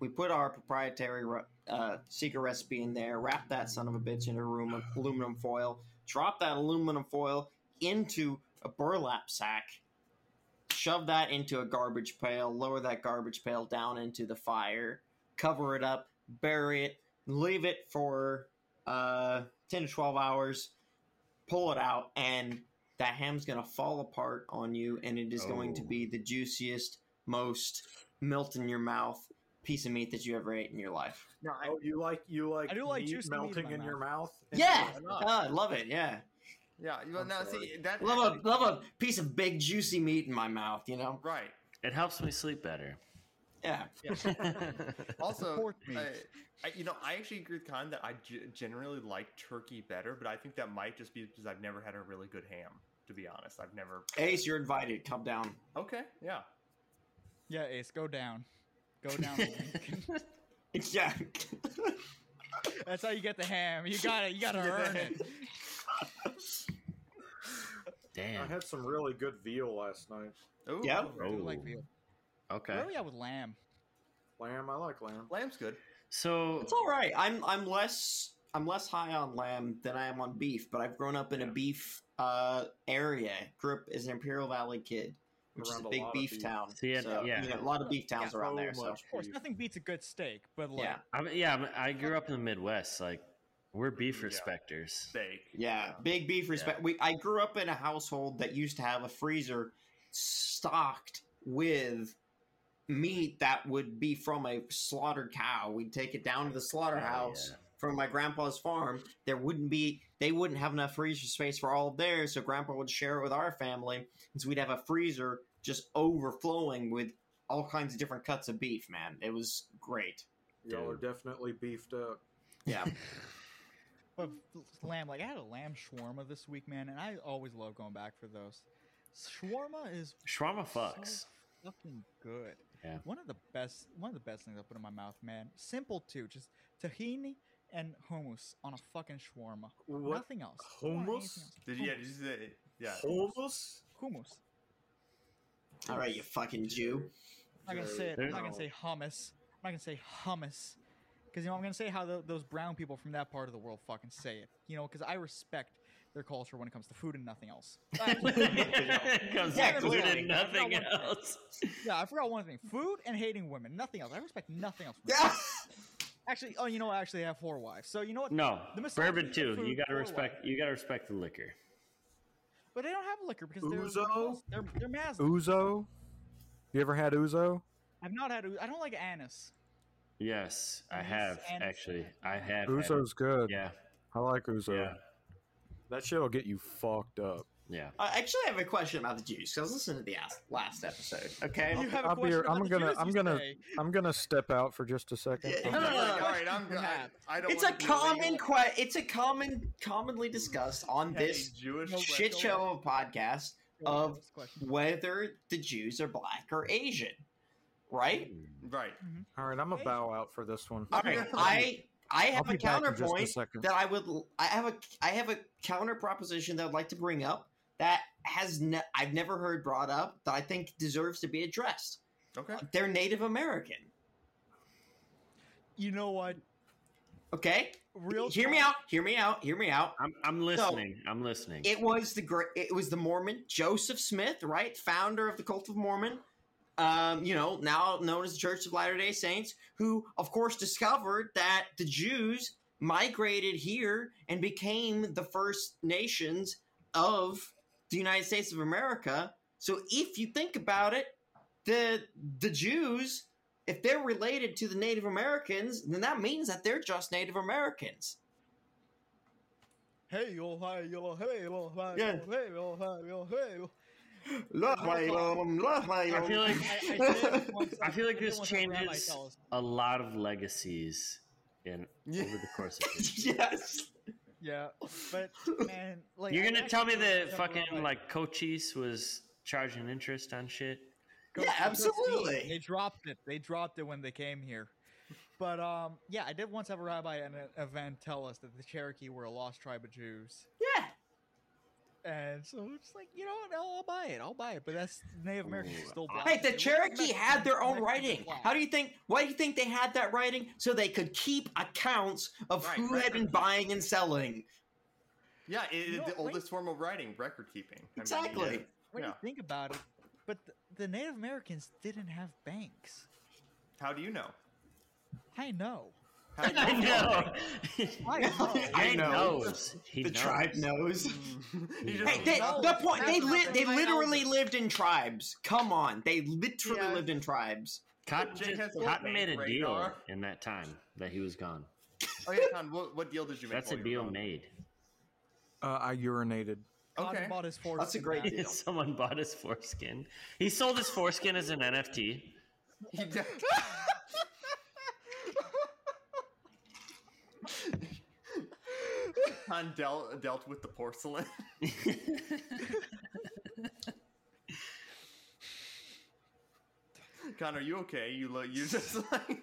Speaker 7: we put our proprietary re- uh, secret recipe in there, wrap that son of a bitch in aluminum, aluminum foil, drop that aluminum foil into a burlap sack, shove that into a garbage pail, lower that garbage pail down into the fire, cover it up, bury it, leave it for uh, 10 to 12 hours, pull it out, and that ham's going to fall apart on you, and it is going to
Speaker 8: Oh.
Speaker 7: be the juiciest, most melt in your mouth piece of meat that you ever ate in your life.
Speaker 10: No, oh, you like you like,
Speaker 6: I do like
Speaker 10: meat
Speaker 6: juice to meat in
Speaker 10: melting
Speaker 6: my
Speaker 10: in your mouth.
Speaker 7: Yeah,
Speaker 9: Why
Speaker 7: Oh,
Speaker 9: not?
Speaker 7: I love it. Yeah,
Speaker 9: Yeah, you- well,
Speaker 10: I'm
Speaker 9: now
Speaker 10: sorry.
Speaker 9: see that
Speaker 7: love a love a piece of big juicy meat in my mouth. You know.
Speaker 9: right.
Speaker 8: it helps me sleep better.
Speaker 7: Yeah.
Speaker 9: Also,
Speaker 6: Support me.
Speaker 9: uh, I, you know, I actually agree with Khan that I g- generally like turkey better, but I think that might just be because I've never had a really good ham. To be honest, I've never.
Speaker 7: Ace, you're invited. Come down.
Speaker 9: Okay, yeah.
Speaker 6: Yeah, Ace, go down. Go down. Lincoln.
Speaker 7: Yeah.
Speaker 6: That's how you get the ham. You gotta, you gotta earn it.
Speaker 10: I
Speaker 8: Damn.
Speaker 10: had some really good veal last night.
Speaker 9: Ooh,
Speaker 7: Yep.
Speaker 6: I do like
Speaker 8: Oh,
Speaker 6: veal.
Speaker 8: Okay.
Speaker 6: Where are we at with lamb?
Speaker 10: Lamb, I like lamb.
Speaker 9: lamb's good.
Speaker 8: So
Speaker 7: it's all right. I'm I'm less I'm less high on lamb than I am on beef, but I've grown up in a beef uh area. Grew up as an Imperial Valley kid, which
Speaker 10: Around
Speaker 7: is a
Speaker 10: a
Speaker 7: big
Speaker 10: lot of
Speaker 7: beef,
Speaker 10: beef.
Speaker 7: town.
Speaker 8: So you had-
Speaker 7: so,
Speaker 8: yeah.
Speaker 7: you know, a lot of beef towns
Speaker 10: Yeah.
Speaker 7: around
Speaker 10: So
Speaker 7: there. So
Speaker 10: much.
Speaker 6: Of course,
Speaker 10: Beef.
Speaker 6: nothing beats a good steak, but like,
Speaker 7: Yeah.
Speaker 8: I'm, yeah, I'm- I grew up in the Midwest. Like we're beef
Speaker 9: Yeah.
Speaker 8: respecters.
Speaker 9: Steak.
Speaker 7: Yeah, big beef respect. We I grew up in a household that used to have a freezer stocked with meat that would be from a slaughtered cow. We'd take it down to the slaughterhouse
Speaker 8: yeah.
Speaker 7: from my grandpa's farm. There wouldn't be they wouldn't have enough freezer space for all of theirs, so grandpa would share it with our family. And so we'd have a freezer just overflowing with all kinds of different cuts of beef, man. It was great.
Speaker 10: Y'all are
Speaker 8: Dude.
Speaker 10: definitely beefed up.
Speaker 7: Yeah.
Speaker 6: but lamb. Like, I had a lamb shawarma this week, man, and I always love going back for those. Shawarma is
Speaker 8: Shawarma
Speaker 6: so
Speaker 8: Oh, fucks.
Speaker 6: fucking good.
Speaker 8: Yeah.
Speaker 6: One of the best. One of the best things I put in my mouth, man. Simple too. Just tahini and hummus on a fucking shawarma.
Speaker 10: What?
Speaker 6: Nothing else. I don't want anything
Speaker 10: Hummus?
Speaker 6: else.
Speaker 9: Did you? Yeah. Did you say? Yeah.
Speaker 10: Hummus?
Speaker 6: Hummus.
Speaker 7: all right, you fucking Jew.
Speaker 6: I'm not gonna say it. I'm
Speaker 8: There's-
Speaker 6: not gonna say hummus. I'm not gonna say hummus, because you know I'm gonna say how tho- those brown people from that part of the world fucking say it. You know, because I respect their culture when it comes to food and nothing else.
Speaker 8: Comes
Speaker 7: Yeah,
Speaker 8: with food
Speaker 7: clearly.
Speaker 8: and nothing
Speaker 6: Not one
Speaker 8: else.
Speaker 6: Yeah, I forgot one thing: food and hating women. Nothing else. I respect nothing else.
Speaker 7: Yeah.
Speaker 6: Actually, oh, you know, I actually have four wives. So you know what?
Speaker 8: No,
Speaker 6: The misogyny
Speaker 8: bourbon
Speaker 6: of
Speaker 8: too.
Speaker 6: food
Speaker 8: You gotta
Speaker 6: for
Speaker 8: respect.
Speaker 6: life.
Speaker 8: You gotta respect the liquor.
Speaker 6: But they don't have liquor because they're
Speaker 10: Ouzo?
Speaker 6: they're they're Muslim.
Speaker 10: Uzo? You ever had Uzo?
Speaker 6: I've not had. I don't like anise.
Speaker 8: Yes, I
Speaker 6: Yes,
Speaker 8: have
Speaker 6: and-
Speaker 8: actually. I have. had it.
Speaker 10: Uzo's good.
Speaker 8: Yeah,
Speaker 10: I like Uzo.
Speaker 8: yeah.
Speaker 10: That shit'll get you fucked up.
Speaker 8: Yeah.
Speaker 7: Uh, actually, I have a question about the Jews. 'cause I was listening to the as- last episode. Okay.
Speaker 6: Oh, You have a
Speaker 10: I'll be
Speaker 6: question
Speaker 10: here.
Speaker 6: about
Speaker 10: I'm
Speaker 6: the
Speaker 10: gonna.
Speaker 6: Jews,
Speaker 10: I'm
Speaker 6: you
Speaker 10: gonna.
Speaker 6: say?
Speaker 10: I'm gonna step out for just a second.
Speaker 7: Yeah,
Speaker 10: I'm
Speaker 7: yeah.
Speaker 10: back.
Speaker 9: like, all right,
Speaker 7: question
Speaker 9: I'm
Speaker 7: you
Speaker 9: I-
Speaker 7: have.
Speaker 9: I don't
Speaker 7: It's a
Speaker 9: wanna be
Speaker 7: common
Speaker 9: labeled
Speaker 7: que- It's a common, commonly discussed on
Speaker 9: as
Speaker 7: this
Speaker 9: Jewish
Speaker 7: shit show of a podcast of whether the Jews are black or Asian, right?
Speaker 9: Right.
Speaker 10: All right, I'm gonna bow out for this one.
Speaker 7: All right, I I
Speaker 10: I'll
Speaker 7: have
Speaker 10: be back
Speaker 7: a
Speaker 10: in
Speaker 7: counterpoint
Speaker 10: Just a second.
Speaker 7: that I would I have a I have a counter proposition that I'd like to bring up that has ne- I've never heard brought up that I think deserves to be addressed.
Speaker 9: Okay.
Speaker 7: They're Native American.
Speaker 6: You know what?
Speaker 7: Okay,
Speaker 6: Real.
Speaker 7: hear me
Speaker 6: talk,
Speaker 7: out. Hear me out. Hear me out.
Speaker 8: I'm, I'm listening. I'm listening.
Speaker 7: It was the great. It was the Mormon Joseph Smith, right? Founder of the Cult of Mormon. Um, you know, now known as the Church of Latter Day Saints, who of course discovered that the Jews migrated here and became the first nations of the United States of America. So if you think about it, the the Jews, if they're related to the Native Americans, then that means that they're just Native Americans.
Speaker 6: Hey, yo, hi, yo, hey, yo, hi,
Speaker 7: Yeah.
Speaker 6: yo, hey, yo, hi, yo, hey. yo.
Speaker 8: I feel like
Speaker 6: I, I, say this once,
Speaker 8: I feel like
Speaker 6: did
Speaker 8: this
Speaker 6: once have a rabbi
Speaker 8: changes
Speaker 6: tell us.
Speaker 8: a lot of legacies in
Speaker 9: Yeah.
Speaker 8: over the course of history.
Speaker 7: yes.
Speaker 6: Yeah, but man, like
Speaker 8: You're
Speaker 6: I
Speaker 8: gonna
Speaker 6: actually
Speaker 8: tell me
Speaker 6: did once
Speaker 8: that
Speaker 6: have a
Speaker 8: fucking
Speaker 6: rabbi-
Speaker 8: like Cochise was charging interest on shit?
Speaker 6: Go-
Speaker 7: Yeah,
Speaker 6: go see.
Speaker 7: absolutely.
Speaker 6: They dropped it. They dropped it when they came here. But um, yeah, I did once have a rabbi at an event tell us that the Cherokee were a lost tribe of Jews,
Speaker 7: Yeah.
Speaker 6: and so it's like you know, what, no, I'll buy it. I'll buy it. But that's Native Americans are still black.
Speaker 7: Hey, the
Speaker 6: They were
Speaker 7: Cherokee
Speaker 6: Mexicans
Speaker 7: had their own
Speaker 6: Mexicans
Speaker 7: writing.
Speaker 6: black.
Speaker 7: How do you think? Why do you think they had that writing? So they could keep accounts of
Speaker 9: Right,
Speaker 7: who had
Speaker 9: record
Speaker 7: been
Speaker 9: keeping.
Speaker 7: buying and selling.
Speaker 9: Yeah, it,
Speaker 6: You know
Speaker 9: the
Speaker 6: what, Link-
Speaker 9: oldest form of writing, record keeping. I mean,
Speaker 7: Exactly.
Speaker 9: yeah.
Speaker 6: when you
Speaker 9: Yeah.
Speaker 6: think about it? But the, the Native Americans didn't have banks.
Speaker 9: How do you know?
Speaker 6: I know.
Speaker 9: How do
Speaker 8: I
Speaker 9: you
Speaker 8: know.
Speaker 6: I know.
Speaker 8: Jay
Speaker 7: know.
Speaker 8: knows. He
Speaker 7: the
Speaker 8: knows.
Speaker 7: tribe knows.
Speaker 9: You just-
Speaker 7: Hey, they,
Speaker 6: Mm. No,
Speaker 7: the point they
Speaker 6: that's
Speaker 7: li-
Speaker 6: not
Speaker 7: they
Speaker 6: my
Speaker 7: literally
Speaker 6: elders.
Speaker 7: lived in tribes. Come on, they literally
Speaker 9: Yeah.
Speaker 7: lived in tribes.
Speaker 8: Cotton,
Speaker 9: Jay has a
Speaker 8: Cotton made a
Speaker 9: radar.
Speaker 8: deal in that time that he was gone.
Speaker 9: oh yeah, Con, what, what deal did you make?
Speaker 8: That's a
Speaker 9: while you
Speaker 8: deal
Speaker 9: were gone?
Speaker 8: made.
Speaker 10: Uh, I urinated.
Speaker 6: Cotton
Speaker 9: Okay.
Speaker 6: bought his
Speaker 7: That's a
Speaker 6: foreskin
Speaker 7: great
Speaker 6: back.
Speaker 7: deal.
Speaker 8: Someone bought his foreskin. He sold his foreskin as an NFT.
Speaker 9: He did- Con dealt dealt with the porcelain. Con, are you okay? You look. You just like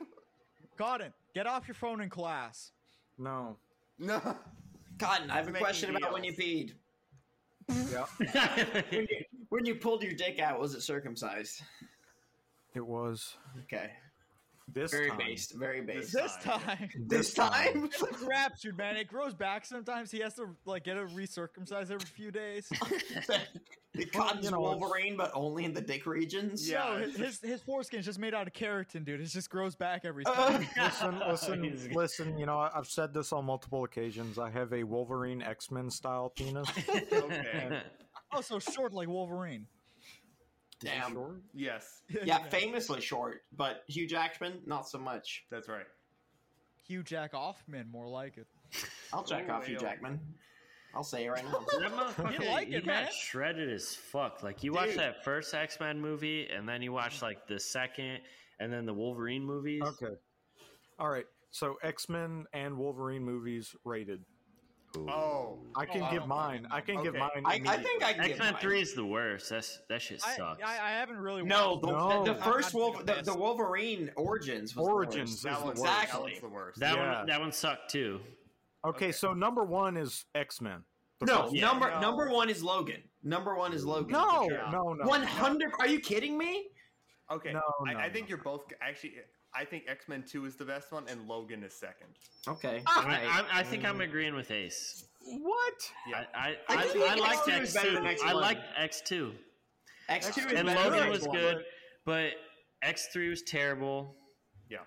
Speaker 6: Cotton, get off your phone in class.
Speaker 10: No.
Speaker 9: no.
Speaker 7: Cotton, I have a
Speaker 9: Making
Speaker 7: question about when you
Speaker 9: deals.
Speaker 7: peed.
Speaker 10: Yeah,
Speaker 7: When you pulled your dick out, was it circumcised?
Speaker 10: it was
Speaker 7: Okay,
Speaker 10: this
Speaker 7: very
Speaker 10: time.
Speaker 7: based, very based.
Speaker 6: This
Speaker 9: Fine.
Speaker 6: time.
Speaker 7: This time,
Speaker 6: It's a raptured, man. It grows back sometimes. He has to like get it recircumcised every few days.
Speaker 7: the cotton's
Speaker 10: you know, it's-
Speaker 7: Wolverine, but only in the dick regions.
Speaker 9: Yeah,
Speaker 6: no,
Speaker 9: it's-
Speaker 6: his his foreskin's just made out of keratin, dude. It just grows back every time.
Speaker 7: Uh,
Speaker 10: Listen, listen,
Speaker 8: He's-
Speaker 10: listen. You know, I- I've said this on multiple occasions. I have a Wolverine X Men style penis.
Speaker 9: Okay.
Speaker 6: also short like Wolverine.
Speaker 7: damn.
Speaker 10: Sure.
Speaker 9: Yes,
Speaker 7: Yeah, famously short, but Hugh Jackman, not so much.
Speaker 9: that's right.
Speaker 6: Hugh Jack Offman, more like it.
Speaker 7: I'll check
Speaker 9: Oh,
Speaker 7: off Hugh
Speaker 9: yeah.
Speaker 7: Jackman. I'll say it right now.
Speaker 8: That motherfucker,
Speaker 6: like
Speaker 8: you
Speaker 6: it,
Speaker 8: got
Speaker 6: man.
Speaker 8: shredded as fuck. Like you watch
Speaker 7: Dude.
Speaker 8: that first X Men movie, and then you watch like the second, and then the Wolverine movies.
Speaker 10: Okay. All right. So X Men and Wolverine movies rated.
Speaker 9: Oh,
Speaker 10: I can
Speaker 6: Oh, I
Speaker 10: give
Speaker 6: don't
Speaker 10: mine. I can give
Speaker 9: Okay.
Speaker 10: mine.
Speaker 7: I, I
Speaker 10: immediately.
Speaker 7: think I can
Speaker 8: X
Speaker 7: get
Speaker 8: Men
Speaker 7: mine.
Speaker 8: Three is the worst. That's that shit
Speaker 6: I,
Speaker 8: sucks.
Speaker 6: I, I haven't really.
Speaker 7: No,
Speaker 6: watched
Speaker 7: the,
Speaker 10: No.
Speaker 7: the, the first
Speaker 6: I'm not
Speaker 7: Wolver,
Speaker 6: gonna
Speaker 7: the,
Speaker 6: miss.
Speaker 7: the Wolverine Origins. Was the
Speaker 10: Origins
Speaker 7: worst.
Speaker 10: is
Speaker 9: that
Speaker 10: the
Speaker 9: was
Speaker 10: worst.
Speaker 9: that
Speaker 7: Exactly.
Speaker 9: was the worst.
Speaker 8: that
Speaker 10: Yeah.
Speaker 8: one that one sucked too.
Speaker 10: Okay,
Speaker 9: Okay.
Speaker 10: so number one is X Men.
Speaker 7: No,
Speaker 8: Yeah.
Speaker 7: number
Speaker 9: No.
Speaker 7: number one is Logan. Number one is Logan.
Speaker 10: No,
Speaker 9: Yeah.
Speaker 10: no, no.
Speaker 7: one hundred. Are you kidding me?
Speaker 9: Okay,
Speaker 10: No,
Speaker 9: I,
Speaker 10: no,
Speaker 9: I think
Speaker 10: no.
Speaker 9: you're both actually. I think X Men Two is the best one, and Logan is second.
Speaker 7: Okay.
Speaker 8: I, I, I think I'm agreeing with Ace.
Speaker 7: what?
Speaker 9: Yeah.
Speaker 8: I
Speaker 7: I
Speaker 8: I,
Speaker 7: just
Speaker 8: I,
Speaker 7: think
Speaker 8: I liked
Speaker 7: X2 is
Speaker 8: X
Speaker 7: better
Speaker 8: two.
Speaker 7: than
Speaker 8: I
Speaker 7: X1.
Speaker 8: liked X two,
Speaker 7: X two is
Speaker 8: and
Speaker 7: better than
Speaker 8: Logan
Speaker 7: X
Speaker 8: was
Speaker 7: one.
Speaker 8: good, but X three was terrible.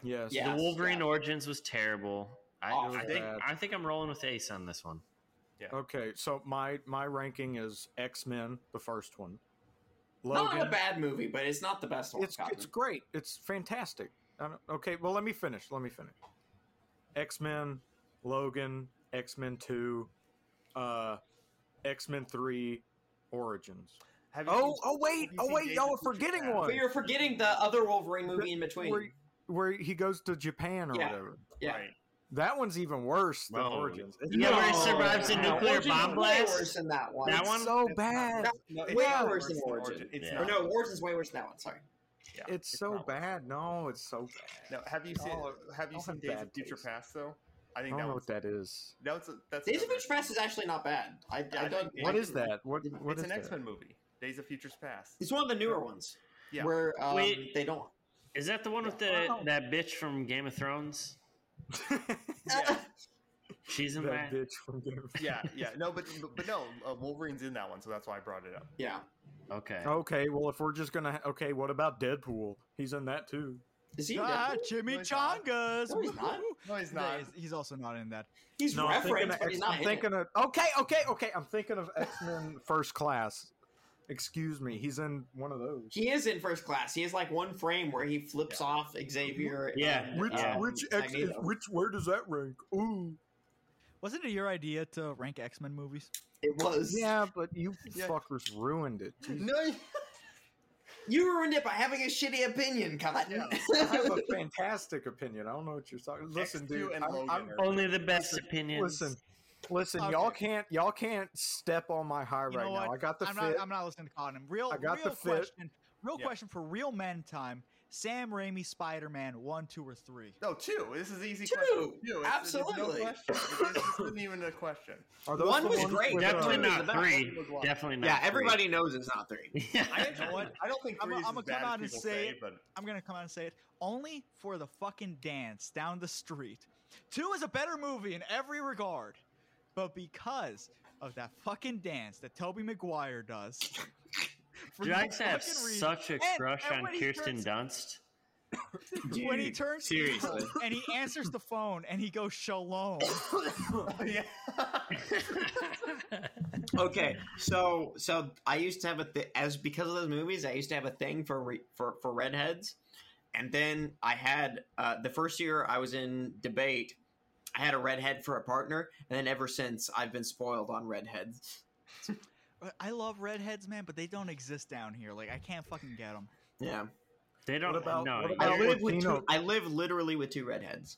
Speaker 10: Yes.
Speaker 7: Yeah.
Speaker 8: the Wolverine
Speaker 7: yeah.
Speaker 8: Origins was terrible. I,
Speaker 10: Oh,
Speaker 7: Awful.
Speaker 8: I think
Speaker 10: Bad.
Speaker 8: I think I'm rolling with Ace on this one.
Speaker 10: Okay, so my my ranking is X Men, the first one.
Speaker 7: Not a bad movie, but it's not the best one.
Speaker 10: it's
Speaker 7: Cotton.
Speaker 10: it's great. It's fantastic. I don't- okay, well let me finish. Let me finish. X Men, Logan, X Men Two, uh, X Men Three, Origins.
Speaker 9: Have you
Speaker 10: Oh,
Speaker 9: seen-
Speaker 10: oh wait,
Speaker 9: have you
Speaker 10: oh
Speaker 9: seen
Speaker 10: wait,
Speaker 9: Days of
Speaker 10: y'all are
Speaker 9: Future
Speaker 10: forgetting
Speaker 9: Past?
Speaker 10: one.
Speaker 7: But you're forgetting the other Wolverine movie
Speaker 10: The-
Speaker 7: in between.
Speaker 10: Where, where he goes to Japan or
Speaker 7: Yeah.
Speaker 10: whatever.
Speaker 7: yeah.
Speaker 9: Right.
Speaker 10: That one's even worse than
Speaker 8: No.
Speaker 10: Origins. It's
Speaker 8: Yeah, where he survives a
Speaker 7: No,
Speaker 8: nuclear
Speaker 7: Origins
Speaker 8: bomb
Speaker 7: is way
Speaker 8: blast.
Speaker 7: worse than that one.
Speaker 8: That
Speaker 10: it's
Speaker 8: one?
Speaker 10: so
Speaker 9: It's not-
Speaker 10: bad.
Speaker 9: No,
Speaker 7: way
Speaker 9: not
Speaker 7: worse than Origin.
Speaker 9: It's
Speaker 8: Yeah.
Speaker 7: Or
Speaker 9: not.
Speaker 7: no, Wars is way worse than that one. Sorry.
Speaker 9: yeah,
Speaker 10: It's so
Speaker 9: not worse.
Speaker 10: bad. No, it's so bad.
Speaker 9: No, have you seen
Speaker 10: Y'all-
Speaker 9: Have you
Speaker 10: y'all
Speaker 9: seen
Speaker 10: have
Speaker 9: Days
Speaker 10: bad
Speaker 9: of Future
Speaker 10: taste.
Speaker 9: Past though? I
Speaker 10: I
Speaker 9: think
Speaker 10: don't
Speaker 9: that
Speaker 10: know
Speaker 9: was
Speaker 10: what that is.
Speaker 9: that's a- that's
Speaker 7: Days of
Speaker 9: another-
Speaker 7: Future Past is actually not bad. I,
Speaker 9: Yeah,
Speaker 7: I
Speaker 9: I
Speaker 7: don't.
Speaker 9: think-
Speaker 10: What
Speaker 7: I
Speaker 10: is
Speaker 7: didn't-
Speaker 10: that? What what
Speaker 9: It's
Speaker 10: is
Speaker 9: an
Speaker 10: that?
Speaker 9: X Men movie. Days of Future's Past.
Speaker 7: It's one of the newer ones
Speaker 9: Yeah.
Speaker 7: where um,
Speaker 8: Wait.
Speaker 7: they don't.
Speaker 8: Is that the one with the that bitch from Game of Thrones?
Speaker 9: Yeah.
Speaker 8: She's in
Speaker 10: that
Speaker 8: that.
Speaker 10: bitch from Game of
Speaker 9: yeah, yeah. No, but but, but no, uh, Wolverine's in that one, so that's why I brought it up.
Speaker 7: yeah.
Speaker 8: Okay.
Speaker 10: Okay, well if we're just gonna ha- okay, what about Deadpool? He's in that too.
Speaker 7: Is he? in
Speaker 6: Ah,
Speaker 7: Deadpool?
Speaker 6: Jimmy
Speaker 9: he's not.
Speaker 6: Chongas.
Speaker 7: No, he's not.
Speaker 6: Woo-hoo.
Speaker 9: No, he's
Speaker 6: No,
Speaker 9: not.
Speaker 6: he's, he's also not in that.
Speaker 7: He's
Speaker 10: No, I'm thinking
Speaker 7: referenced,
Speaker 10: of
Speaker 7: but he's
Speaker 10: X-
Speaker 7: not.
Speaker 10: I'm
Speaker 7: in it.
Speaker 10: thinking of okay, okay, okay. I'm thinking of X Men First Class. Excuse me, he's in one of those.
Speaker 7: He is in first class. He has like one frame where he flips off Xavier.
Speaker 8: Yeah.
Speaker 7: and,
Speaker 8: Which-
Speaker 7: um, Magneto.
Speaker 10: which where does that rank? Ooh,
Speaker 6: Wasn't it your idea to rank X Men movies?
Speaker 7: It was.
Speaker 10: yeah, but you
Speaker 9: Yeah.
Speaker 10: fuckers ruined it. Jesus.
Speaker 7: You ruined it by having a shitty opinion, Cotton.
Speaker 10: I have a fantastic opinion. I don't know what you're talking. Listen,
Speaker 9: X2
Speaker 10: dude,
Speaker 9: and
Speaker 10: I'm,
Speaker 9: Logan
Speaker 10: I'm-
Speaker 9: are-
Speaker 8: Only the best opinions.
Speaker 10: listen, listen. Y'all
Speaker 6: Okay.
Speaker 10: can't, y'all can't step on my high
Speaker 6: You
Speaker 10: right
Speaker 6: know
Speaker 10: now.
Speaker 6: what?
Speaker 10: I got the
Speaker 6: I'm
Speaker 10: fit.
Speaker 6: not. I'm not listening to Conan. Real.
Speaker 10: I got the
Speaker 6: real
Speaker 10: fit.
Speaker 6: question. Real
Speaker 9: Yeah.
Speaker 6: question for real men time. Sam Raimi Spider Man one, two, or three.
Speaker 9: No, two. This is easy.
Speaker 7: Two.
Speaker 9: Question. It's- there's
Speaker 7: Absolutely.
Speaker 9: No question. This isn't even a question.
Speaker 10: Are those
Speaker 7: One
Speaker 10: the
Speaker 7: was
Speaker 10: ones
Speaker 7: great.
Speaker 10: with,
Speaker 8: Definitely
Speaker 10: uh,
Speaker 8: not
Speaker 7: the best
Speaker 8: three.
Speaker 9: one was one.
Speaker 8: Definitely not.
Speaker 7: yeah,
Speaker 8: three.
Speaker 7: everybody knows it's not three.
Speaker 9: I
Speaker 8: Yeah.
Speaker 9: actually,
Speaker 6: what?
Speaker 9: I don't think
Speaker 6: I'm a-
Speaker 9: three is
Speaker 6: I'm a
Speaker 9: as bad
Speaker 6: come
Speaker 9: as
Speaker 6: out and
Speaker 9: people
Speaker 6: say
Speaker 9: say,
Speaker 6: it.
Speaker 9: but
Speaker 6: I'm gonna come out and say it. Only for the fucking dance down the street. Two is a better movie in every regard, but because of that fucking dance that Toby Maguire does. for
Speaker 8: Dude,
Speaker 6: no
Speaker 8: I used to have
Speaker 6: fucking reason,
Speaker 8: such a
Speaker 6: and-
Speaker 8: crush
Speaker 6: and
Speaker 8: on
Speaker 6: when he
Speaker 8: Kirsten
Speaker 6: turns-
Speaker 8: Dunst.
Speaker 6: when he turns to you
Speaker 7: seriously.
Speaker 6: and he answers the phone and he goes shalom.
Speaker 9: yeah.
Speaker 7: okay, so so I used to have a th- as because of those movies, I used to have a thing for re- for for redheads, and then I had uh, the first year I was in debate, I had a redhead for a partner, and then ever since I've been spoiled on redheads.
Speaker 6: I love redheads, man, but they don't exist down here. Like I can't fucking get them.
Speaker 7: Yeah,
Speaker 8: They don't
Speaker 10: What about-
Speaker 8: know.
Speaker 10: what
Speaker 7: I
Speaker 10: about-
Speaker 7: live with
Speaker 10: Latino.
Speaker 7: two, I live literally with two redheads.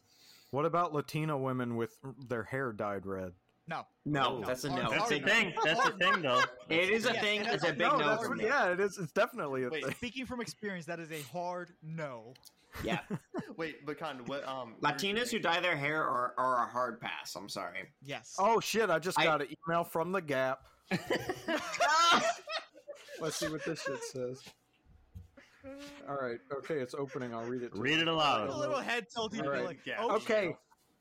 Speaker 10: What about Latino women with their hair dyed red?
Speaker 6: No,
Speaker 7: No,
Speaker 10: No.
Speaker 7: that's a
Speaker 6: Oh,
Speaker 7: no.
Speaker 8: That's
Speaker 7: It's a
Speaker 8: a thing. That's a thing, though.
Speaker 7: It is a
Speaker 6: Yes,
Speaker 7: thing.
Speaker 6: and
Speaker 7: It's a
Speaker 6: that's-
Speaker 7: big no,
Speaker 10: that's
Speaker 7: for
Speaker 10: what-
Speaker 7: me.
Speaker 10: yeah, it is. It's definitely a
Speaker 9: Wait,
Speaker 10: thing.
Speaker 6: speaking from experience, that is a hard no.
Speaker 7: Yeah.
Speaker 9: Wait, but Con, what? Um, where's your
Speaker 7: Latinas who
Speaker 9: rank?
Speaker 7: dye their hair are, are a hard pass. I'm sorry.
Speaker 6: Yes.
Speaker 10: Oh shit! I just
Speaker 7: I-
Speaker 10: got an email from the Gap. Let's see what this shit says. All right. Okay, it's opening. I'll read it. to
Speaker 8: Read
Speaker 10: you.
Speaker 8: it
Speaker 6: a
Speaker 8: aloud.
Speaker 6: little head tilting to be
Speaker 10: Alright,
Speaker 6: like,
Speaker 9: yeah.
Speaker 6: oh,
Speaker 10: Okay.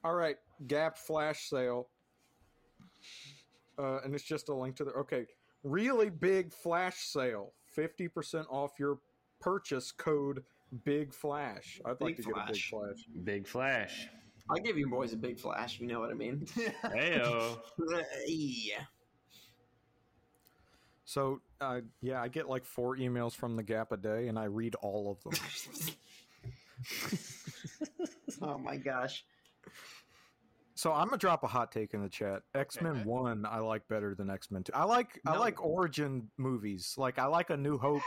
Speaker 10: All right. Gap flash sale. Uh, and it's just a link to the. Okay. Really big flash sale. 50% off your purchase code Big Flash. I'd like
Speaker 7: Big
Speaker 10: to get a big
Speaker 7: Flash.
Speaker 10: flash.
Speaker 8: Big flash.
Speaker 7: I'll give you boys a big flash. if You know what I mean?
Speaker 8: Heyo.
Speaker 7: yeah.
Speaker 10: So, uh, yeah, I get like four emails from the Gap a day, and I read all of them.
Speaker 7: Oh my gosh.
Speaker 10: So I'm gonna drop a hot take in the chat. X Men
Speaker 9: Okay.
Speaker 10: One I like better than X Men Two. I like I
Speaker 7: No.
Speaker 10: like origin movies. Like I like A New Hope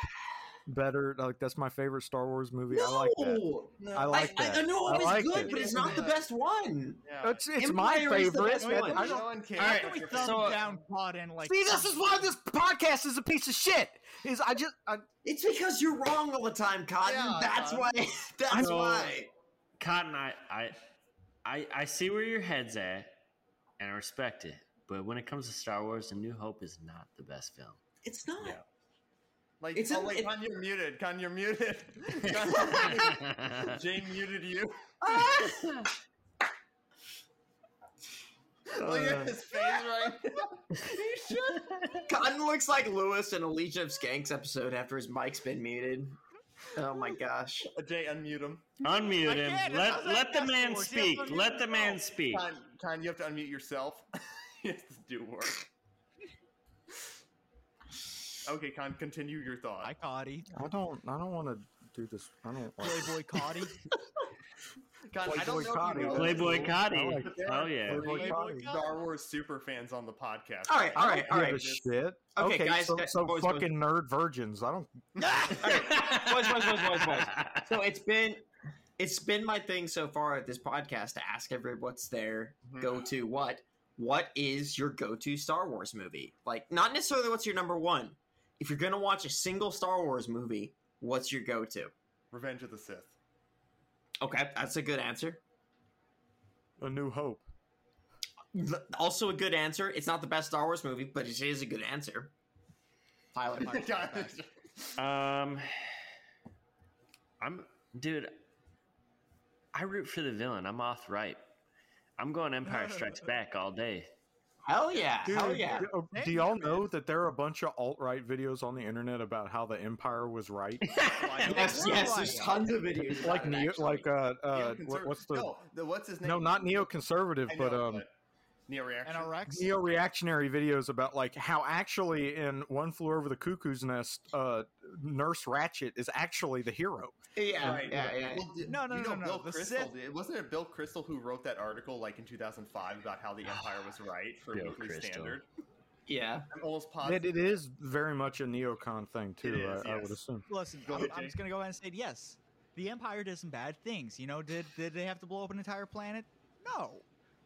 Speaker 10: better. Like that's my favorite Star Wars movie. I like that. I like
Speaker 7: I,
Speaker 10: that.
Speaker 7: I, know
Speaker 10: I
Speaker 7: it was
Speaker 10: like
Speaker 7: good,
Speaker 10: it.
Speaker 7: but it's not the best one.
Speaker 9: Yeah.
Speaker 10: It's it's my
Speaker 7: Empire is the
Speaker 10: favorite.
Speaker 7: best
Speaker 10: and
Speaker 7: one.
Speaker 10: I
Speaker 9: No
Speaker 10: don't-
Speaker 9: one cares.
Speaker 8: All right,
Speaker 9: what
Speaker 6: we
Speaker 9: your
Speaker 6: thumb
Speaker 8: so, uh,
Speaker 6: down pod and like
Speaker 10: See, this is why this podcast is a piece of shit. Is I just I,
Speaker 7: It's because you're wrong all the time, Cotton.
Speaker 9: Yeah,
Speaker 7: that's
Speaker 9: Cotton.
Speaker 7: why. That's
Speaker 8: know.
Speaker 7: why.
Speaker 8: Cotton, I, I, I, I see where your head's at, and I respect it. But when it comes to Star Wars, A New Hope is not the best film.
Speaker 7: It's not.
Speaker 9: Yeah. Like,
Speaker 7: It's
Speaker 9: oh,
Speaker 7: in-
Speaker 9: wait,
Speaker 7: it-
Speaker 9: Con, you're muted. Con, you're muted. Con, Jane muted you.
Speaker 7: Ah! Uh.
Speaker 9: Look at his face right
Speaker 7: Cotton looks like Lewis in a Legion of Skanks episode after his mic's been muted. Oh my gosh.
Speaker 9: now. Uh, Jay, unmute him.
Speaker 8: Unmute
Speaker 6: I
Speaker 8: him.
Speaker 6: can't,
Speaker 8: Let
Speaker 6: how's that
Speaker 8: let the man
Speaker 6: possible? She has
Speaker 8: speak.
Speaker 6: to unmute
Speaker 8: Let the man
Speaker 6: herself.
Speaker 8: speak.
Speaker 9: Con, Con, you have to unmute yourself. you have to do work. Okay, Con, continue your thought.
Speaker 6: Hi, Cotty.
Speaker 10: I don't I don't want to do this. I don't. Like,
Speaker 6: Playboy Cotty.
Speaker 9: God, I don't know if you know this.
Speaker 8: Playboy
Speaker 10: I
Speaker 8: Cotty.
Speaker 10: like
Speaker 9: there
Speaker 8: Oh
Speaker 9: are
Speaker 8: yeah.
Speaker 10: Playboy
Speaker 9: Playboy
Speaker 10: Cotty.
Speaker 9: Star Wars super fans on the podcast.
Speaker 7: All right, all right,
Speaker 10: Give
Speaker 7: all right.
Speaker 10: a shit.
Speaker 7: Okay, guys,
Speaker 10: so,
Speaker 7: guys,
Speaker 10: so
Speaker 7: boys, boys.
Speaker 10: fucking nerd virgins. I don't.
Speaker 7: All right. Boys, boys, boys, boys, boys. So it's been it's been my thing so far at this podcast to ask everybody what's their
Speaker 9: Mhm.
Speaker 7: go to what. What is your go to Star Wars movie? Like, not necessarily what's your number one. If you're gonna watch a single Star Wars movie, what's your go to?
Speaker 9: Revenge of the Sith.
Speaker 7: Okay, that's a good answer.
Speaker 10: A New Hope.
Speaker 7: L- Also a good answer. It's not the best Star Wars movie, but it is a good answer. Tyler, Tyler, Tyler, Tyler.
Speaker 9: God.
Speaker 8: Um, I'm dude. I root for the villain. I'm off right. I'm going Empire Strikes Back all day.
Speaker 7: hell yeah, hell yeah.
Speaker 10: do- oh, Do,
Speaker 6: Thank
Speaker 10: y'all
Speaker 6: you,
Speaker 10: know that there are a bunch of alt right videos on the internet about how the Empire was right?
Speaker 7: Yes,
Speaker 6: We're
Speaker 7: yes.
Speaker 6: like-
Speaker 7: There's tons of videos.
Speaker 10: like,
Speaker 7: about it,
Speaker 10: neo,
Speaker 7: actually.
Speaker 10: like uh, uh,
Speaker 9: Neoconserv-
Speaker 10: what, what's the? No,
Speaker 9: no, the what's his name?
Speaker 10: not neoconservative,
Speaker 9: I know,
Speaker 10: but um,
Speaker 9: neo reaction.
Speaker 6: And a Rex.
Speaker 10: neo reactionary videos about like how actually in One Flew Over the Cuckoo's Nest, uh, Nurse Ratchet is actually the hero.
Speaker 7: yeah,
Speaker 9: Right.
Speaker 7: yeah, yeah.
Speaker 9: Well, d-
Speaker 6: No, no,
Speaker 9: you
Speaker 6: no,
Speaker 9: know
Speaker 6: no,
Speaker 9: Bill
Speaker 6: the
Speaker 9: Crystal,
Speaker 6: Sith-
Speaker 9: did- wasn't it Bill Crystal who wrote that article like in 2005 about how the Empire was right for
Speaker 8: Bill
Speaker 9: weekly
Speaker 8: Crystal.
Speaker 9: standard?
Speaker 7: Yeah.
Speaker 9: I'm almost
Speaker 10: It,
Speaker 9: positive.
Speaker 10: it is very much a neocon thing too.
Speaker 9: It is,
Speaker 10: I, I
Speaker 9: yes.
Speaker 10: would assume.
Speaker 6: Listen,
Speaker 9: Go
Speaker 6: I'm,
Speaker 9: ahead,
Speaker 6: I'm
Speaker 9: Jake.
Speaker 6: just gonna go ahead and say yes. The Empire did some bad things. You know, did did they have to blow up an entire planet? No,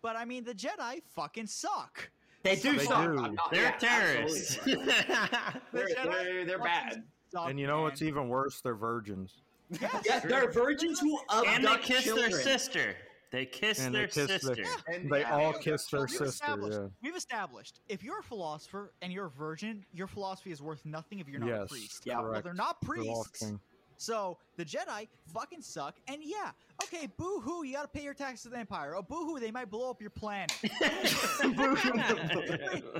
Speaker 6: but I mean, the Jedi fucking suck.
Speaker 7: They do
Speaker 10: They
Speaker 7: suck.
Speaker 10: do.
Speaker 7: I'm not-
Speaker 8: They're
Speaker 7: yeah,
Speaker 8: terrorists.
Speaker 7: absolutely. They're, they're, they're bad.
Speaker 6: Suck,
Speaker 10: and you know what's
Speaker 6: Oh, man.
Speaker 10: even worse? They're virgins.
Speaker 6: Yes.
Speaker 7: Yeah, they're virgins who
Speaker 8: and they
Speaker 7: abduct
Speaker 8: kiss
Speaker 7: children.
Speaker 8: their sister. They kiss
Speaker 10: And they
Speaker 8: their
Speaker 10: kiss their-
Speaker 8: sister.
Speaker 9: And
Speaker 10: They
Speaker 9: yeah,
Speaker 10: all
Speaker 9: yeah,
Speaker 10: kiss their
Speaker 6: We've
Speaker 10: sister.
Speaker 6: established,
Speaker 10: Yeah.
Speaker 6: we've established if you're a philosopher and you're a virgin, your philosophy is worth nothing if you're not a
Speaker 10: Yes,
Speaker 6: priest.
Speaker 7: Yeah.
Speaker 6: Well,
Speaker 10: correct.
Speaker 6: they're not
Speaker 10: They're all
Speaker 6: priests.
Speaker 10: king.
Speaker 6: So the Jedi fucking suck, and yeah, okay, boo hoo, you gotta pay your taxes to the Empire. Oh, boo hoo, they might blow up your planet. Wait,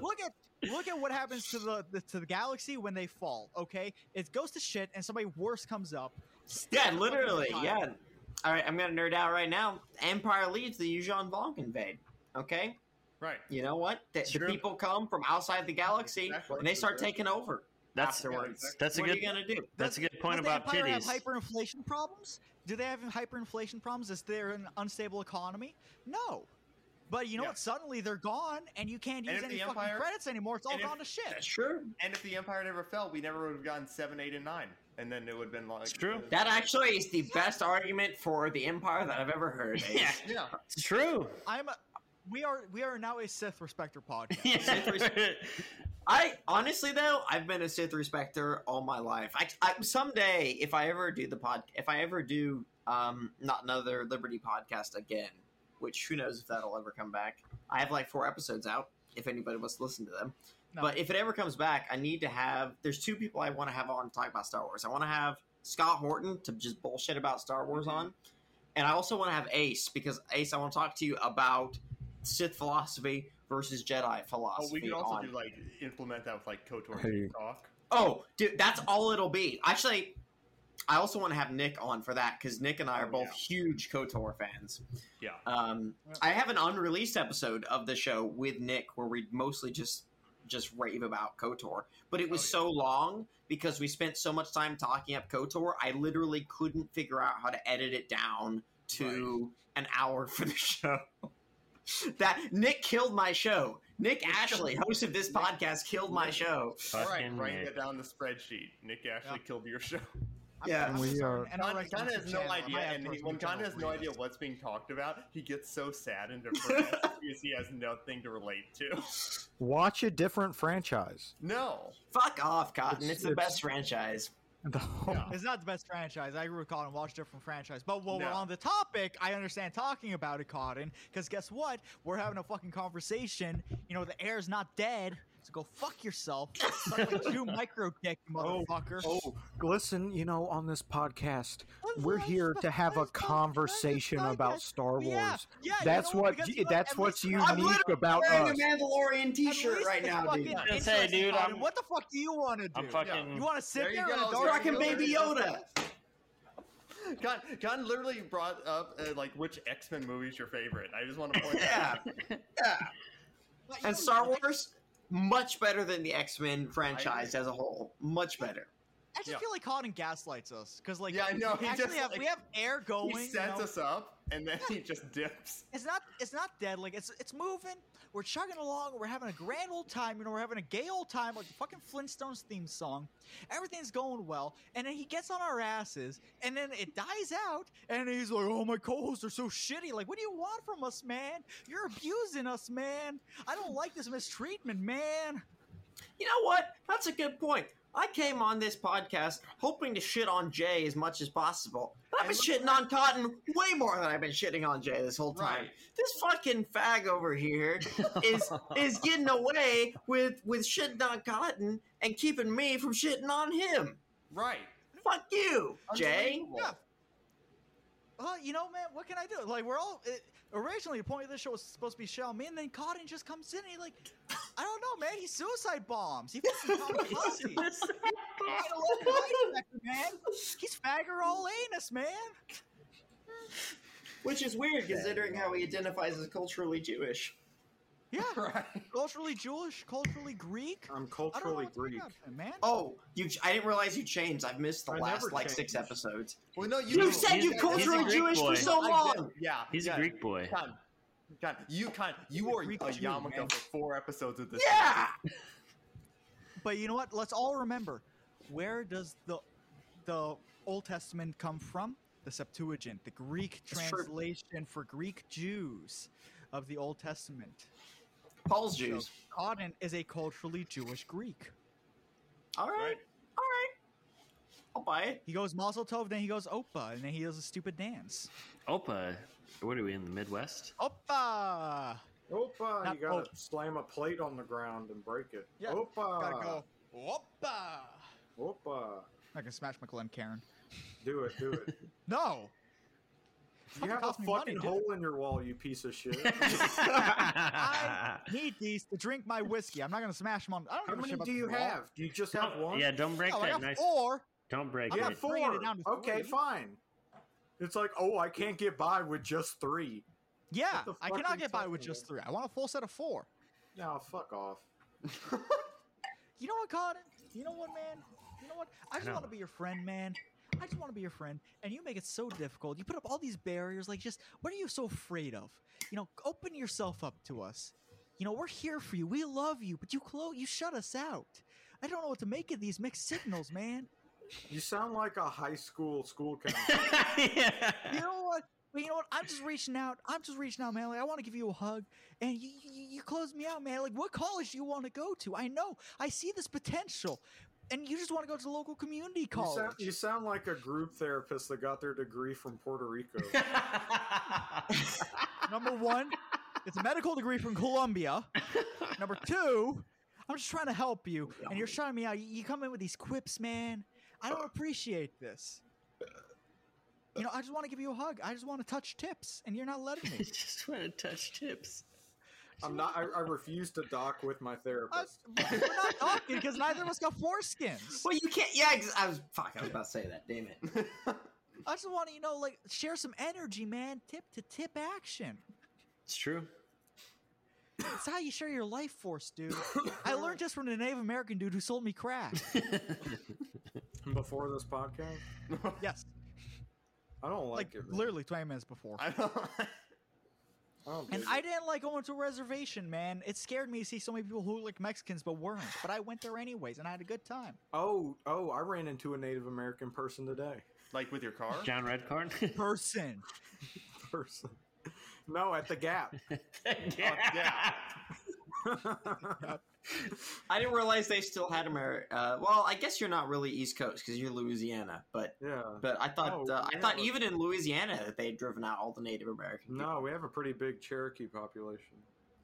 Speaker 6: look at look at what happens to the, the to the galaxy when they fall. Okay, it goes to shit, and somebody worse comes up.
Speaker 7: Yeah, literally. Yeah. All right, I'm gonna nerd out right now. Empire leads the Yuuzhan Vong invade. Okay,
Speaker 9: Right.
Speaker 7: you know what? The, the
Speaker 8: True.
Speaker 7: people come from outside the galaxy
Speaker 9: Exactly.
Speaker 7: and they start taking over
Speaker 8: That's
Speaker 7: afterwards.
Speaker 8: that's a
Speaker 7: what
Speaker 8: good
Speaker 7: are you gonna do?
Speaker 8: that's a good point
Speaker 6: Does the
Speaker 8: about
Speaker 6: Empire
Speaker 8: titties.
Speaker 6: Have hyperinflation problems? Do they have hyperinflation problems? Is there an unstable economy? No. But you know
Speaker 9: Yeah.
Speaker 6: what? Suddenly they're gone, and you can't
Speaker 9: And
Speaker 6: use
Speaker 9: if
Speaker 6: any
Speaker 9: the
Speaker 6: fucking
Speaker 9: Empire-
Speaker 6: credits anymore. It's all
Speaker 9: and if-
Speaker 6: gone to shit.
Speaker 7: Sure.
Speaker 9: And if the Empire never fell, we never would have gotten seven, eight, and nine, and then it would have been like
Speaker 8: It's true.
Speaker 7: That actually is the best argument for the Empire that I've ever heard.
Speaker 8: Yeah.
Speaker 9: yeah.
Speaker 8: True.
Speaker 6: I'm. A, we are we are now a Sith respector podcast.
Speaker 7: I honestly though, I've been a Sith respecter all my life. I, I someday, if I ever do the pod, if I ever do um not another Liberty podcast again, which who knows if that'll ever come back. I have like four episodes out. If anybody wants to listen to them,
Speaker 6: No.
Speaker 7: but if it ever comes back, I need to have. There's two people I want to have on to talk about Star Wars. I want to have Scott Horton to just bullshit about Star Wars
Speaker 9: Mm-hmm.
Speaker 7: on, and I also want to have Ace because Ace, I want to talk to you about Sith philosophy versus Jedi philosophy.
Speaker 9: Oh, we could also
Speaker 7: on-
Speaker 9: do like implement that with like Kotor
Speaker 10: Hey.
Speaker 9: talk.
Speaker 7: Oh, dude, that's all it'll be. Actually, I also want to have Nick on for that because Nick and I are
Speaker 9: Oh,
Speaker 7: both
Speaker 9: yeah.
Speaker 7: huge KOTOR fans.
Speaker 9: Yeah.
Speaker 7: Um, I have an unreleased episode of the show with Nick where we mostly just just rave about KOTOR, but it was
Speaker 9: Oh, yeah.
Speaker 7: so long because we spent so much time talking up KOTOR, I literally couldn't figure out how to edit it down to an hour for the show. that Nick killed my show. Nick Ashley, host of this podcast, killed my show.
Speaker 9: All right,
Speaker 8: Fucking
Speaker 9: writing
Speaker 8: Nick.
Speaker 9: that down in the spreadsheet. Nick actually killed your show.
Speaker 7: Yeah.
Speaker 6: I'm
Speaker 10: We
Speaker 6: just
Speaker 10: are-
Speaker 6: on an
Speaker 9: Con, Con
Speaker 6: NRX
Speaker 9: has no
Speaker 6: channel. I
Speaker 9: idea,
Speaker 6: might have
Speaker 9: and he,
Speaker 6: to listen
Speaker 9: when
Speaker 6: to
Speaker 9: Con
Speaker 6: channel
Speaker 9: has no
Speaker 6: three.
Speaker 9: idea what's being talked about, he gets so sad and depressed because he has nothing to relate to.
Speaker 10: Watch a different franchise.
Speaker 9: No,
Speaker 7: Fuck off, Cotton.
Speaker 10: It's-
Speaker 7: It's, the
Speaker 10: it's-
Speaker 7: best franchise.
Speaker 10: The whole-
Speaker 9: Yeah.
Speaker 6: It's not the best franchise. I agree with Cotton. Watch different franchise. But while we're
Speaker 9: No.
Speaker 6: on the topic, I understand talking about it, Cotton. Because guess what? We're having a fucking conversation. You know, the air's not dead. So go fuck yourself. Suck like two micro dick, you motherfucker.
Speaker 10: Oh, listen, you know, on this podcast, we're here to have a conversation about Star Wars.
Speaker 6: uh, Yeah, yeah, you
Speaker 10: that's
Speaker 6: know
Speaker 10: what
Speaker 6: because
Speaker 10: y-
Speaker 6: look,
Speaker 10: that's
Speaker 6: at
Speaker 10: what's
Speaker 6: least-
Speaker 10: unique
Speaker 7: I'm literally
Speaker 10: about
Speaker 7: wearing
Speaker 10: us.
Speaker 7: a Mandalorian
Speaker 6: at
Speaker 7: T-shirt
Speaker 6: least
Speaker 7: right
Speaker 6: it's
Speaker 7: now,
Speaker 6: fucking
Speaker 7: dude.
Speaker 8: I was gonna say,
Speaker 6: interesting,
Speaker 8: dude,
Speaker 6: Cotton.
Speaker 8: I'm-
Speaker 6: What the fuck do you want to do?
Speaker 8: I'm fucking.
Speaker 6: You want to sit
Speaker 9: There you
Speaker 6: there, in
Speaker 9: go.
Speaker 6: a dark
Speaker 7: Fucking
Speaker 9: Yo,
Speaker 7: Baby
Speaker 9: there's-
Speaker 7: Yoda.
Speaker 9: Con, Con literally brought up uh, like which X Men movie's your favorite. I just want to point
Speaker 7: Yeah,
Speaker 9: that out.
Speaker 6: But you know,
Speaker 7: and Star
Speaker 6: like,
Speaker 7: Wars much better than the X Men franchise as a whole. Much better.
Speaker 6: I just
Speaker 9: Yeah.
Speaker 6: feel like Cotton gaslights us because, like,
Speaker 9: Yeah, I know,
Speaker 6: We
Speaker 9: he
Speaker 6: actually
Speaker 9: just,
Speaker 6: have
Speaker 9: like-
Speaker 6: we have air going.
Speaker 9: He
Speaker 6: you
Speaker 9: sets
Speaker 6: know?
Speaker 9: us up, and then he just dips.
Speaker 6: It's not it's not dead. Like it's it's moving. We're chugging along. We're having a grand old time. You know, we're having a gay old time, like the fucking Flintstones theme song. Everything's going well, and then he gets on our asses, and then it dies out, and he's like, "Oh, my co-hosts are so shitty. Like, what do you want from us, man? You're abusing us, man. I don't like this mistreatment, man."
Speaker 7: You know what? That's a good point. I came on this podcast hoping to shit on Jay as much as possible. But I've been shitting on Cotton way more than I've been shitting on Jay this whole time. This fucking fag over here is is getting away with with shitting on Cotton and keeping me from shitting on him.
Speaker 9: Right.
Speaker 7: Fuck you, Jay.
Speaker 9: Unbelievable.
Speaker 6: Yeah. Well, you know, man, what can I do? Like, we're all it, originally the point of this show was supposed to be Shell Me, and then Cotton just comes in and he like, I don't know, man. He suicide bombs. He fucking kamikaze. I don't like the life factor, man. He's fagger all anus, man.
Speaker 7: Which is weird considering how he identifies as culturally Jewish.
Speaker 6: Yeah,
Speaker 9: Right.
Speaker 6: culturally Jewish, culturally Greek.
Speaker 10: I'm
Speaker 6: I don't know
Speaker 10: culturally
Speaker 6: what's going
Speaker 10: Greek.
Speaker 6: on with him, man.
Speaker 7: Oh, you I didn't realize you changed. I've missed the
Speaker 10: I
Speaker 7: last
Speaker 10: never
Speaker 7: like six
Speaker 10: changed.
Speaker 7: episodes.
Speaker 9: Well, no, you
Speaker 7: You
Speaker 9: did.
Speaker 7: said you
Speaker 9: did.
Speaker 7: culturally
Speaker 8: Greek
Speaker 7: Jewish
Speaker 8: boy.
Speaker 7: for so
Speaker 9: I did.
Speaker 7: long.
Speaker 9: Yeah,
Speaker 8: He's
Speaker 9: yeah.
Speaker 8: a Greek boy.
Speaker 9: Con, Con, you con, you were a
Speaker 6: Greek Jew,
Speaker 9: yarmulke
Speaker 6: man.
Speaker 9: for four episodes of this.
Speaker 7: Yeah.
Speaker 6: But you know what? Let's all remember, where does the the Old Testament come from? The Septuagint, the Greek
Speaker 7: That's true.
Speaker 6: translation for Greek Jews of the Old Testament.
Speaker 7: Paul's Jews.
Speaker 6: Cotton is a culturally Jewish Greek.
Speaker 7: All right. All right.
Speaker 9: Right.
Speaker 7: I'll buy it.
Speaker 6: He goes Mazel Tov, then he goes Opa, and then he does a stupid dance.
Speaker 8: Opa, what are we in the Midwest?
Speaker 6: Opa!
Speaker 10: Opa,
Speaker 6: Not
Speaker 10: you gotta
Speaker 6: Pope.
Speaker 10: slam a plate on the ground and break it.
Speaker 6: Yeah,
Speaker 10: Opa,
Speaker 6: Gotta go. Opa!
Speaker 10: Opa,
Speaker 6: I can smash my Glen Karen.
Speaker 10: do it, do it.
Speaker 6: No!
Speaker 10: you
Speaker 6: Fucking
Speaker 10: have a
Speaker 6: cost me money,
Speaker 10: fucking
Speaker 6: dude.
Speaker 10: hole in your wall, you piece of shit.
Speaker 6: I need these to drink my whiskey. I'm not gonna smash them on. I don't
Speaker 10: How
Speaker 6: give a shit
Speaker 10: many
Speaker 6: about
Speaker 10: do
Speaker 6: the
Speaker 10: you
Speaker 6: wall.
Speaker 10: have? Do you just have one?
Speaker 8: yeah, don't break
Speaker 6: No, I
Speaker 8: that
Speaker 6: got
Speaker 8: nice.
Speaker 6: four.
Speaker 8: Don't break
Speaker 6: I
Speaker 10: I
Speaker 6: got
Speaker 8: it.
Speaker 10: got
Speaker 6: bringing it
Speaker 10: four.
Speaker 6: down to
Speaker 10: Okay,
Speaker 6: three.
Speaker 10: fine. It's like, oh, I can't get by with just three.
Speaker 6: Yeah,
Speaker 10: the
Speaker 6: I
Speaker 10: fuck are
Speaker 6: cannot
Speaker 10: you
Speaker 6: get by
Speaker 10: talking
Speaker 6: with just
Speaker 10: about?
Speaker 6: three. I want a full set of four.
Speaker 10: No, fuck off.
Speaker 6: You know what, Cotton? You know what, man? You know what? I just
Speaker 8: know.
Speaker 6: want to be your friend, man. I just want to be your friend, and you make it so difficult. You put up all these barriers. Like, just what are you so afraid of? You know, open yourself up to us. You know, we're here for you. We love you, but you close. You shut us out. I don't know what to make of these mixed signals, man.
Speaker 10: You sound like a high school school counselor.
Speaker 6: you know what? But you know what? I'm just reaching out. I'm just reaching out, man. Like, I want to give you a hug, and you, you you close me out, man. Like, what college do you want to go to? I know, I see this potential, and you just want to go to the local community
Speaker 10: you,
Speaker 6: college.
Speaker 10: sound, you sound like a group therapist that got their degree from Puerto Rico.
Speaker 6: Number one, it's a medical degree from Columbia. Number two, I'm just trying to help you, and you're shutting me out. You, you come in with these quips, man. I don't appreciate this. You know, I just want to give you a hug. I just want to touch tips, and you're not letting me.
Speaker 8: just want to touch tips.
Speaker 10: I'm not. I, I refuse to dock with my
Speaker 6: Uh,
Speaker 10: therapist.
Speaker 6: but we're not talking because neither of us got foreskins.
Speaker 7: Well, you can't. Yeah, ex- I was fuck. I was about to say that. Damn it.
Speaker 6: I just want to, you know, like share some energy, man. Tip to tip action.
Speaker 8: It's true.
Speaker 6: It's how you share your life force, dude. I learned this from the Native American dude who sold me crack.
Speaker 10: Before this podcast,
Speaker 6: Yes,
Speaker 10: I don't
Speaker 6: like
Speaker 10: like, it. man.
Speaker 6: literally 20 minutes before.
Speaker 9: I don't.
Speaker 10: I don't
Speaker 6: and
Speaker 10: dig
Speaker 6: I
Speaker 10: it.
Speaker 6: didn't like going to a reservation, man. It scared me to see so many people who looked Mexicans but weren't. But I went there anyways, and I had a good time.
Speaker 10: Oh, oh! I ran into a Native American person today.
Speaker 9: Like with your car?
Speaker 8: John Redcorn.
Speaker 6: Oh, Person,
Speaker 10: Person. No, at the Gap.
Speaker 9: yeah.
Speaker 7: I didn't realize they still had them. Uh, well, I guess you're not really East Coast because you're Louisiana, but
Speaker 10: yeah.
Speaker 7: but I thought
Speaker 10: Oh,
Speaker 7: uh, I
Speaker 10: yeah,
Speaker 7: thought
Speaker 10: but-
Speaker 7: even in Louisiana that they had driven out all the Native Americans.
Speaker 10: No, we have a pretty big Cherokee population.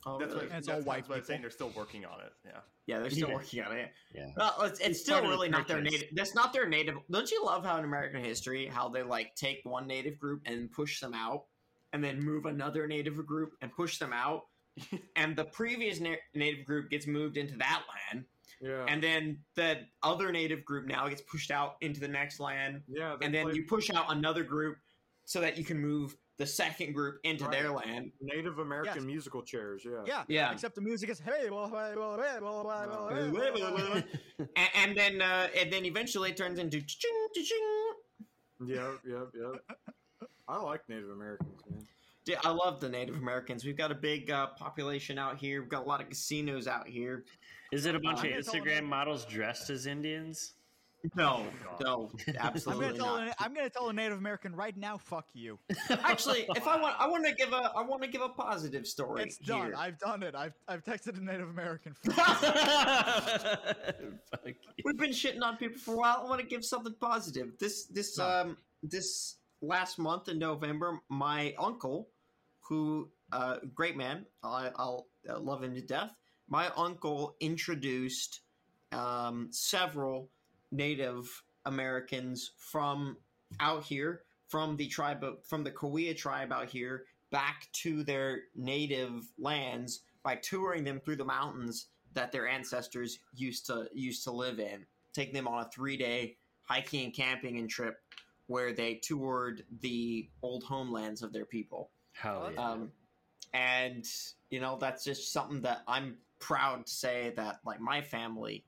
Speaker 7: oh,
Speaker 9: That's
Speaker 7: really?
Speaker 9: what,
Speaker 6: And it's
Speaker 9: that's
Speaker 6: all white
Speaker 9: what I'm saying.
Speaker 6: people.
Speaker 9: They're still working on it. Yeah.
Speaker 7: yeah, they're still
Speaker 8: Yeah.
Speaker 7: working on it.
Speaker 8: Yeah.
Speaker 7: Well, it's, it's
Speaker 8: It's
Speaker 7: still
Speaker 8: part of the
Speaker 7: really not their
Speaker 8: purpose.
Speaker 7: native. That's not their native. Don't you love how in American history how they like take one native group and push them out, and then move another native group and push them out, and the previous na- native group gets moved into that land,
Speaker 10: Yeah.
Speaker 7: and then the other native group now gets pushed out into the next land,
Speaker 10: yeah. they
Speaker 7: and then
Speaker 10: play
Speaker 7: you push out another group so that you can move the second group into their
Speaker 10: Right.
Speaker 7: land.
Speaker 10: Native American musical chairs. Yeah.
Speaker 6: yeah,
Speaker 7: Yeah.
Speaker 6: Except the music is hey, blah, blah, blah, blah, blah, blah, blah, blah, blah, blah.
Speaker 7: and, and then uh, and then eventually it turns into ching, ching.
Speaker 10: Yep. Yep. Yep. I like Native Americans, man.
Speaker 7: Dude, I love the Native Americans. We've got a big uh, population out here. We've got a lot of casinos out here.
Speaker 8: Is it a bunch
Speaker 7: Uh,
Speaker 8: of
Speaker 7: I'm gonna
Speaker 6: tell him-
Speaker 8: Instagram models dressed as Indians?
Speaker 7: No, no,
Speaker 6: I'm gonna
Speaker 7: absolutely
Speaker 6: tell.
Speaker 7: not.
Speaker 6: A, I'm gonna tell a Native American right now. Fuck you.
Speaker 7: Actually, if I want, I want to give a, I want to give a positive story
Speaker 6: It's done.
Speaker 7: here.
Speaker 6: I've done it. I've I've texted a Native American.
Speaker 8: Fuck you.
Speaker 7: We've been shitting on people for a while. I want to give something positive. This, this, um, this last month in November, my uncle, who, uh, great man, I, I'll uh, love him to death. My uncle introduced, um, several Native Americans from out here from the tribe of, from the Kaweah tribe out here back to their native lands by touring them through the mountains that their ancestors used to used to live in. Take them on a three day hiking and camping and trip where they toured the old homelands of their people.
Speaker 8: Hell yeah.
Speaker 7: Um, and you know that's just something that I'm proud to say that like my family,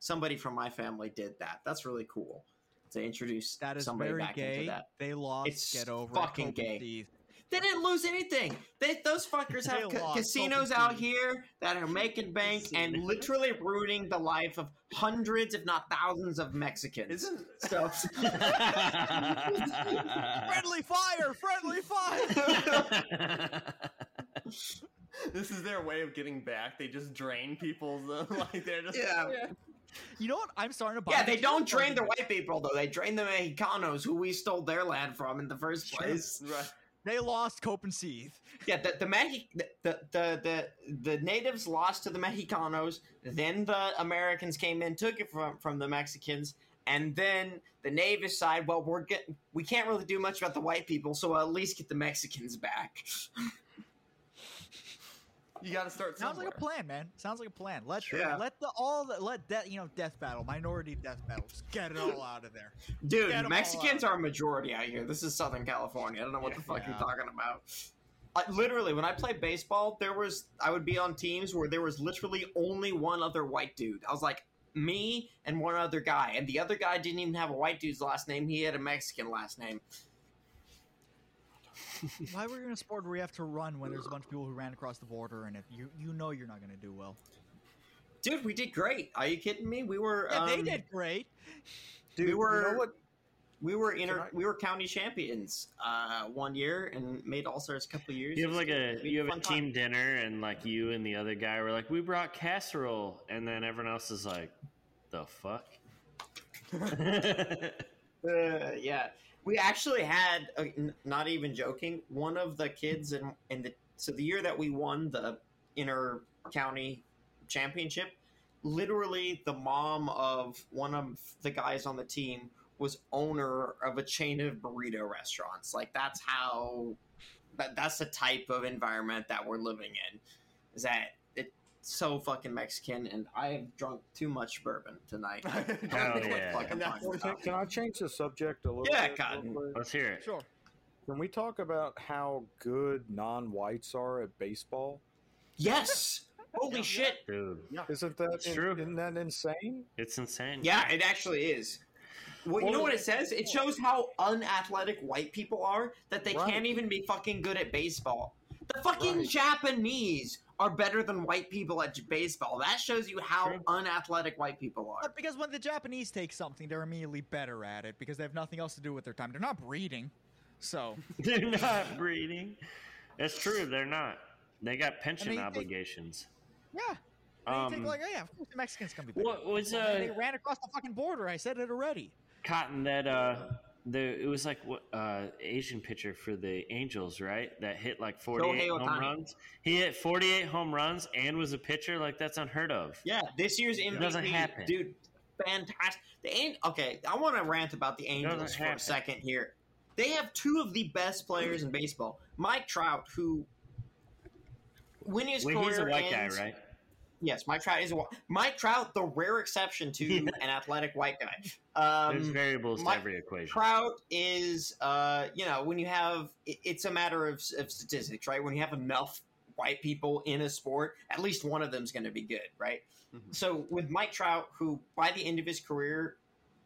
Speaker 7: somebody from my family did that. That's really cool to introduce
Speaker 6: That is
Speaker 7: somebody
Speaker 6: very
Speaker 7: back into
Speaker 6: gay.
Speaker 7: that.
Speaker 6: They lost.
Speaker 7: It's
Speaker 6: Get over
Speaker 7: fucking
Speaker 6: it. Cold
Speaker 7: gay.
Speaker 6: disease.
Speaker 7: They didn't lose anything. They, those fuckers
Speaker 6: They
Speaker 7: have ca-
Speaker 6: lost.
Speaker 7: casinos
Speaker 6: Fucking
Speaker 7: out
Speaker 6: team.
Speaker 7: here that are making bank and literally ruining the life of hundreds, if not thousands, of Mexicans.
Speaker 9: Isn't
Speaker 7: So, Uh-huh.
Speaker 6: friendly fire. Friendly fire.
Speaker 9: this is their way of getting back? They just drain people's uh, like they're just
Speaker 7: yeah,
Speaker 6: You know what? I'm starting to buy.
Speaker 7: yeah. They
Speaker 6: the
Speaker 7: don't
Speaker 6: Native
Speaker 7: drain the
Speaker 6: American-
Speaker 7: white people though. They drain the Mexicanos who we stole their land from in the first place.
Speaker 9: right.
Speaker 6: They lost Copenseath.
Speaker 7: Yeah, the the, Mexi- the the the the the natives lost to the Mexicanos. Then the Americans came in, took it from from the Mexicans, and then the native side. Well, we're get, we can't really do much about the white people, so at least get the Mexicans back.
Speaker 9: You got to start
Speaker 6: Sounds
Speaker 9: somewhere.
Speaker 6: like a plan, man. Sounds like a plan. Let
Speaker 7: Yeah.
Speaker 6: let the all the, let death you know death battle minority death battle. Just get it all out of there.
Speaker 7: Dude,
Speaker 6: Get 'em all
Speaker 7: Mexicans are a majority out here. This is Southern California. I don't know what the fuck
Speaker 6: Yeah.
Speaker 7: you're talking about. I, literally, when I played baseball, there was I would be on teams where there was literally only one other white dude. I was like me and one other guy, and the other guy didn't even have a white dude's last name. He had a Mexican last name.
Speaker 6: Why were you in a sport where you have to run when there's a bunch of people who ran across the border and if you you know you're not gonna do well.
Speaker 7: Dude, we did great. Are you kidding me? We were
Speaker 6: Yeah, they
Speaker 7: um,
Speaker 6: did great.
Speaker 10: Dude,
Speaker 7: we were
Speaker 10: you know what?
Speaker 7: we were inter
Speaker 10: Can I-
Speaker 7: we were county champions uh, one year and made all stars a couple years.
Speaker 8: You have like a
Speaker 7: It'd be
Speaker 8: you have a
Speaker 7: fun time.
Speaker 8: team dinner and like you and the other guy were like, we brought casserole, and then everyone else is like, the fuck.
Speaker 7: Uh, yeah, we actually had, uh, n- not even joking, one of the kids in in the so the year that we won the inner county championship, literally the mom of one of the guys on the team was owner of a chain of burrito restaurants. Like that's how that that's the type of environment that we're living in. Is that it's so fucking Mexican, and I have drunk too much bourbon tonight.
Speaker 8: Hell
Speaker 7: What the
Speaker 8: yeah.
Speaker 7: fuck am I
Speaker 9: That's-
Speaker 7: talking
Speaker 10: Can I change the subject a little?
Speaker 7: Yeah,
Speaker 10: bit,
Speaker 7: Cotton.
Speaker 10: real quick?
Speaker 8: Let's hear it.
Speaker 6: Sure.
Speaker 10: Can we talk about how good non-whites are at baseball?
Speaker 7: Yes. Holy shit.
Speaker 8: Dude,
Speaker 10: Isn't that
Speaker 8: It's true.
Speaker 10: Isn't that insane?
Speaker 8: it's insane.
Speaker 7: Yeah, it actually is. Well, you know what it says? It shows how unathletic white people are that they
Speaker 10: Right.
Speaker 7: can't even be fucking good at baseball. The fucking Japanese are better than white people at j- baseball. That shows you how
Speaker 8: True.
Speaker 7: unathletic white people
Speaker 6: Uh,
Speaker 7: are.
Speaker 6: Because when the Japanese take something, they're immediately better at it because they have nothing else to do with their time. They're not breeding. So
Speaker 8: They're not breeding. That's true. They're not. They got pension
Speaker 6: they-
Speaker 8: obligations.
Speaker 6: yeah. They
Speaker 8: Um,
Speaker 6: think like, oh yeah, of course the Mexicans can be better.
Speaker 8: what was
Speaker 6: Well, they
Speaker 8: uh,
Speaker 6: ran across the fucking border. I said it already.
Speaker 8: Cotton that uh, the it was like what uh, Asian pitcher for the Angels, right? That hit like forty eight home
Speaker 7: Ohtani.
Speaker 8: runs. He hit forty eight home runs and was a pitcher. Like that's unheard of.
Speaker 7: Yeah, this year's MVP,
Speaker 8: doesn't happen.
Speaker 7: dude, fantastic. The An- okay, I want to rant about the Angels
Speaker 8: doesn't
Speaker 7: for
Speaker 8: happen.
Speaker 7: a second here. They have two of the best players in baseball. Mike Trout, who when his
Speaker 8: Well,
Speaker 7: career
Speaker 8: he's a white guy,
Speaker 7: ends-
Speaker 8: right?
Speaker 7: Yes, Mike Trout is a, wh- Mike Trout, the rare exception to
Speaker 8: Yeah.
Speaker 7: an athletic white guy.
Speaker 8: There's
Speaker 7: Um,
Speaker 8: variables
Speaker 7: my-
Speaker 8: to every equation.
Speaker 7: Trout is, uh, you know, when you have, it- it's a matter of, of statistics, right? When you have enough white people in a sport, at least one of them's going to be good, right?
Speaker 9: Mhm.
Speaker 7: So with Mike Trout, who by the end of his career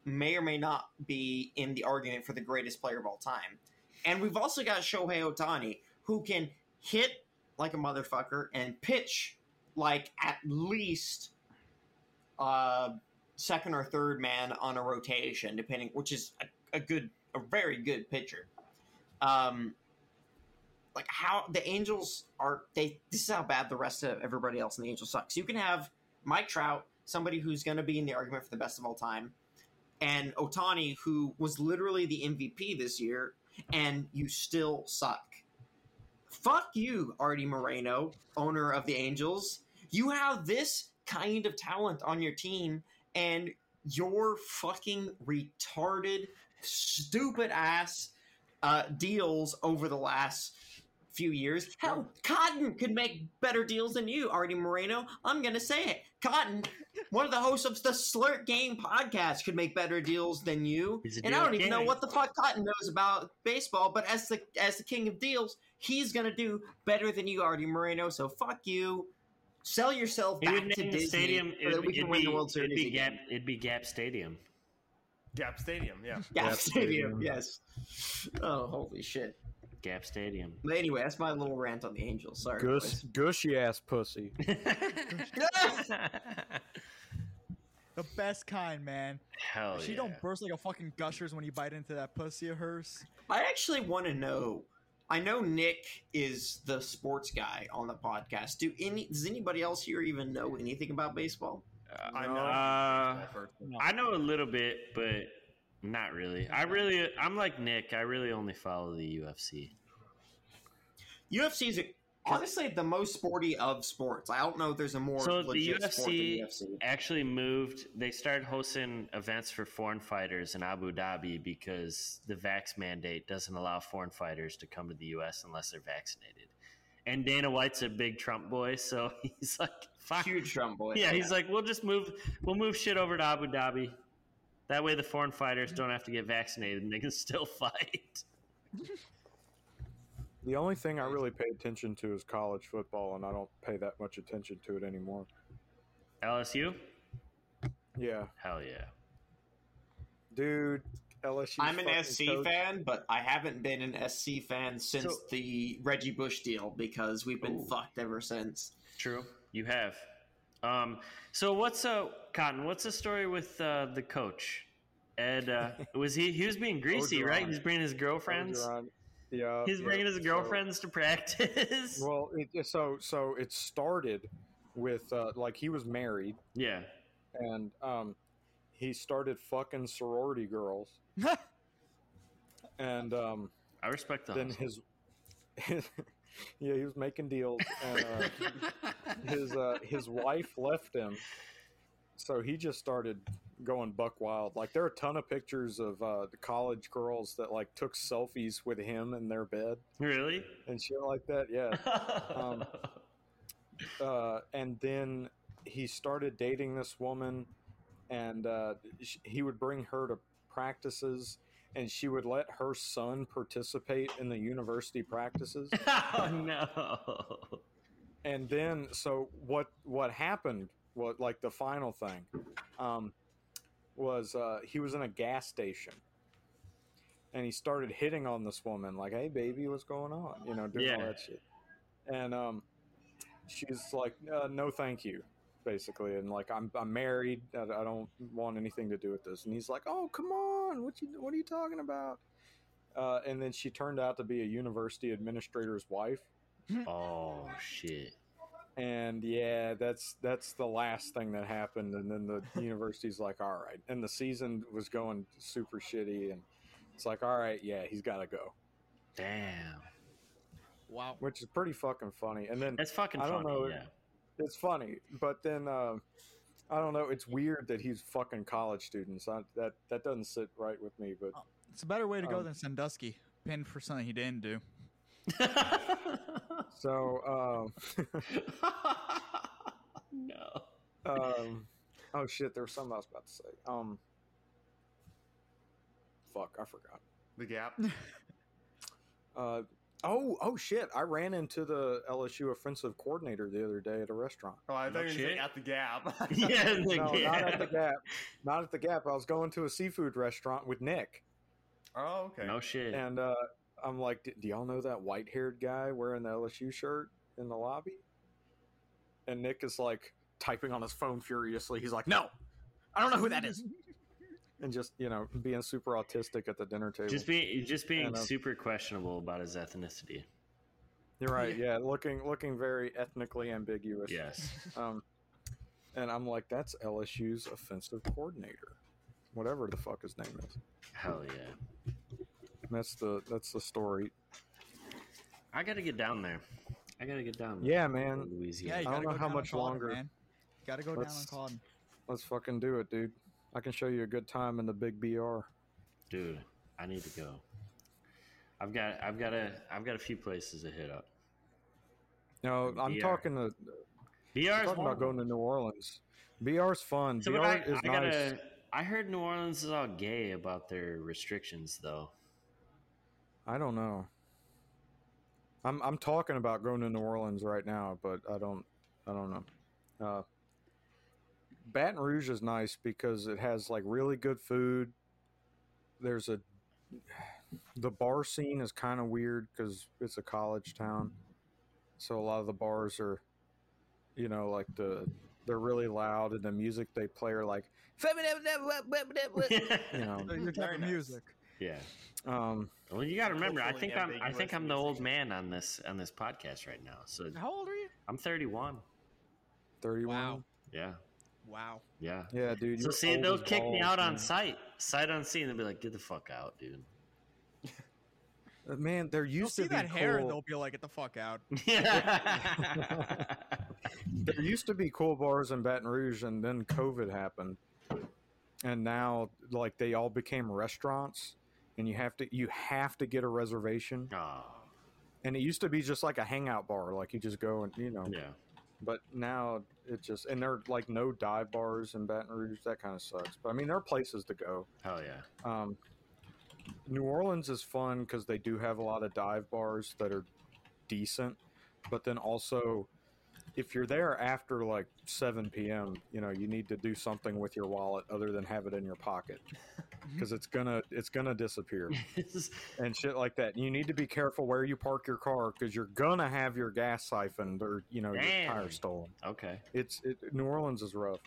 Speaker 7: may or may not be in the argument for the greatest player of all time, And we've also got Shohei Otani, who can hit like a motherfucker and pitch like at least uh, second or third man on a rotation, depending, which is a, a good, a very good pitcher. Um, like how the Angels are they this is how bad the rest of everybody else in the Angels sucks. You can have Mike Trout, somebody who's going to be in the argument for the best of all time, and Otani who was literally the MVP this year and you still suck. Fuck you, Artie Moreno, owner of the Angels. You have this kind of talent on your team and your fucking retarded stupid ass uh, deals over the last few years. Hell, Cotton could make better deals than you, Artie Moreno. I'm gonna say it. Cotton, one of the hosts of the Slurp Game podcast, could make better deals than you.
Speaker 8: He's a
Speaker 7: And I
Speaker 8: deal
Speaker 7: don't even know
Speaker 8: king.
Speaker 7: what the fuck Cotton knows about baseball, but as the as the king of deals, he's gonna do better than you, Artie Moreno. So fuck you. Sell yourself
Speaker 8: It would
Speaker 7: back
Speaker 8: name
Speaker 7: to
Speaker 8: the
Speaker 7: Disney
Speaker 8: stadium.
Speaker 7: so that
Speaker 8: it'd-
Speaker 7: we can
Speaker 8: it'd
Speaker 7: win
Speaker 8: be-
Speaker 7: the World Series.
Speaker 8: It'd be
Speaker 7: again.
Speaker 8: Gap. It'd be Gap Stadium.
Speaker 9: Gap Stadium, yeah.
Speaker 7: Gap
Speaker 10: Gap
Speaker 7: Stadium,
Speaker 10: Stadium.
Speaker 7: yes. Oh, holy shit.
Speaker 8: Gap Stadium.
Speaker 7: But anyway, that's my little rant on the Angels. Sorry.
Speaker 10: Gush,
Speaker 7: boys.
Speaker 10: gushy ass pussy.
Speaker 6: The best kind, man.
Speaker 8: Hell Oh,
Speaker 6: she
Speaker 8: yeah.
Speaker 6: don't burst like a fucking gushers when you bite into that pussy of hers.
Speaker 7: I actually want to know. I know Nick is the sports guy on the podcast. Do any does anybody else here even know anything about baseball?
Speaker 9: I'm
Speaker 8: Uh,
Speaker 9: not a person.
Speaker 8: I know a little bit, but not really. I really, I'm like Nick. I really only follow the UFC.
Speaker 7: UFC is honestly the most sporty of sports. I don't know if there's a more
Speaker 8: So the
Speaker 7: legit sport than
Speaker 8: UFC
Speaker 7: UFC.
Speaker 8: Actually, moved. They started hosting events for foreign fighters in Abu Dhabi because the vax mandate doesn't allow foreign fighters to come to the U.S. unless they're vaccinated. And Dana White's a big Trump boy, so he's like, "Fuck,
Speaker 7: Huge drum boy.
Speaker 8: Yeah, he's like, we'll just move, we'll move shit over to Abu Dhabi. That way, the foreign fighters don't have to get vaccinated and they can still fight.
Speaker 10: The only thing I really pay attention to is college football, and I don't pay that much attention to it anymore.
Speaker 8: LSU,
Speaker 10: Yeah,
Speaker 8: hell yeah.
Speaker 10: dude, LSU.
Speaker 7: I'm an SC fan, but I haven't been an SC fan since
Speaker 10: So-
Speaker 7: the Reggie Bush deal because we've been
Speaker 8: Ooh.
Speaker 7: fucked ever since.
Speaker 8: True, you have. Um, so what's uh Cotton? What's the story with uh, the coach? Ed uh, was he? He was being greasy, right?
Speaker 10: Ogeron.
Speaker 8: He's bringing his girlfriends.
Speaker 10: Yeah,
Speaker 8: He's
Speaker 10: yeah,
Speaker 8: bringing his
Speaker 10: so-
Speaker 8: girlfriends to practice.
Speaker 10: well, it, it- so so it started with uh, like he was married,
Speaker 8: yeah,
Speaker 10: and um, he started fucking sorority girls, and um,
Speaker 8: I respect the
Speaker 10: then
Speaker 8: hustle.
Speaker 10: his, yeah, he was making deals. And, uh, his uh, his wife left him, so he just started going buck wild. Like there are a ton of pictures of uh, the college girls that like took selfies with him in their bed
Speaker 8: really.
Speaker 10: and shit like that. Yeah, Um, uh, and then he started dating this woman, and uh, sh- he would bring her to practices, and she would let her son participate in the university practices.
Speaker 8: oh no.
Speaker 10: and then so what what happened what like the final thing um, was uh, he was in a gas station and he started hitting on this woman like hey baby what's going on you know doing all
Speaker 8: Yeah.
Speaker 10: that shit and um, she's like uh, no thank you basically and like i'm, I'm married I, I don't want anything to do with this and he's like oh come on what you what are you talking about uh, and then she turned out to be a university administrator's wife
Speaker 8: Oh shit.
Speaker 10: and yeah, that's that's the last thing that happened. And then the university's like, all right. And the season was going super shitty, and it's like, all right, yeah, he's got to go,
Speaker 8: Damn.
Speaker 6: Wow.
Speaker 10: which is pretty fucking funny. And then
Speaker 8: That's fucking
Speaker 10: I
Speaker 8: funny.
Speaker 10: don't know.
Speaker 8: Yeah.
Speaker 10: it's funny, but then uh, I don't know. It's weird that he's fucking college students. I, that that doesn't sit right with me. But
Speaker 6: It's a better way to go
Speaker 10: Um,
Speaker 6: than Sandusky. Pinned for something he didn't do.
Speaker 10: so,
Speaker 8: no.
Speaker 10: um, um, oh shit, there was something I was about to say. Um, fuck, I forgot.
Speaker 9: The Gap.
Speaker 10: Uh, oh, oh shit! I ran into the LSU offensive coordinator the other day at a restaurant.
Speaker 9: Oh, I
Speaker 8: No
Speaker 9: thought you were saying
Speaker 8: shit.
Speaker 9: at the Gap.
Speaker 8: Yeah, the
Speaker 10: No, not at the
Speaker 8: gap.
Speaker 10: Gap. Not at the Gap. I was going to a seafood restaurant with Nick,
Speaker 9: oh, okay.
Speaker 8: No shit.
Speaker 10: and uh, I'm like, "Do- do y'all know that white haired guy wearing the LSU shirt in the lobby? And Nick is like typing on his phone furiously. He's like, no, I don't know who that is. and just, you know, being super autistic at the dinner table.
Speaker 8: Just being just being
Speaker 10: And, um,
Speaker 8: super questionable about his ethnicity.
Speaker 10: You're right. Yeah, looking looking very ethnically ambiguous.
Speaker 8: Yes.
Speaker 10: Um, and I'm like, that's LSU's offensive coordinator, whatever the fuck his name is.
Speaker 8: Hell yeah.
Speaker 10: And that's the that's the story.
Speaker 8: I gotta get down there. I gotta get down there.
Speaker 10: Yeah, man.
Speaker 8: Louisiana.
Speaker 10: I don't know how much longer.
Speaker 6: You gotta go down
Speaker 10: Let's-
Speaker 6: on Clauden.
Speaker 10: Let's fucking do it, dude. I can show you a good time in the big BR.
Speaker 8: Dude, I need to go. I've got I've got a I've got a few places to hit up.
Speaker 10: No, I'm
Speaker 8: BR.
Speaker 10: talking to
Speaker 8: BR
Speaker 10: I'm
Speaker 8: is
Speaker 10: talking
Speaker 8: one
Speaker 10: about
Speaker 8: of them.
Speaker 10: going to New Orleans. BR's fun.
Speaker 8: So
Speaker 10: BR
Speaker 8: but I,
Speaker 10: is
Speaker 8: I
Speaker 10: nice.
Speaker 8: gotta I heard New Orleans is all gay about their restrictions though.
Speaker 10: I don't know. I'm I'm talking about going to New Orleans right now, but I don't I don't know. Uh, Baton Rouge is nice because it has like really good food. There's a the bar scene is kind of weird because it's a college town, so a lot of the bars are, you know, like the they're really loud and the music they play are like, you know,
Speaker 6: Your type
Speaker 9: Very
Speaker 6: of
Speaker 9: nice.
Speaker 6: music.
Speaker 8: yeah.
Speaker 10: um,
Speaker 8: Well, you got to remember. I
Speaker 9: Culturally
Speaker 8: think I'm. I
Speaker 9: ambiguous
Speaker 8: think I'm the
Speaker 9: music.
Speaker 8: old man on this on this podcast right now. So
Speaker 6: How old are you?
Speaker 8: I'm 31.
Speaker 10: thirty-one.
Speaker 6: Wow.
Speaker 8: Yeah,
Speaker 6: Wow.
Speaker 8: yeah.
Speaker 10: Yeah, dude.
Speaker 8: So
Speaker 10: you're
Speaker 8: see,
Speaker 10: old
Speaker 8: they'll
Speaker 10: as
Speaker 8: kick me
Speaker 10: balls,
Speaker 8: out on
Speaker 10: man.
Speaker 8: sight, sight unseen. They'll be like, "Get the fuck out, dude."
Speaker 10: Uh, Man, there
Speaker 6: You'll
Speaker 10: used
Speaker 6: see
Speaker 10: to be
Speaker 6: that
Speaker 10: cool.
Speaker 6: hair and they'll be like, get the fuck out.
Speaker 8: Yeah.
Speaker 10: There used to be cool bars in Baton Rouge, and then COVID happened, and now like they all became restaurants, and you have to you have to get a reservation.
Speaker 8: oh,
Speaker 10: And it used to be just like a hangout bar, like you just go and you know.
Speaker 8: yeah.
Speaker 10: But now it just and there are like no dive bars in Baton Rouge. That kind of sucks. But I mean, there are places to go.
Speaker 8: Hell yeah.
Speaker 10: Um, New Orleans is fun because they do have a lot of dive bars that are decent, but then also, if you're there after like 7 p.m., you know you need to do something with your wallet other than have it in your pocket because it's gonna it's gonna disappear and shit like that. You need to be careful where you park your car because you're gonna have your gas siphoned or you know your
Speaker 8: Damn.
Speaker 10: tire stolen.
Speaker 8: okay.
Speaker 10: It's it, New Orleans is rough.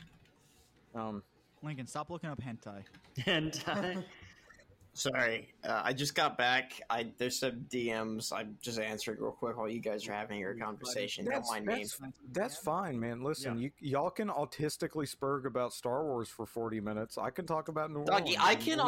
Speaker 10: Um,
Speaker 6: Lincoln, stop looking up hentai.
Speaker 8: And uh, I,
Speaker 7: Sorry, uh, I just got back. I there's some DMs. I'm just answering real quick while you guys are having your conversation. Don't
Speaker 10: That's-
Speaker 7: mind me.
Speaker 10: that's- That's fine, man. Listen, you y'all can autistically spurg about Star Wars for forty minutes. I can talk about New
Speaker 7: Doggy,
Speaker 10: Orleans.
Speaker 7: I can
Speaker 10: Louisiana.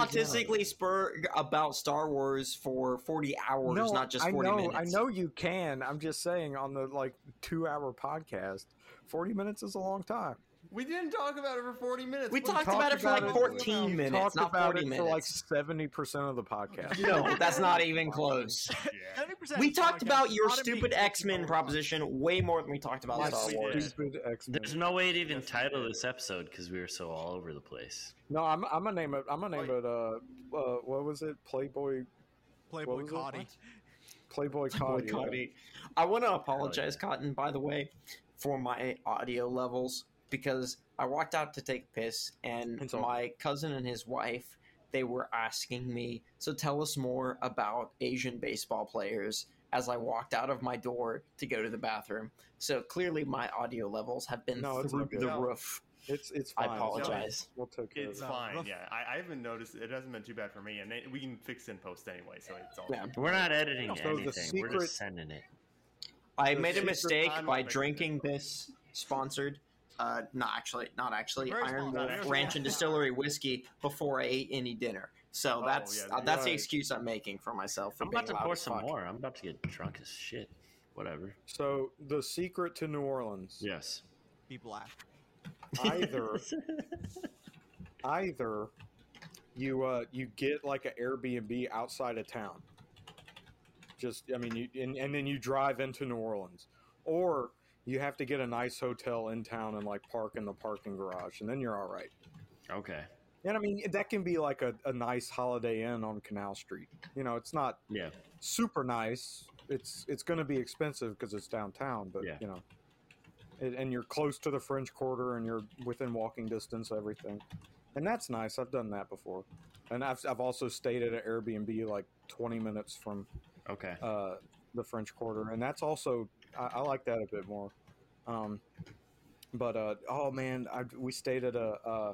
Speaker 7: autistically spur about Star Wars for 40 hours,
Speaker 10: No,
Speaker 7: not just 40
Speaker 10: I know,
Speaker 7: minutes.
Speaker 10: I know you can. I'm just saying on the like two hour podcast, forty minutes is a long time.
Speaker 9: We didn't talk about it for 40 minutes.
Speaker 7: We
Speaker 9: What are
Speaker 7: talked
Speaker 9: you
Speaker 7: about
Speaker 9: talking
Speaker 7: it for like
Speaker 10: about it-
Speaker 7: 14
Speaker 10: you
Speaker 7: minutes,
Speaker 10: talked
Speaker 7: not
Speaker 10: about
Speaker 7: 40
Speaker 10: it
Speaker 7: minutes.
Speaker 10: for like seventy percent of the podcast.
Speaker 7: no, that's not even close.
Speaker 9: Yeah.
Speaker 7: We talked about your stupid X Men proposition way more than we talked about
Speaker 10: My
Speaker 7: Star
Speaker 8: we
Speaker 7: Wars.
Speaker 8: did.
Speaker 10: stupid X
Speaker 8: there's no way to even title this episode because we were so all over the place.
Speaker 10: No, I'm, I'm gonna name it. I'm gonna name it. Uh, uh, what was it? Playboy,
Speaker 6: Playboy
Speaker 10: What was it?
Speaker 6: Cotty.
Speaker 10: Playboy
Speaker 7: Boy,
Speaker 10: Cotty.
Speaker 7: Cotty. I want to apologize, Cotton, by the way, for my audio levels because I walked out to take piss and
Speaker 10: It's all-
Speaker 7: my cousin and his wife they were asking me, so tell us more about Asian baseball players as I walked out of my door to go to the bathroom. So clearly my audio levels have been
Speaker 10: No, it's
Speaker 7: through
Speaker 10: okay.
Speaker 7: the
Speaker 9: No.
Speaker 7: roof.
Speaker 10: It's it's
Speaker 7: I
Speaker 10: fine. It's fine.
Speaker 7: apologize.
Speaker 10: We'll take care of
Speaker 9: It's
Speaker 10: it.
Speaker 9: fine.
Speaker 6: rough.
Speaker 9: Yeah, I, I haven't noticed. It hasn't been too bad for me, and they, we can fix in post anyway, so it's all.
Speaker 7: Yeah.
Speaker 8: We're not editing
Speaker 10: So the
Speaker 8: anything. We're
Speaker 10: secret-
Speaker 8: just sending it.
Speaker 7: I
Speaker 9: The
Speaker 7: made a
Speaker 9: secret
Speaker 7: mistake
Speaker 9: time
Speaker 7: by
Speaker 9: of the-
Speaker 7: drinking this sponsored, uh, not actually, not actually
Speaker 6: Very
Speaker 7: Iron
Speaker 6: sponsored,
Speaker 7: Wolf
Speaker 9: very
Speaker 7: Ranch and
Speaker 9: sponsored.
Speaker 7: Distillery whiskey before I ate any dinner. So
Speaker 9: Oh,
Speaker 7: that's
Speaker 9: yeah,
Speaker 7: uh, that's the
Speaker 10: right.
Speaker 7: excuse I'm making for myself. For
Speaker 8: I'm
Speaker 7: being
Speaker 8: about to
Speaker 7: loud
Speaker 8: pour
Speaker 7: as
Speaker 8: some
Speaker 7: fuck.
Speaker 8: more. I'm about to get drunk as shit. Whatever.
Speaker 10: So the secret to New Orleans,
Speaker 8: Yes.
Speaker 6: Be black.
Speaker 10: either either you uh, you get like an Airbnb outside of town, just I mean, you, and, and then you drive into New Orleans, or you have to get a nice hotel in town and like park in the parking garage, and then you're all right.
Speaker 8: Okay.
Speaker 10: And I mean that can be like a, a nice Holiday Inn on Canal Street. You know, it's not
Speaker 8: Yeah.
Speaker 10: super nice. It's it's going to be expensive because it's downtown, but
Speaker 8: Yeah.
Speaker 10: you know, and, and you're close to the French Quarter, and you're within walking distance, of everything, and that's nice. I've done that before, and I've I've also stayed at an Airbnb like 20 minutes from
Speaker 8: Okay.
Speaker 10: uh, the French Quarter, and that's also I, I like that a bit more. Um, but uh, oh man, I, we stayed at a uh,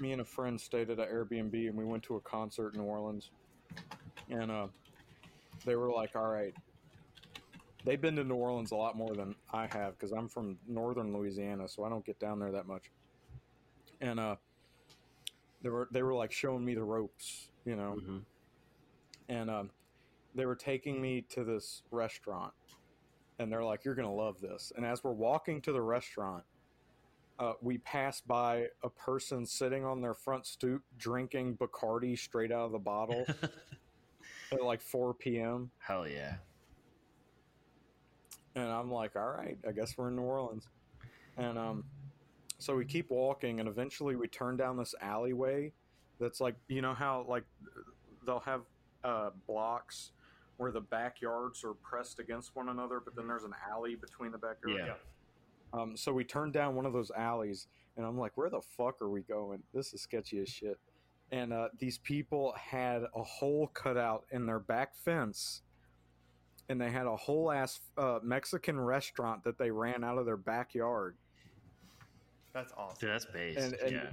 Speaker 10: me and a friend stayed at an Airbnb, and we went to a concert in New Orleans, and uh, they were like, "All right." They've been to New Orleans a lot more than I have because I'm from northern Louisiana, so I don't get down there that much. And uh, they were they were like showing me the ropes, you know
Speaker 8: hmm
Speaker 10: and um, they were taking me to this restaurant and they're like you're gonna love this and as we're walking to the restaurant uh, we pass by a person sitting on their front stoop drinking bacardi straight out of the bottle at like 4 p.m
Speaker 8: Hell yeah.
Speaker 10: and i'm like all right i guess we're in new orleans and um, so we keep walking and eventually we turn down this alleyway that's like you know how like they'll have uh, blocks where the backyards are pressed against one another, but then there's an alley between the backyards.
Speaker 8: Yeah.
Speaker 10: Um, so we turned down one of those alleys, and I'm like, "Where the fuck are we going? This is sketchy as shit." And uh, these people had a hole cut out in their back fence, and they had a whole ass uh, Mexican restaurant that they ran out of their backyard.
Speaker 9: That's awesome.
Speaker 8: Dude, that's based.
Speaker 10: And- and-
Speaker 8: yeah.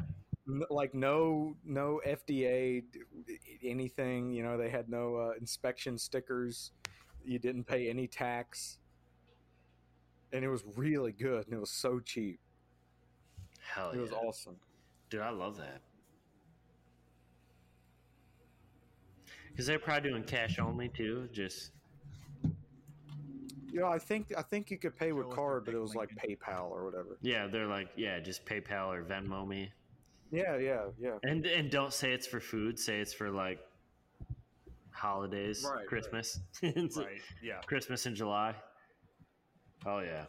Speaker 10: N- like no no FDA d- anything. You know, they had no uh, inspection stickers. You didn't pay any tax, and it was really good. And it was so cheap.
Speaker 8: Hell
Speaker 10: it
Speaker 8: yeah.
Speaker 10: was awesome.
Speaker 8: Dude, I love that. Because they're probably doing cash only too. Just
Speaker 10: You know, I think I think you could pay
Speaker 6: Show
Speaker 10: with
Speaker 6: us the
Speaker 10: card, but it
Speaker 6: big
Speaker 10: was like PayPal or whatever.
Speaker 8: yeah, they're like yeah, just PayPal or Venmo me,
Speaker 10: Yeah, yeah, yeah.
Speaker 8: and and don't say it's for food. Say it's for like holidays,
Speaker 10: Right, right.
Speaker 8: Christmas,
Speaker 9: Right. Yeah.
Speaker 8: Christmas in July. Oh yeah,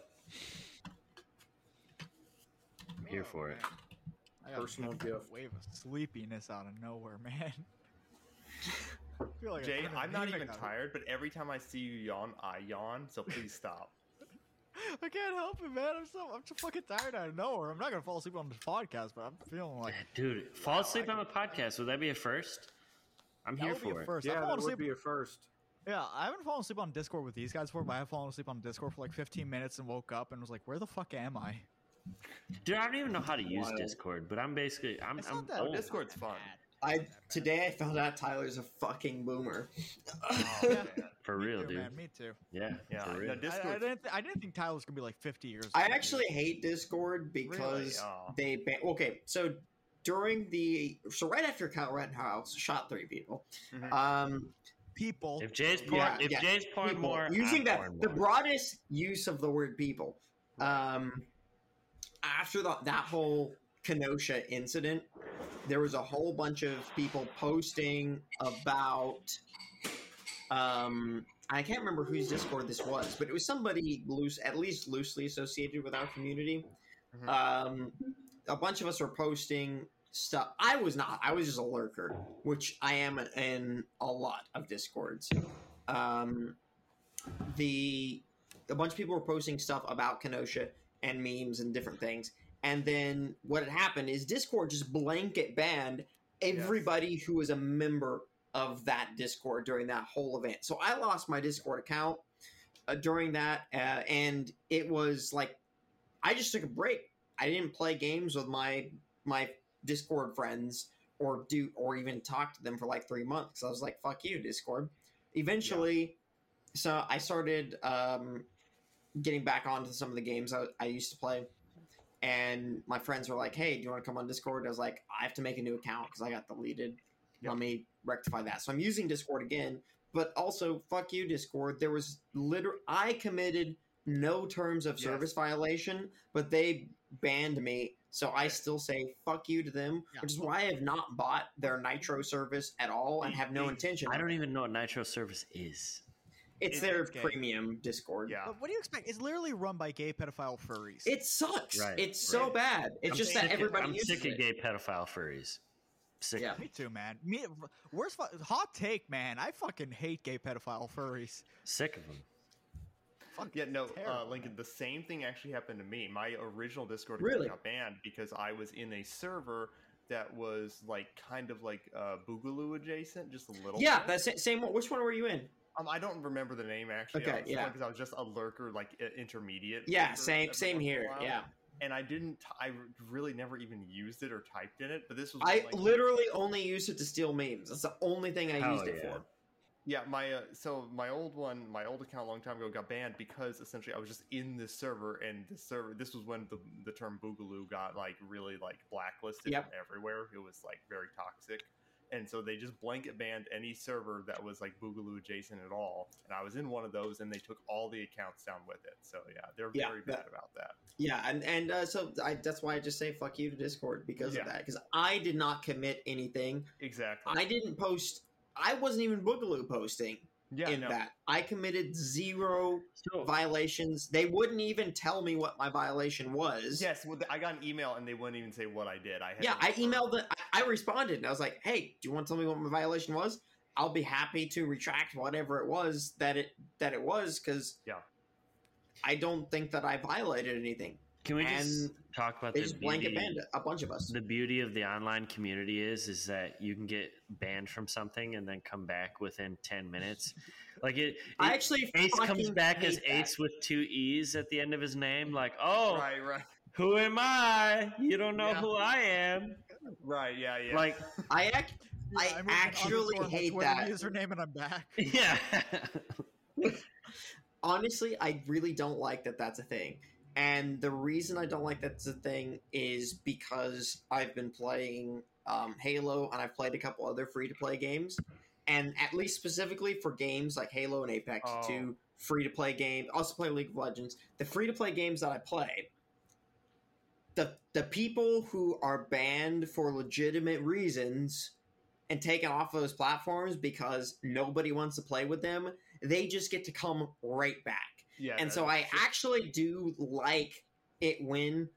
Speaker 8: I'm here for it.
Speaker 6: I got
Speaker 10: Personal
Speaker 6: a
Speaker 10: gift.
Speaker 6: wave of sleepiness out of nowhere, man. I feel like I
Speaker 9: Jay,
Speaker 6: turned
Speaker 9: I'm not
Speaker 6: anemic
Speaker 9: even
Speaker 6: out of-
Speaker 9: tired, but every time I see you yawn, I yawn. So please stop.
Speaker 6: I can't help it, man. I'm so I'm so fucking tired out of nowhere. I'm not gonna fall asleep on this podcast, but I'm feeling like
Speaker 8: Dude, fall asleep on a podcast. Would that be a first? I'm
Speaker 6: that
Speaker 8: here
Speaker 6: would be a
Speaker 8: for it.
Speaker 6: first.
Speaker 10: Yeah,
Speaker 6: I've
Speaker 10: that
Speaker 6: fallen
Speaker 10: would
Speaker 6: asleep.
Speaker 10: be a first.
Speaker 6: Yeah, I haven't fallen asleep on Discord with these guys before, but I have fallen asleep on Discord for like 15 minutes and woke up and was like, "Where the fuck am I?"
Speaker 8: Dude, I don't even know how to use
Speaker 7: Wild.
Speaker 8: Discord, but I'm basically I'm,
Speaker 6: It's
Speaker 8: I'm
Speaker 6: not that-
Speaker 8: old.
Speaker 9: Discord's fun.
Speaker 7: I today I found out Tyler's a fucking boomer.
Speaker 9: Oh,
Speaker 6: Yeah.
Speaker 9: man.
Speaker 8: for real,
Speaker 6: too,
Speaker 8: dude.
Speaker 6: Man, me too.
Speaker 8: Yeah,
Speaker 9: Yeah.
Speaker 8: for real.
Speaker 9: No,
Speaker 6: I- I,
Speaker 9: Discord's
Speaker 6: didn't. Th- I didn't think Tyler was gonna be like 50 years.
Speaker 7: I
Speaker 6: old, dude.
Speaker 7: actually hate Discord
Speaker 9: really,
Speaker 7: because
Speaker 9: uh,
Speaker 7: they ban. Okay, so during the so right after Kyle Rittenhouse shot three people,
Speaker 9: Mhm.
Speaker 7: um,
Speaker 6: people.
Speaker 8: If Jay's porn,
Speaker 7: Yeah,
Speaker 8: if
Speaker 7: yeah.
Speaker 8: Jay's porn
Speaker 7: people,
Speaker 8: more,
Speaker 7: using
Speaker 8: I'm
Speaker 7: that
Speaker 8: pouring
Speaker 7: the
Speaker 8: more.
Speaker 7: broadest use of the word people. Um, after the, that whole Kenosha incident, there was a whole bunch of people posting about. Um, I can't remember whose Discord this was, but it was somebody loose, at least loosely associated with our community.
Speaker 9: Mhm.
Speaker 7: Um, a bunch of us were posting stuff. I was not. I was just a lurker, which I am in a lot of discords. Um, the a bunch of people were posting stuff about Kenosha and memes and different things. And then what had happened is Discord just blanket banned everybody who was a member of that Discord during that whole event. So I lost my Discord account uh, during that, uh, and it was like I just took a break. I didn't play games with my my Discord friends or do or even talk to them for like three months. I was like, "Fuck you, Discord." Eventually, so I started um, getting back onto some of the games I, I used to play, and my friends were like, "Hey, do you want to come on Discord?" I was like, "I have to make a new account because I got deleted.
Speaker 9: Yeah.
Speaker 7: Let me rectify that." So I'm using Discord again, but also fuck you, Discord. There was liter I committed no terms of
Speaker 9: Yes.
Speaker 7: service violation, but they banned me. So I still say fuck you to them,
Speaker 6: Yeah.
Speaker 7: which is why I have not bought their Nitro service at all and have no intention.
Speaker 8: I don't even know what Nitro service is.
Speaker 7: It's
Speaker 6: It's
Speaker 7: their
Speaker 6: gay.
Speaker 7: premium Discord.
Speaker 9: yeah.
Speaker 6: But what do you expect? It's literally run by gay pedophile furries.
Speaker 7: It sucks.
Speaker 8: Right,
Speaker 7: it's so
Speaker 8: right.
Speaker 7: bad. It's
Speaker 8: I'm
Speaker 7: just
Speaker 8: sick
Speaker 7: that everybody
Speaker 8: Of, I'm
Speaker 7: uses
Speaker 8: sick
Speaker 7: it.
Speaker 8: of gay pedophile furries. Sick.
Speaker 7: Yeah.
Speaker 8: of it.
Speaker 6: me too, man. Me, where's fu- hot take, man? I fucking hate gay pedophile furries.
Speaker 8: Sick of them.
Speaker 6: Fuck
Speaker 9: Yeah, no, uh,
Speaker 6: terrible,
Speaker 9: Lincoln. The same thing actually happened to me. My original Discord
Speaker 7: Really?
Speaker 9: account got banned because I was in a server that was like kind of like uh, Boogaloo adjacent, just a little.
Speaker 7: Yeah,
Speaker 9: bit.
Speaker 7: that's it. Same one. Which one were you in?
Speaker 9: Um, I don't remember the name actually.
Speaker 7: Okay, yeah.
Speaker 9: Because I was just a lurker, like i- intermediate.
Speaker 7: Yeah,
Speaker 9: lurker
Speaker 7: same
Speaker 9: every
Speaker 7: same
Speaker 9: once in a
Speaker 7: here.
Speaker 9: while.
Speaker 7: Yeah.
Speaker 9: And I didn't. I really never even used it or typed in it. But this was.
Speaker 7: I
Speaker 9: like,
Speaker 7: literally only used it to steal memes. That's the only thing I
Speaker 8: Hell
Speaker 7: used it
Speaker 8: yeah.
Speaker 7: for.
Speaker 9: Yeah, my uh, so my old one, my old account a long time ago got banned because essentially I was just in this server, and the server. This was when the the term Boogaloo got like really like blacklisted
Speaker 7: Yep.
Speaker 9: from everywhere. It was like very toxic, and so they just blanket banned any server that was like Boogaloo adjacent at all. And I was in one of those, and they took all the accounts down with it. So yeah, they're
Speaker 7: Yeah,
Speaker 9: very
Speaker 7: that-
Speaker 9: bad about that.
Speaker 7: Yeah, and and uh, so I, that's why I just say fuck you to Discord because
Speaker 9: Yeah.
Speaker 7: of that. Because I did not commit anything.
Speaker 9: Exactly.
Speaker 7: I didn't post. I wasn't even Boogaloo posting
Speaker 9: yeah,
Speaker 7: in
Speaker 9: no,
Speaker 7: that. I committed zero
Speaker 8: So,
Speaker 7: violations. They wouldn't even tell me what my violation was.
Speaker 9: yes. Well, I got an email, and they wouldn't even say what I did. I had
Speaker 7: Yeah,
Speaker 9: to
Speaker 7: I
Speaker 9: refer-
Speaker 7: emailed the. I I responded and I was like, "Hey, do you want to tell me what my violation was? I'll be happy to retract whatever it was that it that it was because
Speaker 9: Yeah.
Speaker 7: I don't think that I violated anything.
Speaker 8: can we just
Speaker 7: and
Speaker 8: talk about
Speaker 7: They
Speaker 8: the
Speaker 7: just blanket
Speaker 8: beauty-
Speaker 7: banned a bunch of us.
Speaker 8: the beauty of the online community is is that you can get banned from something and then come back within 10 minutes like it,
Speaker 7: I
Speaker 8: it-
Speaker 7: actually
Speaker 8: ace comes
Speaker 7: fucking
Speaker 8: back
Speaker 7: hate
Speaker 8: as
Speaker 7: that.
Speaker 8: ace with two e's at the end of his name like oh
Speaker 9: Right, right,
Speaker 8: who am i you don't know
Speaker 9: Yeah.
Speaker 8: who i am
Speaker 9: right. Yeah, yeah.
Speaker 8: like
Speaker 7: I act. I
Speaker 6: Yeah, moved an
Speaker 7: actually
Speaker 6: underscore on my
Speaker 7: hate
Speaker 6: Twitter
Speaker 7: that.
Speaker 6: username, and I'm back.
Speaker 8: yeah
Speaker 7: honestly, I really don't like that that's a thing. And the reason I don't like that's a thing is because I've been playing um, Halo and I've played a couple other free to play games. And at least specifically for games like Halo and Apex,
Speaker 9: Oh.
Speaker 7: two free to play games, also play League of Legends, the free to play games that I play, the, the people who are banned for legitimate reasons and taken off those platforms because nobody wants to play with them they just get to come right back.
Speaker 9: yeah.
Speaker 7: And
Speaker 9: that-
Speaker 8: Uh,
Speaker 7: so I actually do like it when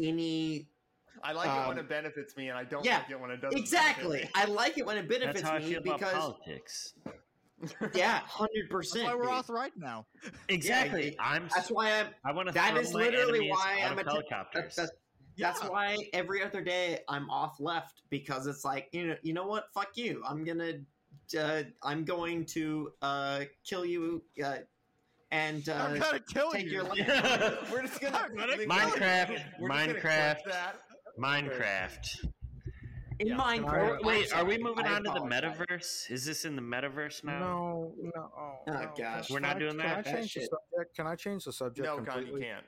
Speaker 7: any
Speaker 9: I like it when
Speaker 7: Um,
Speaker 9: it benefits me, and I don't
Speaker 7: yeah,
Speaker 9: like it when it doesn't.
Speaker 7: exactly.
Speaker 9: benefit
Speaker 7: I like it when it
Speaker 8: that's
Speaker 7: benefits
Speaker 8: how i
Speaker 7: me
Speaker 8: feel about
Speaker 7: because
Speaker 8: politics
Speaker 7: yeah, hundred
Speaker 6: That's
Speaker 7: percent.
Speaker 6: why we're off right now.
Speaker 8: exactly i'm
Speaker 7: That's why I'm.
Speaker 8: i want to
Speaker 7: that
Speaker 8: throw
Speaker 7: is
Speaker 8: my
Speaker 7: literally
Speaker 8: enemies
Speaker 7: why
Speaker 8: out
Speaker 7: I'm
Speaker 8: of
Speaker 7: a-
Speaker 8: helicopters
Speaker 7: That's, that's, that's why every other day I'm off left because it's like you know you know what fuck you I'm gonna uh, I'm going to uh, kill you uh, and
Speaker 6: I'm
Speaker 7: uh,
Speaker 6: gonna kill
Speaker 7: take
Speaker 6: you.
Speaker 7: your land.
Speaker 9: me. We're just gonna
Speaker 6: I'm gonna kill you.
Speaker 8: Minecraft,
Speaker 9: We're just gonna clip
Speaker 8: Minecraft.
Speaker 9: that.
Speaker 8: minecraft
Speaker 7: in
Speaker 9: Yeah.
Speaker 7: Minecraft.
Speaker 8: wait are
Speaker 7: I'm
Speaker 8: we
Speaker 7: sorry,
Speaker 8: moving
Speaker 7: I
Speaker 8: on to the
Speaker 7: apologize.
Speaker 8: metaverse is this in the metaverse now
Speaker 10: No, no. Oh, no.
Speaker 7: gosh.
Speaker 10: Can
Speaker 8: We're not
Speaker 10: I-
Speaker 8: doing
Speaker 10: Can I
Speaker 8: that?
Speaker 7: That
Speaker 10: change the
Speaker 7: shit.
Speaker 10: subject? Can I change the subject?
Speaker 9: No, Con, you
Speaker 10: completely?
Speaker 9: can't.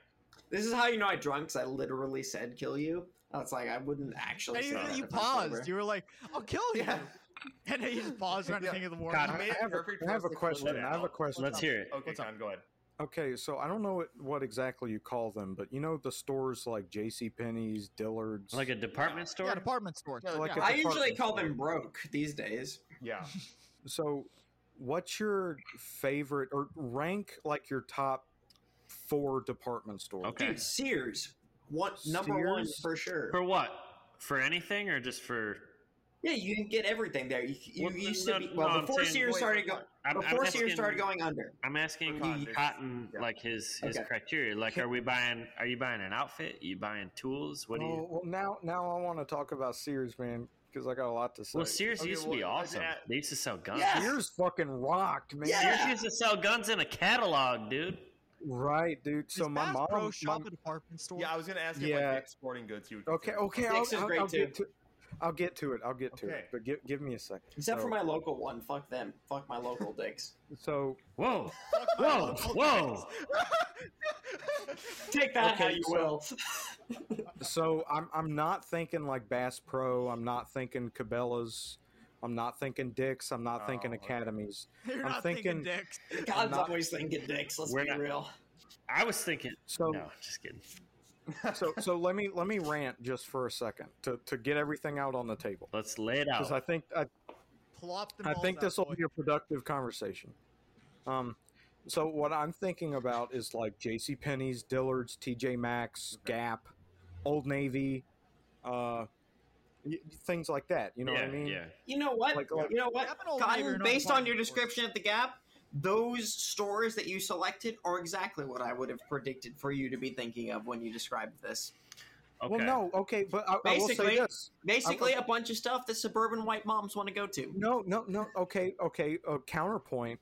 Speaker 7: This is how you know I drunk because I literally said kill you. I was like, I wouldn't actually.
Speaker 6: And
Speaker 7: say
Speaker 6: you,
Speaker 7: that
Speaker 6: you
Speaker 7: if I'm sober.
Speaker 6: paused. You were like, "I'll kill you,"
Speaker 9: Yeah.
Speaker 6: and then you just paused right
Speaker 9: Yeah.
Speaker 6: think of the warning.
Speaker 8: God,
Speaker 9: I
Speaker 10: I
Speaker 9: made it
Speaker 10: have a-
Speaker 9: perfect
Speaker 10: I have
Speaker 9: for us
Speaker 10: a
Speaker 9: to clip
Speaker 10: question.
Speaker 9: that
Speaker 10: I have a
Speaker 9: out.
Speaker 10: question.
Speaker 8: let's hear it
Speaker 9: Okay,
Speaker 6: What's up?
Speaker 9: Con, go ahead.
Speaker 10: Okay, so I don't know what, what exactly you call them, but you know the stores like J.C. Penney's, Dillard's.
Speaker 8: like a department store
Speaker 6: Yeah, department store.
Speaker 9: Yeah,
Speaker 10: like uh,
Speaker 6: yeah.
Speaker 10: a-
Speaker 7: I usually
Speaker 10: department
Speaker 7: call them
Speaker 10: store.
Speaker 7: broke these days.
Speaker 9: Yeah.
Speaker 10: so, what's your favorite or rank like your top four department stores?
Speaker 8: Okay.
Speaker 7: Dude, Sears, what number one
Speaker 10: Sears?
Speaker 7: for sure?
Speaker 8: For what? For anything or just for?
Speaker 7: yeah, you can get everything there. You, you
Speaker 8: Well,
Speaker 7: used
Speaker 8: no,
Speaker 7: to be
Speaker 8: no,
Speaker 7: well
Speaker 8: I'm
Speaker 7: before
Speaker 8: saying-
Speaker 7: Sears
Speaker 9: wait,
Speaker 7: started
Speaker 9: wait,
Speaker 7: going.
Speaker 8: I'm, I'm
Speaker 7: Before
Speaker 8: asking,
Speaker 7: Sears started going under,
Speaker 8: I'm asking
Speaker 9: For Cotton,
Speaker 8: Cotton
Speaker 9: yeah.
Speaker 8: like his his
Speaker 7: Okay.
Speaker 8: criteria. Like, are we buying? Are you buying an outfit? you buying tools? What do
Speaker 10: Oh,
Speaker 8: you?
Speaker 10: well, now now I want to talk about Sears, man, because I got a lot to say.
Speaker 8: Well, Sears
Speaker 9: okay,
Speaker 8: used to
Speaker 9: well,
Speaker 8: be
Speaker 9: I-
Speaker 8: awesome.
Speaker 9: I-
Speaker 8: they used to sell guns.
Speaker 7: Yeah.
Speaker 10: Sears fucking rocked, man.
Speaker 7: Yeah.
Speaker 8: Sears used to sell guns in a catalog, dude.
Speaker 10: Right, dude. So
Speaker 6: Does
Speaker 10: my
Speaker 6: Bass
Speaker 10: mom.
Speaker 6: Pro
Speaker 10: my-
Speaker 6: shop a department store.
Speaker 9: Yeah, I was gonna ask you
Speaker 10: Yeah.
Speaker 9: like Dick's Sporting Goods. You would
Speaker 10: okay,
Speaker 9: consider.
Speaker 10: okay. I'll,
Speaker 7: Dick's is
Speaker 10: I'll-
Speaker 7: great,
Speaker 10: I'll
Speaker 7: too.
Speaker 10: get to. I'll get to it. I'll get to
Speaker 9: Okay.
Speaker 10: it. But give, give me a second.
Speaker 7: except
Speaker 10: So-
Speaker 7: for my local one. Fuck them. Fuck my local dicks.
Speaker 10: So
Speaker 8: Whoa, whoa, whoa!
Speaker 7: Take that
Speaker 10: Okay,
Speaker 7: how you
Speaker 10: so-
Speaker 7: will.
Speaker 10: so I'm I'm not thinking like Bass Pro. I'm not thinking Cabela's. I'm not thinking Dick's. I'm not thinking
Speaker 9: Oh, okay.
Speaker 10: academies.
Speaker 6: You're
Speaker 10: I'm
Speaker 6: not
Speaker 10: thinking-
Speaker 6: thinking, dicks.
Speaker 7: God's
Speaker 10: not-
Speaker 7: always thinking dicks. Let's
Speaker 8: We're
Speaker 7: be
Speaker 8: not-
Speaker 7: real.
Speaker 8: I was thinking.
Speaker 10: So
Speaker 8: no, just kidding.
Speaker 10: so so let me let me rant just for a second to to get everything out on the table
Speaker 8: Let's lay it out.
Speaker 10: because I think I
Speaker 6: Plop them
Speaker 10: I
Speaker 6: all
Speaker 10: think
Speaker 6: out,
Speaker 10: this will
Speaker 6: boy.
Speaker 10: be a productive conversation. Um, so what I'm thinking about is like J.C. Penney's, Dillard's, T.J. Maxx, Gap, Old Navy, uh, y- things like that. You know
Speaker 8: yeah,
Speaker 10: what I mean?
Speaker 8: yeah.
Speaker 7: You know what?
Speaker 10: Like, like-
Speaker 7: you know what?
Speaker 6: I've been all
Speaker 7: Cotton,
Speaker 6: neighbor, not
Speaker 7: based on
Speaker 6: department
Speaker 7: your
Speaker 6: stores.
Speaker 7: description at the Gap, those stores that you selected are exactly what I would have predicted for you to be thinking of when you described this.
Speaker 10: Well,
Speaker 8: Okay.
Speaker 10: no, okay, but I, I will say
Speaker 7: Basically-
Speaker 10: this.
Speaker 7: Basically, a bunch of stuff that suburban white moms want to go to.
Speaker 10: No, no, no. Okay, okay. A counterpoint.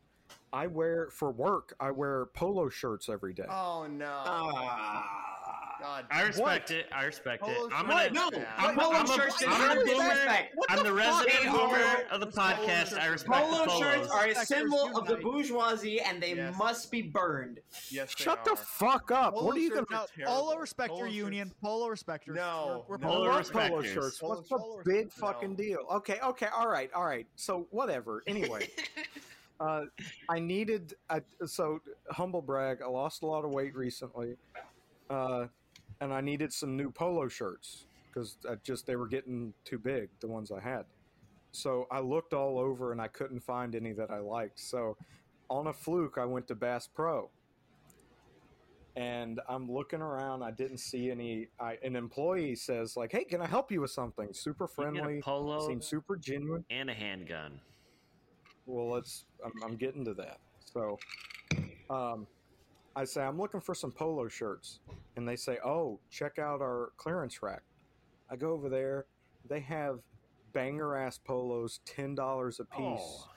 Speaker 10: I wear for work. I wear polo shirts every day.
Speaker 9: Oh no.
Speaker 6: Uh,
Speaker 7: Ah.
Speaker 9: God.
Speaker 8: I respect
Speaker 10: What?
Speaker 8: it. I respect
Speaker 9: Polo
Speaker 8: it. I'm
Speaker 9: shirt.
Speaker 8: gonna.
Speaker 9: What? No,
Speaker 8: I'm,
Speaker 7: polo
Speaker 8: I'm a-
Speaker 7: shirts
Speaker 8: I'm
Speaker 7: is
Speaker 8: a
Speaker 7: not
Speaker 8: boomer.
Speaker 7: respect. What
Speaker 8: I'm
Speaker 7: the
Speaker 8: the resident
Speaker 7: fuck?
Speaker 8: boomer of the podcast. I respect
Speaker 7: Polo
Speaker 8: the
Speaker 7: shirts
Speaker 8: polos.
Speaker 7: are a
Speaker 6: Respect
Speaker 7: symbol
Speaker 6: is
Speaker 7: of the
Speaker 6: unite.
Speaker 7: bourgeoisie, and they
Speaker 9: Yes.
Speaker 7: must be burned.
Speaker 9: Yes, they
Speaker 10: Shut the
Speaker 9: are.
Speaker 10: fuck up!
Speaker 9: Polo
Speaker 10: what are you
Speaker 9: shirts are
Speaker 10: gonna?
Speaker 6: No,
Speaker 9: terrible.
Speaker 6: polo respect
Speaker 9: Polo
Speaker 6: your
Speaker 9: shirts-
Speaker 6: union. Polo respect your.
Speaker 9: No,
Speaker 6: we're, we're
Speaker 9: no.
Speaker 10: I
Speaker 8: Polo
Speaker 10: love
Speaker 8: respect-
Speaker 10: polo
Speaker 8: respecters.
Speaker 10: shirts. What's the
Speaker 6: Polo
Speaker 10: big
Speaker 9: respecters.
Speaker 10: fucking deal? Okay, okay, all right, all right. So whatever. Anyway, uh, I needed. I, so humble brag. I lost a lot of weight recently, uh, and I needed some new polo shirts because just they were getting too big. The ones I had. So I looked all over and I couldn't find any that I liked. So on a fluke, I went to Bass Pro. And I'm looking around. I didn't see any. I, an employee says, like, hey, can I help you with something? Super
Speaker 8: You get a
Speaker 10: friendly.
Speaker 8: polo
Speaker 10: Seems super genuine.
Speaker 8: and a handgun.
Speaker 10: Well, let's. I'm, I'm getting to that. So, um, I say I'm looking for some polo shirts, and they say, "Oh, check out our clearance rack." I go over there. They have banger ass polos, ten dollars a piece.
Speaker 8: Oh.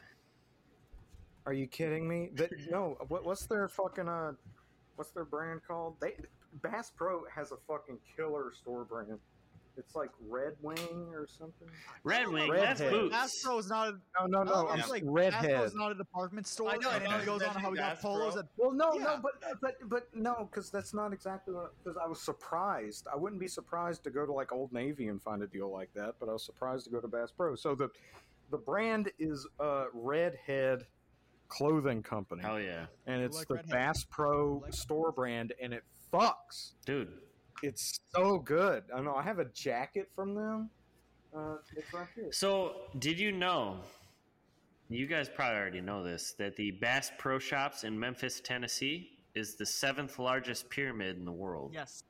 Speaker 10: Are you kidding me? That no. What, what's their fucking uh? What's their brand called? They Bass Pro has a fucking killer store brand. It's like Red Wing or something.
Speaker 8: Red Wing.
Speaker 10: Redhead.
Speaker 8: That's boots.
Speaker 6: Astro is not a
Speaker 10: No, no, no.
Speaker 6: Oh,
Speaker 10: I'm
Speaker 6: it's
Speaker 10: like
Speaker 6: like
Speaker 10: Redhead.
Speaker 6: Astro's not a department store.
Speaker 9: I know, I
Speaker 6: And then
Speaker 9: know,
Speaker 6: he goes
Speaker 9: isn't
Speaker 6: on
Speaker 9: that
Speaker 6: how we
Speaker 9: just
Speaker 6: got polos
Speaker 9: Astro?
Speaker 6: at
Speaker 10: Well, no, no,
Speaker 6: Yeah.
Speaker 10: but but but no, because that's not exactly what. Because I was surprised. I wouldn't be surprised to go to like Old Navy and find a deal like that, but I was surprised to go to Bass Pro. So the the brand is uh, Redhead Clothing Company,
Speaker 8: Hell yeah,
Speaker 10: and it's
Speaker 6: like
Speaker 10: the
Speaker 6: Red Head.
Speaker 10: Bass Pro
Speaker 6: like-
Speaker 10: store brand, and it fucks.
Speaker 8: dude.
Speaker 10: It's so good. I know. I have a jacket from them. Uh, it's right here.
Speaker 8: So, did you know? You guys probably already know this that the Bass Pro Shops in Memphis, Tennessee, is the seventh largest pyramid in the world.
Speaker 6: Yes.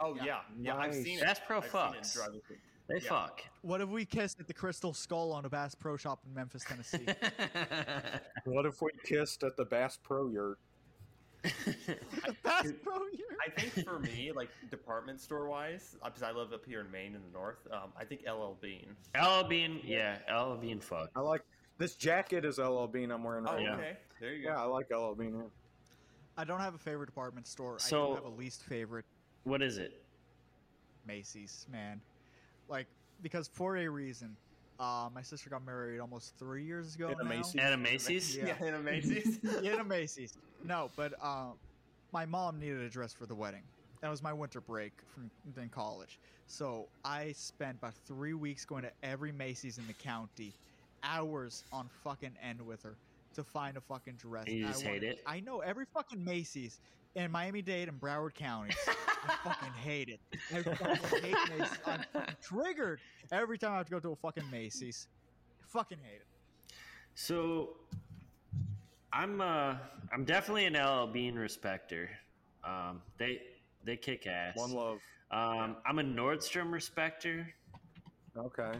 Speaker 9: Oh
Speaker 6: Yeah.
Speaker 9: yeah, yeah. I've
Speaker 10: Nice.
Speaker 9: seen it.
Speaker 8: Bass Pro
Speaker 9: I've seen it
Speaker 8: fucks.
Speaker 9: drive through.
Speaker 8: They
Speaker 9: Yeah.
Speaker 8: fuck.
Speaker 6: What have we kissed at the Crystal Skull on a Bass Pro Shop in Memphis, Tennessee?
Speaker 10: What if we kissed at the Bass Pro yurt?
Speaker 6: Bass Pro year.
Speaker 9: I think for me, like department store wise, because I live up here in Maine in the north, um, I think LL Bean.
Speaker 8: L being yeah, L being fuck.
Speaker 10: I like this jacket is LL Bean I'm wearing
Speaker 9: Oh,
Speaker 10: right now.
Speaker 9: okay. There you go.
Speaker 10: Yeah, I like LL Bean. yeah.
Speaker 6: I don't have a favorite department store. I
Speaker 8: So-
Speaker 6: do have a least favorite
Speaker 8: What is it?
Speaker 6: Macy's, man. Like because for a reason, uh, my sister got married almost three years ago.
Speaker 10: In a
Speaker 6: now.
Speaker 10: Macy's?
Speaker 8: At a Macy's?
Speaker 6: Yeah.
Speaker 9: in a Macy's.
Speaker 6: in a Macy's. No, but uh, my mom needed a dress for the wedding. That was my winter break from then college. So I spent about three weeks going to every Macy's in the county, hours on fucking end with her to find a fucking dress.
Speaker 8: And you
Speaker 6: I
Speaker 8: just hate
Speaker 6: wanted-
Speaker 8: it?
Speaker 6: I know every fucking Macy's in Miami Dade and Broward counties. I fucking hate it. I fucking hate Macy's. I'm fucking triggered every time I have to go to a fucking Macy's. I fucking hate it.
Speaker 8: So I'm uh I'm definitely an LL Bean respecter. Um they they kick ass.
Speaker 10: One love.
Speaker 8: Um I'm a Nordstrom respecter.
Speaker 10: Okay.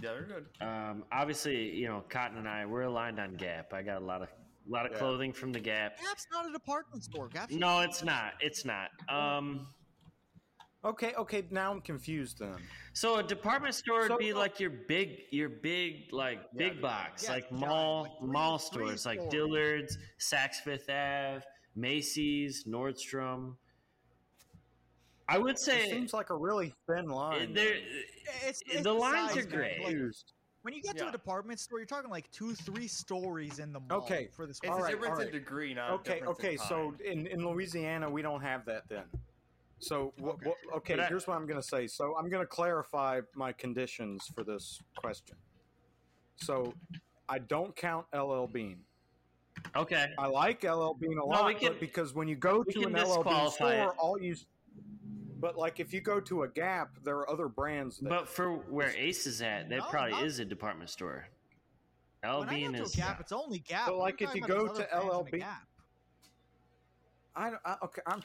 Speaker 9: yeah, they're good.
Speaker 8: Um obviously, you know, Cotton and I we're aligned on Gap. I got a lot of a lot of
Speaker 10: Yeah.
Speaker 8: clothing from the Gap.
Speaker 6: Gap's not a department store. Gap's
Speaker 8: No, it's not. It's not. Um
Speaker 10: Okay, okay, now I'm confused then.
Speaker 8: so a department store would
Speaker 10: So-
Speaker 8: be like your big your big like big box,
Speaker 6: yeah,
Speaker 8: like
Speaker 6: giant,
Speaker 8: mall
Speaker 6: like three-
Speaker 8: mall
Speaker 6: three
Speaker 8: stores like
Speaker 6: stores.
Speaker 8: Dillard's, Saks Fifth Ave, Macy's, Nordstrom. I would
Speaker 10: It
Speaker 8: say
Speaker 10: seems like a really thin line.
Speaker 8: there
Speaker 6: It's,
Speaker 8: The
Speaker 6: it's
Speaker 8: lines
Speaker 6: size,
Speaker 8: are
Speaker 6: man.
Speaker 8: great.
Speaker 6: Like,
Speaker 10: confused.
Speaker 6: when you get to
Speaker 9: Yeah.
Speaker 6: a department store, you're talking like two, three stories in the mall.
Speaker 10: Okay.
Speaker 6: For this,
Speaker 9: It's
Speaker 10: All
Speaker 9: a
Speaker 10: right,
Speaker 9: difference
Speaker 10: all right.
Speaker 9: in degree, not a
Speaker 10: Okay,
Speaker 9: difference in
Speaker 10: okay, so
Speaker 9: time.
Speaker 10: in, in Louisiana we don't have that then. So what
Speaker 6: Okay.
Speaker 10: okay, okay
Speaker 8: But I-
Speaker 10: here's what I'm gonna say. So I'm gonna clarify my conditions for this question. So I don't count LL Bean.
Speaker 8: okay.
Speaker 10: I like LL Bean a
Speaker 8: we
Speaker 10: lot,
Speaker 8: can-
Speaker 10: but because when you go
Speaker 8: we
Speaker 10: to
Speaker 8: can
Speaker 10: an LL Bean store,
Speaker 8: disqualify it.
Speaker 10: all you. But like if you go to a Gap, there are other brands. That,
Speaker 8: But for where Ace is at, that
Speaker 6: No,
Speaker 8: probably
Speaker 6: not-
Speaker 8: is a department store.
Speaker 6: when I go
Speaker 8: Albion
Speaker 6: to a
Speaker 8: is
Speaker 6: Gap, it's only Gap.
Speaker 10: But,
Speaker 6: What are
Speaker 10: like, if
Speaker 6: talking
Speaker 10: you
Speaker 6: about?
Speaker 10: go
Speaker 6: There's
Speaker 10: to
Speaker 6: other brands in a
Speaker 10: LLB
Speaker 6: Gap.
Speaker 10: I, don't- I okay. I'm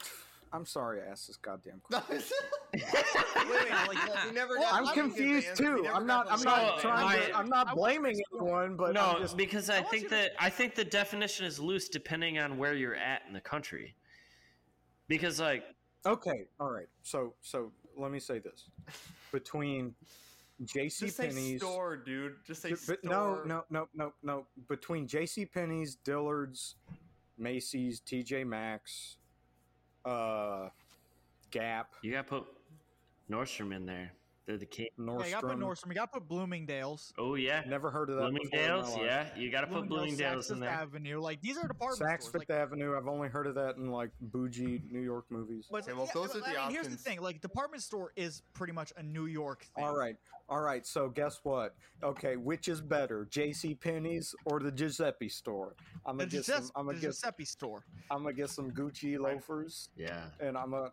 Speaker 10: I'm sorry. I asked this goddamn. Question.
Speaker 9: wait, wait, like we never.
Speaker 6: Well,
Speaker 9: got
Speaker 10: I'm
Speaker 9: to give the
Speaker 10: confused
Speaker 9: answer. We
Speaker 10: too.
Speaker 9: never
Speaker 10: I'm
Speaker 9: got
Speaker 10: not.
Speaker 9: to
Speaker 10: I'm
Speaker 9: look
Speaker 10: not
Speaker 9: at it.
Speaker 10: trying
Speaker 8: my-
Speaker 10: to. I'm not
Speaker 6: I want
Speaker 10: blaming
Speaker 6: this one.
Speaker 10: anyone, but
Speaker 8: no,
Speaker 10: I'm just,
Speaker 8: because
Speaker 6: I
Speaker 8: I,
Speaker 6: want you
Speaker 8: think
Speaker 6: to-
Speaker 8: that I think the definition is loose depending on where you're at in the country. Because like
Speaker 10: okay. All right. So so let me say this: between J.C.
Speaker 9: Just say
Speaker 10: Penney's,
Speaker 9: store, dude. Just say store.
Speaker 10: but no, no, no, no, no, between J.C. Penney's, Dillard's, Macy's, T.J. Maxx, uh, Gap,
Speaker 8: You got to put Nordstrom in there. They're the king.
Speaker 10: Nordstrom.
Speaker 6: Yeah, you gotta put Nordstrom. You gotta put Bloomingdale's.
Speaker 8: Oh yeah,
Speaker 10: Never heard of that. before in my
Speaker 8: Bloomingdale's.
Speaker 10: life.
Speaker 8: Yeah, you got to put Bloomingdale's
Speaker 6: Saks
Speaker 8: in
Speaker 6: Fifth
Speaker 8: there.
Speaker 6: Avenue. Like these are department
Speaker 10: Saks
Speaker 6: stores.
Speaker 10: Fifth
Speaker 6: Like,
Speaker 10: Avenue. I've only heard of that in like bougie New York movies.
Speaker 6: but
Speaker 9: Okay, well,
Speaker 6: yeah,
Speaker 9: those are
Speaker 6: but,
Speaker 9: the
Speaker 6: I mean, here's the
Speaker 9: options.
Speaker 6: thing: like department store is pretty much a New York thing.
Speaker 10: All right, all right. So guess what? Okay, which is better, J.C. Penney's or the Giuseppe store? I'm
Speaker 6: The
Speaker 10: gonna get
Speaker 6: Giuseppe,
Speaker 10: some. I'm
Speaker 6: the
Speaker 10: gonna get.
Speaker 6: Giuseppe store.
Speaker 10: I'm gonna get some Gucci loafers,
Speaker 8: Yeah.
Speaker 10: and I'm gonna.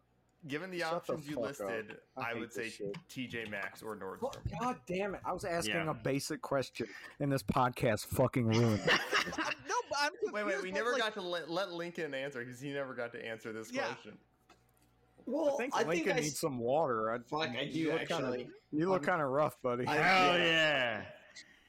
Speaker 9: Given the
Speaker 10: Shut the
Speaker 9: options you
Speaker 10: fuck up.
Speaker 9: listed,
Speaker 10: I
Speaker 9: I,
Speaker 10: hate
Speaker 9: would
Speaker 10: this
Speaker 9: say
Speaker 10: shit.
Speaker 9: TJ Maxx or Nordstrom.
Speaker 10: Well, God damn it! I was asking
Speaker 8: Yeah.
Speaker 10: a basic question, and this podcast fucking ruined. it.
Speaker 6: No, but I'm
Speaker 9: Wait, wait,
Speaker 6: confused,
Speaker 9: we
Speaker 6: but,
Speaker 9: never
Speaker 6: like,
Speaker 9: got to let, let Lincoln answer because he never got to answer this
Speaker 6: Yeah.
Speaker 9: question.
Speaker 10: I
Speaker 7: Well,
Speaker 10: think
Speaker 7: I
Speaker 10: Lincoln
Speaker 7: think I,
Speaker 10: needs
Speaker 7: s-
Speaker 10: some water. I,
Speaker 7: fuck, I
Speaker 10: you
Speaker 7: do
Speaker 10: look kinda-
Speaker 7: actually.
Speaker 10: you look kind of rough, buddy.
Speaker 7: I-
Speaker 8: Hell
Speaker 7: yeah.
Speaker 8: yeah.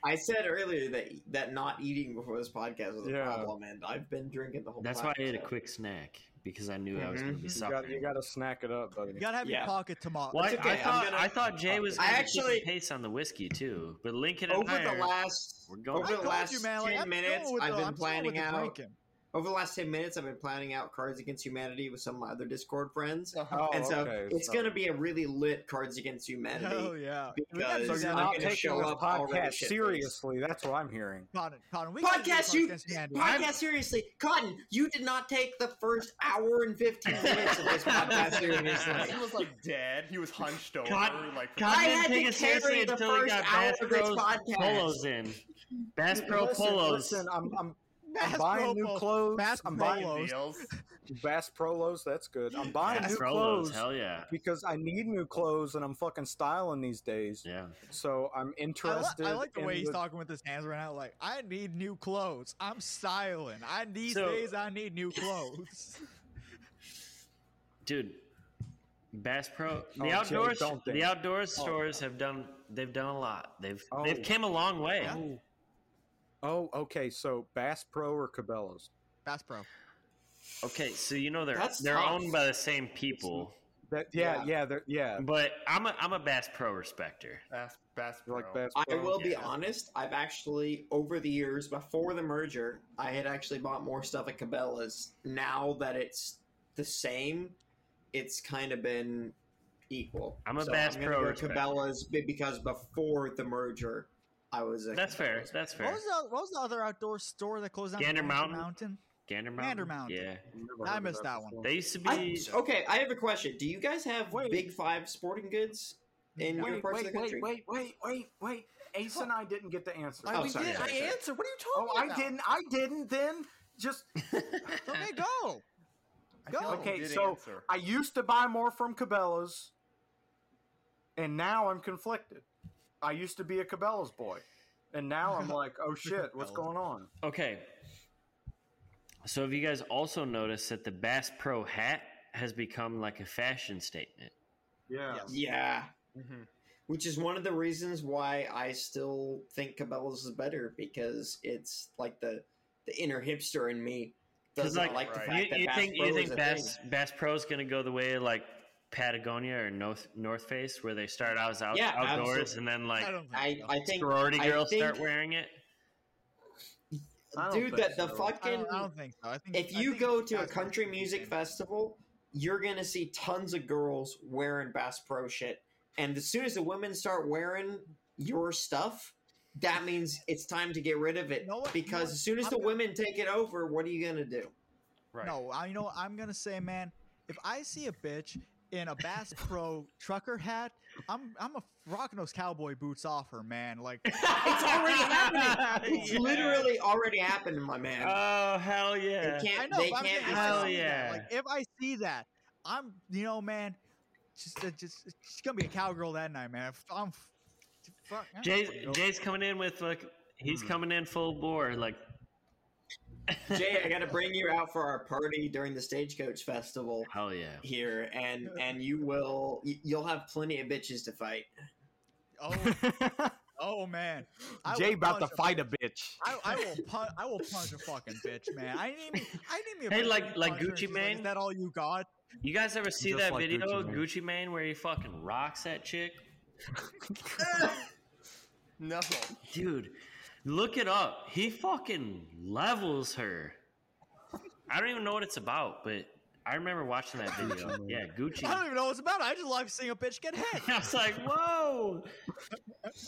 Speaker 7: I said earlier that that not eating before this podcast was a
Speaker 10: Yeah.
Speaker 7: problem, and I've been drinking the whole.
Speaker 8: That's why I ate a
Speaker 7: podcast.
Speaker 8: quick snack because I knew I was going to be
Speaker 10: Mm-hmm. you got you
Speaker 8: suffering.
Speaker 10: got to snack it up, buddy.
Speaker 6: You gotta have your
Speaker 7: Yeah.
Speaker 6: pocket tomorrow.
Speaker 8: Well, I,
Speaker 7: It's okay,
Speaker 8: I
Speaker 7: I'm
Speaker 8: thought
Speaker 7: gonna-
Speaker 8: I thought Jay was
Speaker 7: I
Speaker 8: going to actually
Speaker 7: actually-
Speaker 8: pace on the whiskey too, but Lincoln and
Speaker 7: over
Speaker 8: I
Speaker 7: the
Speaker 8: are-
Speaker 7: last
Speaker 8: We're going-
Speaker 7: over
Speaker 8: I
Speaker 7: the
Speaker 6: told
Speaker 7: last
Speaker 6: you, man, like,
Speaker 7: ten
Speaker 6: I'm going
Speaker 7: minutes,
Speaker 6: with
Speaker 7: I've
Speaker 6: the-
Speaker 7: been
Speaker 6: I'm going with
Speaker 7: planning
Speaker 6: the
Speaker 7: out.
Speaker 6: drinking.
Speaker 7: Over the last ten minutes, I've been planning out Cards Against Humanity with some of my other Discord friends,
Speaker 10: Oh,
Speaker 7: and so
Speaker 10: okay,
Speaker 7: it's
Speaker 10: so-
Speaker 7: going to be a really lit Cards Against Humanity.
Speaker 6: Hell Oh, yeah,
Speaker 7: because
Speaker 10: So
Speaker 7: It's
Speaker 10: you're
Speaker 7: not
Speaker 10: not
Speaker 7: gonna
Speaker 10: taking
Speaker 7: show
Speaker 10: this
Speaker 7: up already
Speaker 10: podcast
Speaker 7: shit-faced.
Speaker 10: seriously. That's what I'm hearing.
Speaker 6: Conan, Conan, we gotta do
Speaker 7: Podcast,
Speaker 6: Cards
Speaker 7: you
Speaker 6: Against Humanity.
Speaker 7: podcast seriously, Cotton. You did not take the first hour and fifteen minutes of this podcast seriously.
Speaker 9: he was like dead. He was hunched over.
Speaker 8: God-
Speaker 9: like
Speaker 8: God
Speaker 7: I
Speaker 8: didn't
Speaker 7: had
Speaker 8: take
Speaker 7: to
Speaker 8: it seriously
Speaker 7: carry the
Speaker 8: until he
Speaker 7: first
Speaker 8: got
Speaker 7: hour
Speaker 8: Bass
Speaker 7: of this
Speaker 8: Pro's
Speaker 7: podcast.
Speaker 8: polos in. Bass Pro
Speaker 10: listen,
Speaker 8: polos.
Speaker 10: Listen, I'm, I'm,
Speaker 6: Bass
Speaker 10: I'm buying new
Speaker 6: Pro-
Speaker 10: clothes.
Speaker 6: Bass
Speaker 9: fucking
Speaker 10: I'm buying
Speaker 6: Pro- Polos.
Speaker 9: deals.
Speaker 10: Bass Prolos. That's good. I'm buying
Speaker 8: Bass
Speaker 10: new
Speaker 8: Prolos,
Speaker 10: clothes
Speaker 8: Hell yeah.
Speaker 10: because I need new clothes and I'm fucking styling these days.
Speaker 8: Yeah.
Speaker 10: So I'm
Speaker 6: I, li-
Speaker 10: interested.
Speaker 6: I like the
Speaker 10: in
Speaker 6: way he's talking with his hands right now. Like, I need new clothes. I'm styling. I these
Speaker 8: So-
Speaker 6: days I need new clothes.
Speaker 8: Dude, Bass Pro the
Speaker 10: Oh, Jay,
Speaker 8: outdoors
Speaker 10: don't they?
Speaker 8: the outdoors stores have done they've done a lot. They've
Speaker 10: Oh.
Speaker 8: they've came a long way.
Speaker 10: Oh. Oh, okay. So Bass Pro or Cabela's?
Speaker 6: Bass Pro.
Speaker 8: Okay, so you know they're
Speaker 7: That's
Speaker 8: they're
Speaker 7: tough.
Speaker 8: owned by the same people.
Speaker 10: That yeah,
Speaker 7: Yeah.
Speaker 10: yeah, they're yeah.
Speaker 8: But I'm a I'm a Bass Pro respecter.
Speaker 9: Bass, Bass
Speaker 10: They're
Speaker 9: Pro.
Speaker 10: like Bass
Speaker 7: I
Speaker 10: Pro.
Speaker 7: will be
Speaker 8: Yeah.
Speaker 7: honest. I've actually, over the years, before the merger, I had actually bought more stuff at Cabela's. Now that it's the same, it's kind of been equal.
Speaker 8: I'm a
Speaker 7: so
Speaker 8: Bass
Speaker 7: I'm gonna
Speaker 8: Pro
Speaker 7: go
Speaker 8: respecter.
Speaker 7: Cabela's be- because before the merger, I was. A
Speaker 8: That's fair.
Speaker 7: Cabela's.
Speaker 8: That's
Speaker 6: What
Speaker 8: fair.
Speaker 6: was, the, what was the other outdoor store that closed down?
Speaker 8: Gander Mountain?
Speaker 6: Mountain.
Speaker 8: Gander Mountain.
Speaker 6: Gander Mountain.
Speaker 8: Yeah.
Speaker 10: I've never
Speaker 6: I
Speaker 10: heard of
Speaker 6: missed that one.
Speaker 10: before.
Speaker 8: They used to be Oh,
Speaker 7: I, okay, I have a question. Do you guys have
Speaker 10: Wait.
Speaker 7: Big Five Sporting Goods in your parts of the country?
Speaker 10: wait, wait, wait, wait. Ace and I didn't get to answer.
Speaker 7: Oh, sorry,
Speaker 9: did.
Speaker 7: sorry,
Speaker 9: I
Speaker 7: sorry.
Speaker 9: answered. What are you
Speaker 10: Oh,
Speaker 9: talking
Speaker 10: I
Speaker 9: about?
Speaker 10: didn't. I didn't. Then just
Speaker 6: Okay,
Speaker 9: I
Speaker 6: go.
Speaker 9: feel
Speaker 6: Go.
Speaker 9: like you
Speaker 10: Okay,
Speaker 9: did
Speaker 10: so
Speaker 9: answer.
Speaker 10: I used to buy more from Cabela's, and now I'm conflicted. I used to be a Cabela's boy, and now I'm like, oh shit, what's going on?
Speaker 8: Okay. So have you guys also noticed that the Bass Pro hat has become like a fashion statement?
Speaker 10: Yeah.
Speaker 7: Yeah,
Speaker 9: Mhm.
Speaker 7: which is one of the reasons why I still think Cabela's is better because it's like the the inner hipster in me
Speaker 8: Because
Speaker 7: doesn't
Speaker 8: like,
Speaker 7: like,
Speaker 9: right.
Speaker 7: the fact
Speaker 8: you,
Speaker 7: that
Speaker 8: you
Speaker 7: Bass
Speaker 8: think
Speaker 7: Pro
Speaker 8: you
Speaker 7: is
Speaker 8: think
Speaker 7: a
Speaker 8: Bass
Speaker 7: thing.
Speaker 8: Bass Pro is gonna go the way of, like Patagonia or North North Face, where they start out as out,
Speaker 7: Yeah,
Speaker 8: outdoors
Speaker 7: absolutely.
Speaker 8: and then like
Speaker 6: I don't think
Speaker 7: I
Speaker 6: so.
Speaker 7: I think
Speaker 8: sorority
Speaker 7: I
Speaker 8: girls
Speaker 7: think-
Speaker 8: start wearing it.
Speaker 10: I don't
Speaker 7: dude
Speaker 10: think
Speaker 7: that the
Speaker 10: so.
Speaker 6: I
Speaker 7: fucking
Speaker 6: don't, I don't think so. I think
Speaker 7: if
Speaker 6: I
Speaker 7: you
Speaker 6: think
Speaker 7: go to a
Speaker 6: Bass Pro
Speaker 7: country
Speaker 6: should be
Speaker 7: music
Speaker 6: in.
Speaker 7: festival, you're gonna see tons of girls wearing Bass Pro shit, and as soon as the women start wearing your stuff. That means it's time to get rid of it
Speaker 6: You know what? You know
Speaker 7: because
Speaker 6: what?
Speaker 7: as soon as
Speaker 6: I'm
Speaker 7: the
Speaker 6: gonna-
Speaker 7: women take it over, what are you gonna do?
Speaker 9: Right.
Speaker 6: No, I you know what I'm gonna say, man. If I see a bitch in a Bass Pro trucker hat, I'm I'm a rocking those cowboy boots off her, man. Like
Speaker 7: It's already happening. It's
Speaker 8: Yeah.
Speaker 7: literally already happening, my man.
Speaker 8: Oh hell yeah!
Speaker 7: they can't.
Speaker 6: I know,
Speaker 7: they
Speaker 6: but I'm
Speaker 7: can't
Speaker 6: saying
Speaker 7: be.
Speaker 6: if I
Speaker 8: Hell
Speaker 6: see
Speaker 7: stopped.
Speaker 8: yeah.
Speaker 6: that, Like if I see that, I'm you know, man, just uh, just she's gonna be a cowgirl that night, man. If I'm f- fuck. I don't
Speaker 8: Jay's,
Speaker 6: fucking know.
Speaker 8: Jay's coming in with like he's coming in full bore. Like
Speaker 7: Jay, I got to bring you out for our party during the Stagecoach Festival
Speaker 8: hell yeah!
Speaker 7: here, and and you will y- you'll have plenty of bitches to fight.
Speaker 6: Oh, oh man, I
Speaker 10: Jay
Speaker 6: will
Speaker 10: about to
Speaker 6: punch
Speaker 10: fight a bitch.
Speaker 6: I, I will punch. I will punch a fucking bitch, man. I need me. I need me. a
Speaker 8: Hey,
Speaker 6: bitch
Speaker 8: like-
Speaker 6: who
Speaker 8: like
Speaker 6: punch her and
Speaker 8: Gucci
Speaker 6: she's
Speaker 8: Mane?
Speaker 6: Is that all you got?
Speaker 8: You guys ever see
Speaker 10: Just
Speaker 8: that
Speaker 10: like
Speaker 8: video
Speaker 10: Gucci
Speaker 8: Gucci
Speaker 10: Mane.
Speaker 8: Mane. where he fucking rocks that chick?
Speaker 9: No.
Speaker 8: Dude, look it up. He fucking levels her. I don't even know what it's about, but I remember watching that video. yeah, Gucci.
Speaker 6: I don't even know what it's about. I just like seeing a bitch get hit.
Speaker 8: I was like, whoa.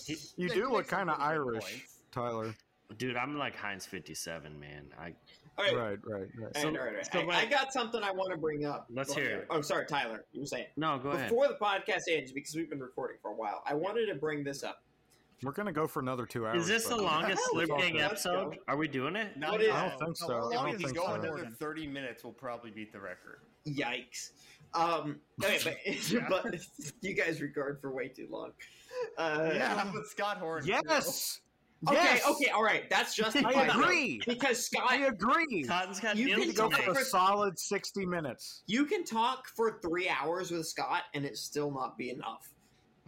Speaker 8: He-
Speaker 10: You
Speaker 9: That
Speaker 10: do look
Speaker 9: makes some
Speaker 10: kind of
Speaker 9: really good
Speaker 10: Irish,
Speaker 9: points.
Speaker 10: Tyler.
Speaker 8: Dude, I'm like Heinz 57, man. I
Speaker 7: All right.
Speaker 10: Right, right, right.
Speaker 7: All right, all right, all right.
Speaker 8: so
Speaker 7: I-
Speaker 8: my-
Speaker 7: I, got something I want to bring up.
Speaker 8: Let's
Speaker 7: Before-
Speaker 8: hear it.
Speaker 7: Oh, sorry, Tyler. You were saying
Speaker 8: No, go ahead.
Speaker 7: before the podcast ends because we've been recording for a while. I wanted to bring this up.
Speaker 10: We're gonna go for another two hours.
Speaker 8: Is this the
Speaker 10: buddy.
Speaker 8: longest
Speaker 7: Hell
Speaker 8: Slip
Speaker 7: yeah,
Speaker 8: Gang
Speaker 7: let's go.
Speaker 8: episode? Are we doing it?
Speaker 9: No,
Speaker 7: What
Speaker 9: no,
Speaker 7: is-
Speaker 10: I don't think
Speaker 6: No,
Speaker 10: so.
Speaker 6: how
Speaker 10: I
Speaker 6: long
Speaker 10: don't
Speaker 9: If
Speaker 6: is it
Speaker 10: think
Speaker 9: we
Speaker 10: so.
Speaker 9: go
Speaker 6: going?
Speaker 9: another
Speaker 6: Morgan.
Speaker 9: thirty minutes, we'll probably beat the record.
Speaker 7: Yikes. Um, okay, but, but you guys regard for way too long. Uh,
Speaker 9: yeah, but Scott Horn.
Speaker 10: Yes,
Speaker 7: Okay.
Speaker 10: Yes!
Speaker 7: Okay. All right. That's justified.
Speaker 10: I
Speaker 7: though,
Speaker 10: agree.
Speaker 7: Because
Speaker 10: I
Speaker 7: Scott,
Speaker 10: agree.
Speaker 8: Cotton's got
Speaker 7: You
Speaker 8: deals
Speaker 7: can
Speaker 8: to
Speaker 10: Go
Speaker 7: talk
Speaker 8: make.
Speaker 10: for a
Speaker 7: Tyler.
Speaker 10: solid sixty minutes.
Speaker 7: you can talk for three hours with Scott, and it still not be enough.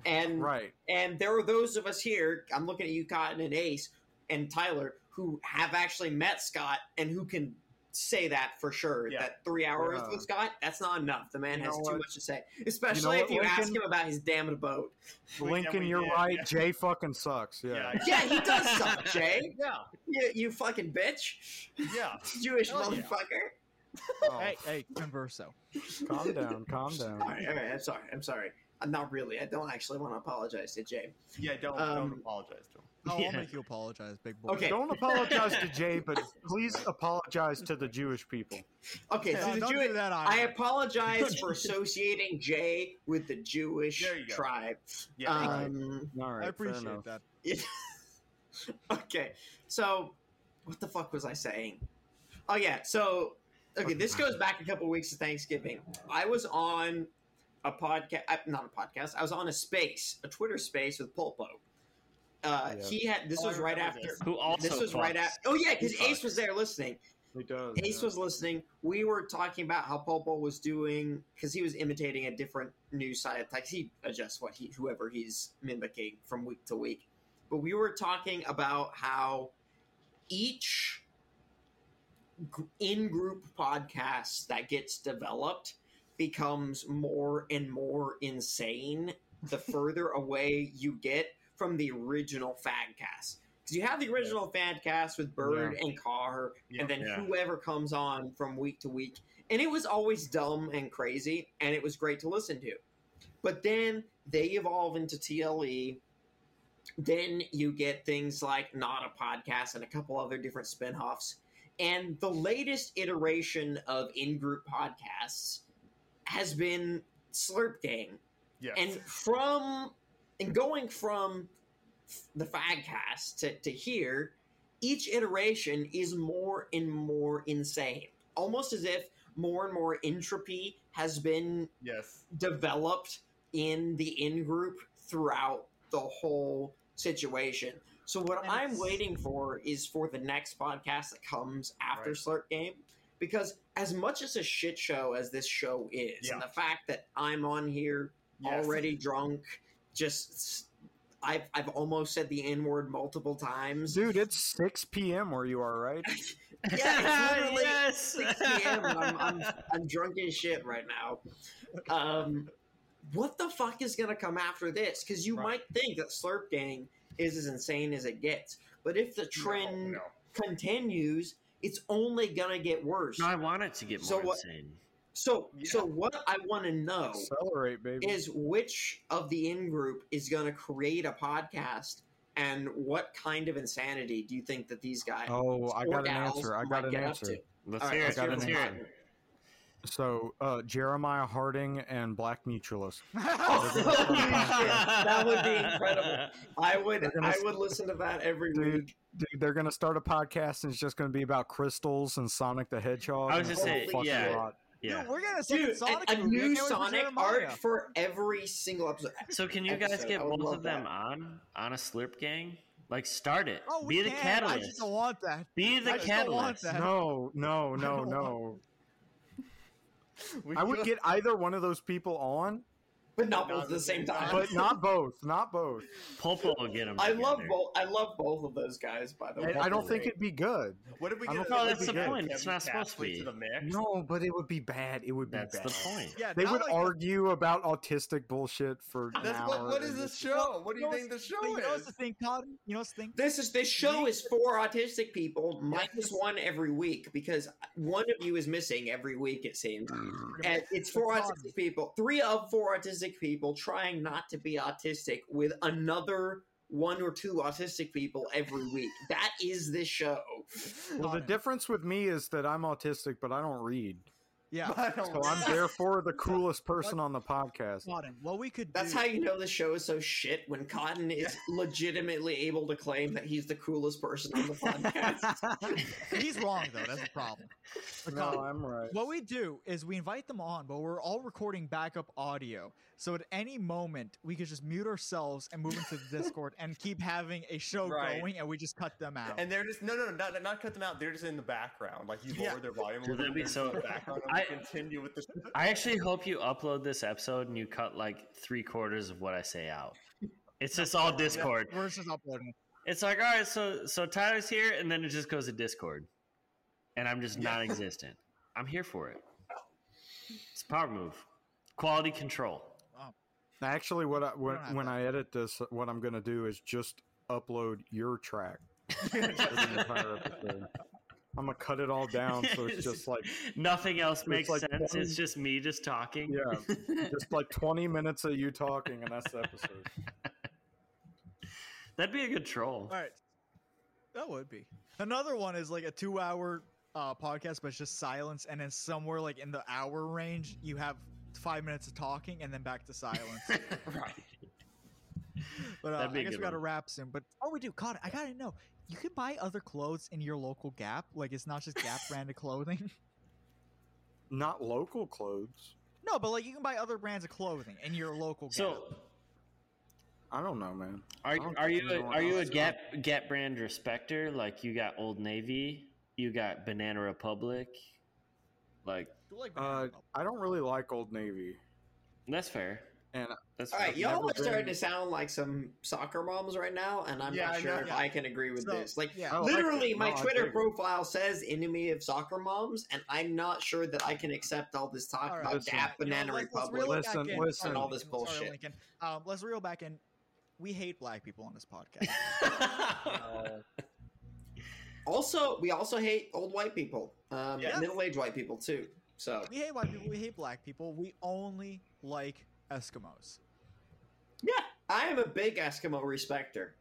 Speaker 7: And
Speaker 10: Right.
Speaker 7: And there are those of us here, I'm looking at you, Cotton and Ace and Tyler, who have actually met Scott and who can say that for sure.
Speaker 9: Yeah.
Speaker 7: That three hours
Speaker 10: Yeah.
Speaker 7: with Scott, that's not enough. The man
Speaker 10: You
Speaker 7: has
Speaker 10: know
Speaker 7: too
Speaker 10: what?
Speaker 7: much to say, especially
Speaker 10: what,
Speaker 7: if you ask
Speaker 10: Lincoln?
Speaker 7: him about his damned boat.
Speaker 9: We- yeah,
Speaker 10: Lincoln,
Speaker 9: we
Speaker 10: you're
Speaker 9: did,
Speaker 10: right.
Speaker 9: yeah.
Speaker 10: Jay fucking sucks. Yeah.
Speaker 9: Yeah.
Speaker 7: Yeah, he does suck, Jay.
Speaker 9: Yeah.
Speaker 7: You, you fucking bitch.
Speaker 9: Yeah.
Speaker 7: Jewish
Speaker 9: Hell yeah.
Speaker 7: motherfucker.
Speaker 10: Oh,
Speaker 6: Hey, hey, converso.
Speaker 10: calm down. Calm
Speaker 7: All
Speaker 10: down.
Speaker 7: right, all right. I'm sorry. I'm sorry. I'm not really. I don't actually want to apologize to Jay.
Speaker 9: Yeah. Don't
Speaker 7: Um,
Speaker 9: don't apologize to him.
Speaker 6: Oh,
Speaker 8: Yeah.
Speaker 6: I'll make you apologize, big boy.
Speaker 7: Okay.
Speaker 10: Don't apologize to Jay, but please apologize to the Jewish people.
Speaker 7: Okay, so
Speaker 6: No,
Speaker 7: the
Speaker 6: don't
Speaker 7: Jewish,
Speaker 6: do that either.
Speaker 7: I apologize for associating Jay with the Jewish
Speaker 9: There you go.
Speaker 7: tribe.
Speaker 9: Yeah.
Speaker 7: um,
Speaker 10: Uh, All right.
Speaker 6: I
Speaker 10: fair enough.
Speaker 6: appreciate that.
Speaker 7: okay, so what the fuck was I saying? Oh yeah, so okay, this goes back a couple weeks to Thanksgiving. I was on a podcast, not a podcast. I was on a space, a Twitter space with Pulpo. Uh,
Speaker 10: Yeah.
Speaker 7: He had this
Speaker 9: Oh, I
Speaker 7: was right
Speaker 9: remember
Speaker 7: after.
Speaker 9: this.
Speaker 8: Who also
Speaker 7: This was
Speaker 8: fucks.
Speaker 7: right after. Oh yeah,
Speaker 8: He
Speaker 7: because Ace
Speaker 8: fucks.
Speaker 7: was there listening.
Speaker 10: He does.
Speaker 7: Ace was listening. We were talking about how Popo was doing because he was imitating a different news site. Like he adjusts what he, whoever he's mimicking from week to week. But we were talking about how each gr- in-group podcast that gets developed becomes more and more insane the further away you get from the original fadcast. Because you have the original fadcast with Bird and Carr and then
Speaker 8: Yeah.
Speaker 7: whoever comes on from week to week. And it was always dumb and crazy, and it was great to listen to. But then they evolve into TLE. Then you get things like Not a Podcast and a couple other different spin-offs. And the latest iteration of in-group podcasts has been Slurp Gang,
Speaker 9: Yes.
Speaker 7: and from and going from f- the Fagcast to, to here, each iteration is more and more insane. Almost as if more and more entropy has been
Speaker 9: yes.
Speaker 7: developed in the in group throughout the whole situation. So what
Speaker 6: And
Speaker 7: I'm
Speaker 6: it's-
Speaker 7: waiting for is for the next podcast that comes after
Speaker 9: Right.
Speaker 7: Slurp Game, because as much as a shit show as this show is, and
Speaker 9: Yeah.
Speaker 7: the fact that I'm on here
Speaker 9: Yes.
Speaker 7: already drunk, just s- I've I've almost said the N word multiple times.
Speaker 10: Dude, it's 6 p.m. where you are, right?
Speaker 7: Yeah, it's literally
Speaker 8: Yes.
Speaker 7: 6 p.m. and I'm, I'm, I'm drunk as shit right now. Um, what the fuck is going to come after this? Because you
Speaker 9: Right.
Speaker 7: might think that Slurp Gang is as insane as it gets. But if the trend
Speaker 9: No, no.
Speaker 7: continues, it's only going to get worse.
Speaker 8: No, I want it to get more
Speaker 7: So what-
Speaker 8: insane.
Speaker 7: So, so
Speaker 9: Yeah.
Speaker 7: what I want to know
Speaker 10: Accelerate, baby.
Speaker 7: is which of the in group is going to create a podcast and what kind of insanity do you think that these guys
Speaker 10: oh, I
Speaker 7: or
Speaker 10: got an
Speaker 7: gals
Speaker 10: answer. I
Speaker 7: might
Speaker 10: got an
Speaker 7: get up
Speaker 10: answer.
Speaker 7: to?
Speaker 8: Let's
Speaker 7: All right,
Speaker 8: hear
Speaker 7: let's
Speaker 8: it.
Speaker 7: hear
Speaker 8: Let's
Speaker 7: from
Speaker 8: hear
Speaker 7: Cotton.
Speaker 8: it.
Speaker 10: So, uh, Jeremiah Harding and Black Mutualist.
Speaker 7: Holy shit, that would be incredible. I would
Speaker 10: They're gonna
Speaker 7: I
Speaker 10: s-
Speaker 7: would listen to that every
Speaker 10: Dude,
Speaker 7: week.
Speaker 10: dude, they're gonna start a podcast, and it's just gonna be about crystals and Sonic the Hedgehog.
Speaker 8: I was
Speaker 10: and
Speaker 8: just
Speaker 10: it's
Speaker 7: saying,
Speaker 10: gonna fuck
Speaker 8: yeah.
Speaker 10: you lot.
Speaker 8: Yeah.
Speaker 6: Dude, we're gonna see
Speaker 7: Dude,
Speaker 6: Sonic
Speaker 7: a, a
Speaker 6: movie. I
Speaker 7: new
Speaker 6: can't wait for
Speaker 7: Sonic
Speaker 6: Jeremiah.
Speaker 7: art for every single episode.
Speaker 8: So can you guys
Speaker 7: episode. I
Speaker 8: get
Speaker 7: would
Speaker 8: both
Speaker 7: love
Speaker 8: of them
Speaker 7: that.
Speaker 8: on on a slurp gang? Like start it.
Speaker 6: Oh, we
Speaker 8: be the
Speaker 6: can. I
Speaker 8: catalyst.
Speaker 6: just don't want that.
Speaker 8: Be
Speaker 6: I
Speaker 8: the
Speaker 6: just don't want
Speaker 8: catalyst.
Speaker 6: that.
Speaker 10: No, no, no,
Speaker 6: don't
Speaker 10: no.
Speaker 9: We
Speaker 10: I would
Speaker 9: just-
Speaker 10: get either one of those people on,
Speaker 7: but not both at the same time.
Speaker 10: but not both. Not both.
Speaker 8: Pulpo will get them.
Speaker 7: I love both. I love both of those guys. By the way,
Speaker 10: I, I don't think it'd be good.
Speaker 9: What if we
Speaker 10: I
Speaker 9: get?
Speaker 10: don't
Speaker 9: a-
Speaker 10: know,
Speaker 9: what if
Speaker 10: that's
Speaker 9: we
Speaker 10: the
Speaker 9: get
Speaker 8: point, it's
Speaker 9: Kevin
Speaker 8: not supposed to
Speaker 9: Cassidy
Speaker 8: be.
Speaker 9: the mix?
Speaker 10: No, but it would be bad. It would be
Speaker 8: That's
Speaker 10: bad.
Speaker 8: the point.
Speaker 6: Yeah,
Speaker 10: They
Speaker 6: not
Speaker 10: would
Speaker 6: like-
Speaker 10: argue about autistic bullshit for an
Speaker 9: That's what.
Speaker 10: hour
Speaker 9: What is
Speaker 10: and
Speaker 9: this
Speaker 10: just-
Speaker 9: show? What do you
Speaker 6: know
Speaker 9: think this
Speaker 6: what's-
Speaker 9: show
Speaker 6: but Oh, you know what's
Speaker 9: is?
Speaker 6: the thing, Todd? You know what's the thing?
Speaker 7: This is this show is for autistic people minus one every week because one of you is missing every week it seems. And it's for autistic people, three of four autistic people trying not to be autistic with another one or two autistic people every week. That is this show.
Speaker 10: Well, the
Speaker 6: Connor.
Speaker 10: difference with me is that I'm autistic, but I don't read,
Speaker 6: Yeah.
Speaker 9: I don't
Speaker 10: so I'm therefore the coolest person on the podcast.
Speaker 6: Cotton. What we could
Speaker 7: That's
Speaker 6: do.
Speaker 7: how you know the show is so shit when Cotton is legitimately able to claim that he's the coolest person on the podcast.
Speaker 6: He's wrong though. That's the problem. But
Speaker 10: No,
Speaker 6: Cotton,
Speaker 10: I'm right.
Speaker 6: What we do is we invite them on, but we're all recording backup audio. So at any moment, we could just mute ourselves and move into the Discord and keep having a show
Speaker 9: Right.
Speaker 6: going, and we just cut them out.
Speaker 9: And they're just no, no, no, not, not cut them out. They're just in the background. Like you lower
Speaker 6: Yeah.
Speaker 9: their volume. a
Speaker 8: Dude,
Speaker 9: little bit,
Speaker 8: that'd be
Speaker 9: they're just in
Speaker 8: so-
Speaker 9: the background.
Speaker 8: I-
Speaker 9: and we continue with the.
Speaker 8: I actually hope you upload this episode and you cut like three quarters of what I say out. It's just all Discord.
Speaker 6: we're just uploading. it.
Speaker 8: It's like, all right, so so Tyler's here, and then it just goes to Discord, and I'm just non-existent. I'm here for it. It's a power move, quality control.
Speaker 10: Actually, what I when,
Speaker 6: don't have
Speaker 10: when
Speaker 6: that.
Speaker 10: I edit this, what I'm going to do is just upload your track. for the entire episode. I'm gonna cut it all down, so it's just like
Speaker 8: nothing else makes
Speaker 10: like
Speaker 8: sense.
Speaker 10: one-
Speaker 8: It's just me just talking.
Speaker 10: yeah, just like 20 minutes of you talking, and that's the episode.
Speaker 8: That'd be a good troll.
Speaker 6: All right, that would be another one is like a two-hour uh, podcast, but it's just silence, and then somewhere like in the hour range, you have five minutes of talking, and then back to silence.
Speaker 8: right.
Speaker 6: But uh,
Speaker 8: That'd be
Speaker 6: I
Speaker 8: a
Speaker 6: guess we
Speaker 8: good
Speaker 6: got to
Speaker 8: one.
Speaker 6: wrap soon. But oh, we do. God, I gotta know. You can buy other clothes in your local Gap. Like it's not just Gap branded clothing.
Speaker 10: Not local clothes.
Speaker 6: No, but like you can buy other brands of clothing in your local Gap.
Speaker 8: So,
Speaker 10: I don't know, man.
Speaker 8: are
Speaker 10: don't
Speaker 8: are
Speaker 10: think
Speaker 8: you a,
Speaker 10: anyone
Speaker 8: are you a
Speaker 10: else-
Speaker 8: Gap Gap brand respecter? Like you got Old Navy, you got Banana Republic. Like
Speaker 6: like
Speaker 10: Uh, I don't really like Old Navy.
Speaker 8: that's fair.
Speaker 10: And
Speaker 8: That's
Speaker 7: All
Speaker 8: fair.
Speaker 7: right, y'all
Speaker 10: never
Speaker 7: are starting
Speaker 10: been-
Speaker 7: to sound like some soccer moms right now, and I'm
Speaker 9: Yeah,
Speaker 7: not
Speaker 9: I
Speaker 7: sure
Speaker 9: know.
Speaker 7: if I can agree with
Speaker 6: So,
Speaker 7: this. Like,
Speaker 10: I
Speaker 6: yeah,
Speaker 8: Oh,
Speaker 10: don't like
Speaker 7: literally,
Speaker 10: it.
Speaker 7: my
Speaker 10: No, I
Speaker 7: Twitter
Speaker 10: dig it.
Speaker 7: profile says "enemy of soccer moms," and I'm not sure that I can accept all this talk
Speaker 6: All right,
Speaker 7: about
Speaker 10: listen.
Speaker 7: Gap
Speaker 6: You know,
Speaker 7: Banana
Speaker 6: let's- let's
Speaker 7: Republic.
Speaker 6: reel it back
Speaker 10: Listen,
Speaker 6: in.
Speaker 10: listen.
Speaker 6: Sorry,
Speaker 7: All this
Speaker 6: Lincoln. Sorry,
Speaker 7: bullshit.
Speaker 6: Lincoln. Um, let's reel back in. We hate black people on this podcast.
Speaker 8: Uh.
Speaker 7: also, we also hate old white people, um,
Speaker 9: Yeah.
Speaker 7: middle-aged white people too. So,
Speaker 6: we hate white people. We hate black people. We only like Eskimos.
Speaker 7: yeah, I am a big Eskimo respecter.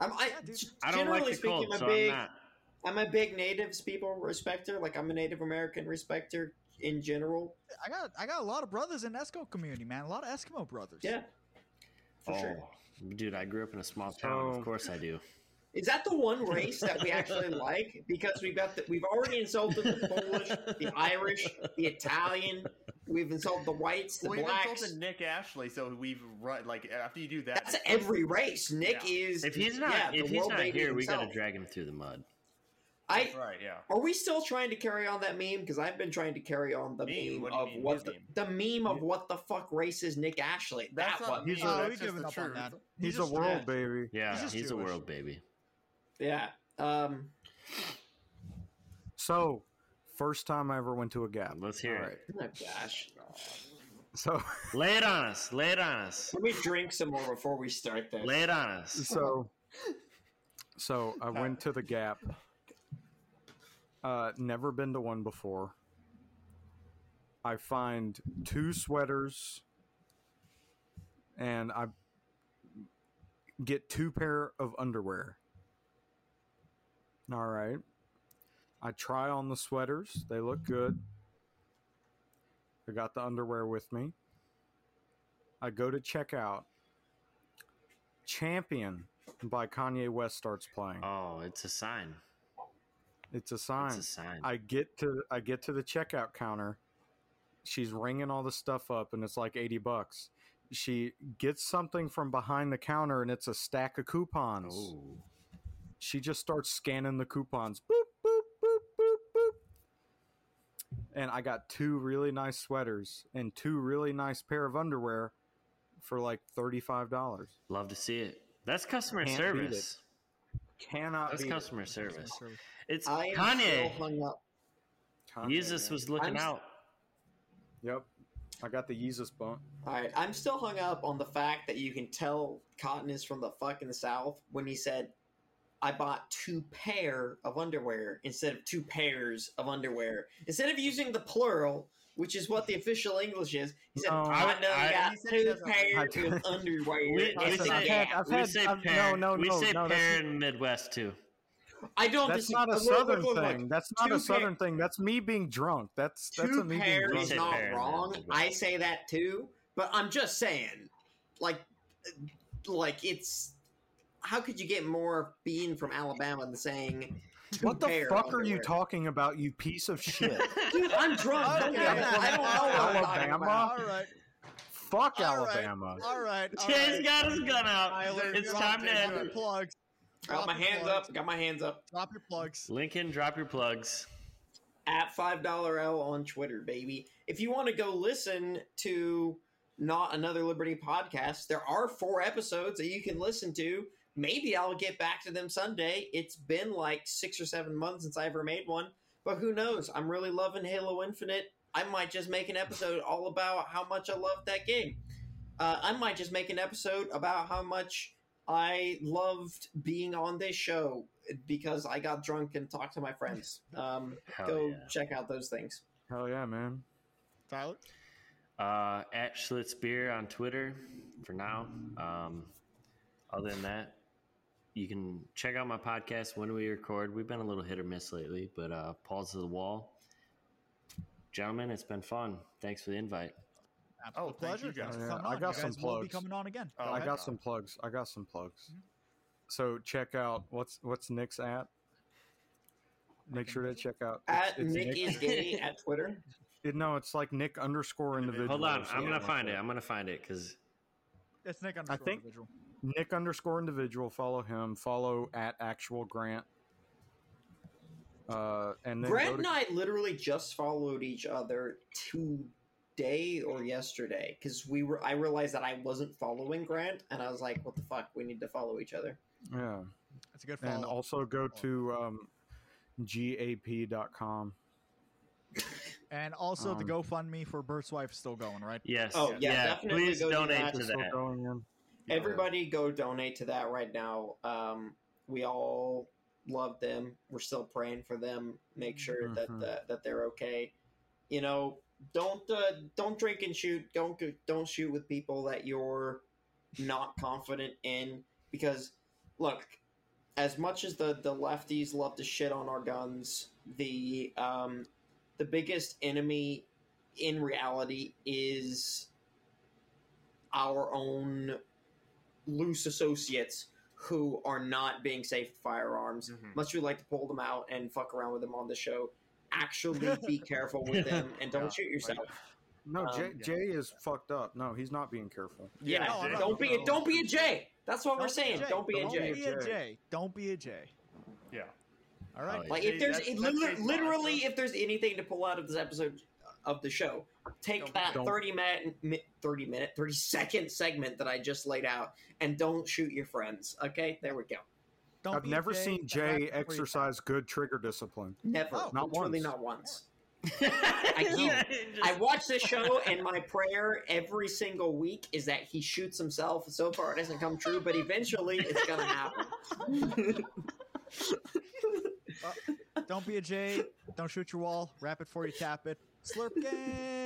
Speaker 7: I'm, I,
Speaker 6: Yeah, dude.
Speaker 8: I don't like
Speaker 7: generally
Speaker 8: the
Speaker 7: speaking,
Speaker 8: cold,
Speaker 7: I'm a
Speaker 8: so
Speaker 7: big.
Speaker 8: I'm not.
Speaker 7: I'm a big natives people respecter. Like I'm a Native American respecter in general.
Speaker 6: I got I got a lot of brothers in the Eskimo community, man. A lot of Eskimo brothers. Uh,
Speaker 7: Yeah, for
Speaker 8: oh,
Speaker 7: sure.
Speaker 8: dude, I grew up in a small town.
Speaker 10: So-
Speaker 8: Of course, I do.
Speaker 7: Is that the one race that we actually like? Because we've got the, we've already insulted the Polish, the Irish, the Italian. We've insulted the whites, the
Speaker 9: Well, you
Speaker 7: blacks.
Speaker 9: insulted Nick Ashley, so we've run like after you do that.
Speaker 7: That's every race. Nick
Speaker 9: Yeah.
Speaker 7: is.
Speaker 8: If he's not,
Speaker 7: yeah, the
Speaker 8: if he's
Speaker 7: world
Speaker 8: not
Speaker 7: baby
Speaker 8: here, we got to
Speaker 7: himself.
Speaker 8: drag him through the mud.
Speaker 7: I
Speaker 9: That's right. Yeah.
Speaker 7: Are we still trying to carry on that meme? Because I've been trying to carry on the
Speaker 9: Meme?
Speaker 7: meme,
Speaker 9: What do you
Speaker 7: of
Speaker 9: mean,
Speaker 7: what
Speaker 9: his
Speaker 7: the, the meme of what the fuck race is Nick Ashley.
Speaker 9: That's
Speaker 7: that
Speaker 9: not
Speaker 7: one.
Speaker 9: me,
Speaker 10: He's a-
Speaker 9: though,
Speaker 6: Oh,
Speaker 9: that's
Speaker 6: we've
Speaker 9: just
Speaker 6: given
Speaker 9: the
Speaker 6: up on
Speaker 9: truth.
Speaker 6: that.
Speaker 10: He's a
Speaker 6: just-
Speaker 10: world baby.
Speaker 8: Yeah,
Speaker 6: just
Speaker 8: he's, a
Speaker 6: Jewish.
Speaker 8: world baby.
Speaker 7: Yeah. Um,
Speaker 10: So, first time I ever went to a Gap.
Speaker 8: Let's hear
Speaker 10: All
Speaker 8: it.
Speaker 10: right.
Speaker 7: oh gosh.
Speaker 10: So,
Speaker 8: Lay it on us. Lay it on us.
Speaker 7: Let me drink some more before we start this.
Speaker 8: Lay it on us.
Speaker 10: so, so I went to the Gap. Uh, never been to one before. I find two sweaters, and I get two pair of underwear. All right. I try on the sweaters. They look good. I got the underwear with me. I go to checkout. Champion by Kanye West starts playing.
Speaker 8: Oh, it's a sign.
Speaker 10: it's a sign.
Speaker 8: It's a sign.
Speaker 10: I get to I get to the checkout counter. She's ringing all the stuff up, and it's like eighty bucks. She gets something from behind the counter, and it's a stack of coupons.
Speaker 8: Ooh.
Speaker 10: She just starts scanning the coupons. Boop boop boop boop boop. and I got two really nice sweaters and two really nice pair of underwear for like thirty five dollars.
Speaker 8: Love to see it. That's customer
Speaker 10: Can't beat
Speaker 8: service.
Speaker 10: Cannot
Speaker 8: That's
Speaker 10: beat it.
Speaker 8: customer service. It's
Speaker 7: I am still
Speaker 8: Kanye.
Speaker 7: hung up.
Speaker 8: Jesus
Speaker 10: man.
Speaker 8: was looking
Speaker 7: I'm-
Speaker 8: out.
Speaker 10: Yep, I got the Yeezus bump.
Speaker 7: All right, I'm still hung up on the fact that you can tell Cotton is from the fucking South when he said, "I bought two pair of underwear instead of two pairs of underwear." Instead of using the plural, which is what the official English is, he said,
Speaker 10: No.
Speaker 7: "I, know
Speaker 8: I-
Speaker 7: got
Speaker 9: he said he
Speaker 7: two
Speaker 9: doesn't-
Speaker 7: pairs
Speaker 10: I-
Speaker 7: of underwear."
Speaker 8: We, we
Speaker 7: and
Speaker 10: Listen,
Speaker 8: say,
Speaker 10: I've had- I've
Speaker 8: we
Speaker 10: had-
Speaker 8: say
Speaker 10: I've-
Speaker 8: pair.
Speaker 10: no, no,
Speaker 8: we
Speaker 10: no,
Speaker 8: say
Speaker 10: no, that's-
Speaker 8: pair in Midwest too.
Speaker 7: I don't.
Speaker 10: That's
Speaker 7: disagree-
Speaker 10: not a
Speaker 7: look, look,
Speaker 10: southern
Speaker 7: look, look, look.
Speaker 10: thing. That's not
Speaker 7: Two
Speaker 10: a southern
Speaker 7: pair-
Speaker 10: thing. That's me being drunk. That's that's a
Speaker 7: two
Speaker 10: me being
Speaker 7: pair
Speaker 8: You
Speaker 7: is
Speaker 8: said
Speaker 10: drunk.
Speaker 7: not
Speaker 8: pair, man.
Speaker 7: wrong. I say that too, but I'm just saying, like, like it's how could you get more being from Alabama than saying two
Speaker 10: What the
Speaker 7: pair
Speaker 10: fuck are you
Speaker 7: underwear?
Speaker 10: talking about, you piece of shit?
Speaker 7: Dude, I'm drunk. Don't worry. Oh, I don't know what I'm talking
Speaker 10: Alabama?
Speaker 7: about.
Speaker 6: All right,
Speaker 10: fuck
Speaker 6: All right.
Speaker 10: Alabama.
Speaker 6: all right. all
Speaker 8: Jay's
Speaker 6: right.
Speaker 8: got his gun out.
Speaker 6: Tyler,
Speaker 8: It's
Speaker 6: drop
Speaker 8: time to
Speaker 6: your
Speaker 8: end. it.
Speaker 6: plugs.
Speaker 7: I got
Speaker 6: Drop
Speaker 7: my
Speaker 6: your
Speaker 7: hands
Speaker 6: plugs.
Speaker 7: up. Got my hands up.
Speaker 6: Drop your plugs.
Speaker 8: Lincoln, drop your plugs.
Speaker 7: at five dollar L on Twitter, baby. If you want to go listen to not another Liberty podcast, there are four episodes that you can listen to. Maybe I'll get back to them Sunday. It's been like six or seven months since I ever made one, but who knows? I'm really loving Halo Infinite. I might just make an episode all about how much I love that game. Uh, I might just make an episode about how much I loved being on this show because I got drunk and talked to my friends. Um,
Speaker 8: Hell
Speaker 7: go
Speaker 8: yeah.
Speaker 7: check out those things.
Speaker 10: Hell yeah, man.
Speaker 6: Tyler,
Speaker 8: Uh, at Schlitz Beer on Twitter for now. Um, other than that, you can check out my podcast when we record. We've been a little hit or miss lately, but uh, Paul's to the wall. Gentlemen, it's been fun. Thanks for the invite.
Speaker 6: absolute
Speaker 9: Oh, thank you
Speaker 6: pleasure.
Speaker 9: guys.
Speaker 6: Thanks for
Speaker 10: Yeah,
Speaker 6: coming
Speaker 10: I
Speaker 6: on.
Speaker 10: got
Speaker 6: you
Speaker 10: some
Speaker 6: guys will be
Speaker 10: plugs.
Speaker 6: coming on again.
Speaker 9: Oh,
Speaker 10: I
Speaker 9: my
Speaker 10: got
Speaker 9: God.
Speaker 10: some plugs. I got some plugs. So check out what's what's Nick's at. Make sure to check out it's-
Speaker 7: At
Speaker 10: it's
Speaker 7: Nick, is gay at Twitter.
Speaker 10: it- no, it's like Nick underscore individual.
Speaker 8: Hold on,
Speaker 10: or
Speaker 8: I'm
Speaker 10: something
Speaker 8: gonna
Speaker 10: like
Speaker 8: find it.
Speaker 10: that.
Speaker 8: I'm gonna find it because
Speaker 6: It's Nick underscore
Speaker 10: think-
Speaker 6: individual.
Speaker 10: Nick underscore individual. Follow him. Follow at actual Grant. Uh, and then go
Speaker 7: Brett
Speaker 10: to-
Speaker 7: and I literally just followed each other today or yesterday because we were. I realized that I wasn't following Grant, and I was like, "What the fuck? We need to follow each other."
Speaker 10: yeah.
Speaker 6: That's a good follow.
Speaker 10: and also go to um, gap.com.
Speaker 6: And also the
Speaker 10: Um,
Speaker 6: GoFundMe for Bert's wife is still going, right?
Speaker 8: yes,
Speaker 7: Oh, yeah, definitely
Speaker 8: please
Speaker 7: go do
Speaker 8: donate
Speaker 7: that.
Speaker 8: to
Speaker 10: Still
Speaker 8: that.
Speaker 10: going in.
Speaker 7: Everybody, go donate to that right now. Um, we all love them. We're still praying for them. Make sure
Speaker 10: Mhm.
Speaker 7: that uh, that they're okay. You know, don't uh, don't drink and shoot. Don't go- don't shoot with people that you're not confident in. Because look, as much as the the lefties love to shit on our guns, the um, the biggest enemy in reality is our own loose associates who are not being safe with firearms.
Speaker 9: Mhm.
Speaker 7: Much we like to pull them out and fuck around with them on the show. Actually, be careful with them and don't
Speaker 9: Yeah,
Speaker 7: shoot yourself.
Speaker 10: No,
Speaker 7: Um,
Speaker 10: Jay,
Speaker 9: yeah.
Speaker 10: Jay is fucked up. No, he's not being careful.
Speaker 7: yeah,
Speaker 6: no, I'm not-
Speaker 7: don't be a,
Speaker 6: no.
Speaker 7: don't be a J. That's what
Speaker 6: Don't
Speaker 7: we're
Speaker 6: be
Speaker 7: saying.
Speaker 6: a J.
Speaker 7: Don't be a
Speaker 6: Don't
Speaker 7: J.
Speaker 6: be a
Speaker 10: J.
Speaker 6: J. Don't be a J.
Speaker 9: Yeah.
Speaker 6: All right.
Speaker 8: Oh, yeah.
Speaker 7: Like
Speaker 9: Jay,
Speaker 7: if there's
Speaker 9: that's-
Speaker 7: it
Speaker 9: that's
Speaker 7: literally,
Speaker 9: Jay's
Speaker 7: literally
Speaker 9: mantra.
Speaker 7: if there's anything to pull out of this episode of the show, take
Speaker 9: Don't-
Speaker 7: that
Speaker 10: don't-
Speaker 7: thirty minute, mi- thirty minute, thirty second segment that I just laid out, and don't shoot your friends. Okay, there we go.
Speaker 6: Don't
Speaker 10: I've
Speaker 6: be a
Speaker 10: never
Speaker 6: J.
Speaker 10: seen
Speaker 6: That's
Speaker 10: Jay
Speaker 6: where you-
Speaker 10: exercise good trigger discipline.
Speaker 7: Never,
Speaker 6: Oh,
Speaker 10: not
Speaker 7: literally
Speaker 10: once.
Speaker 7: not once. I keep I watch this show, and my prayer every single week is that he shoots himself. So far, it hasn't come true, but eventually, it's gonna happen.
Speaker 6: Uh, Don't be a J. Don't shoot your wall. Wrap it for you. Tap it. Slurp game.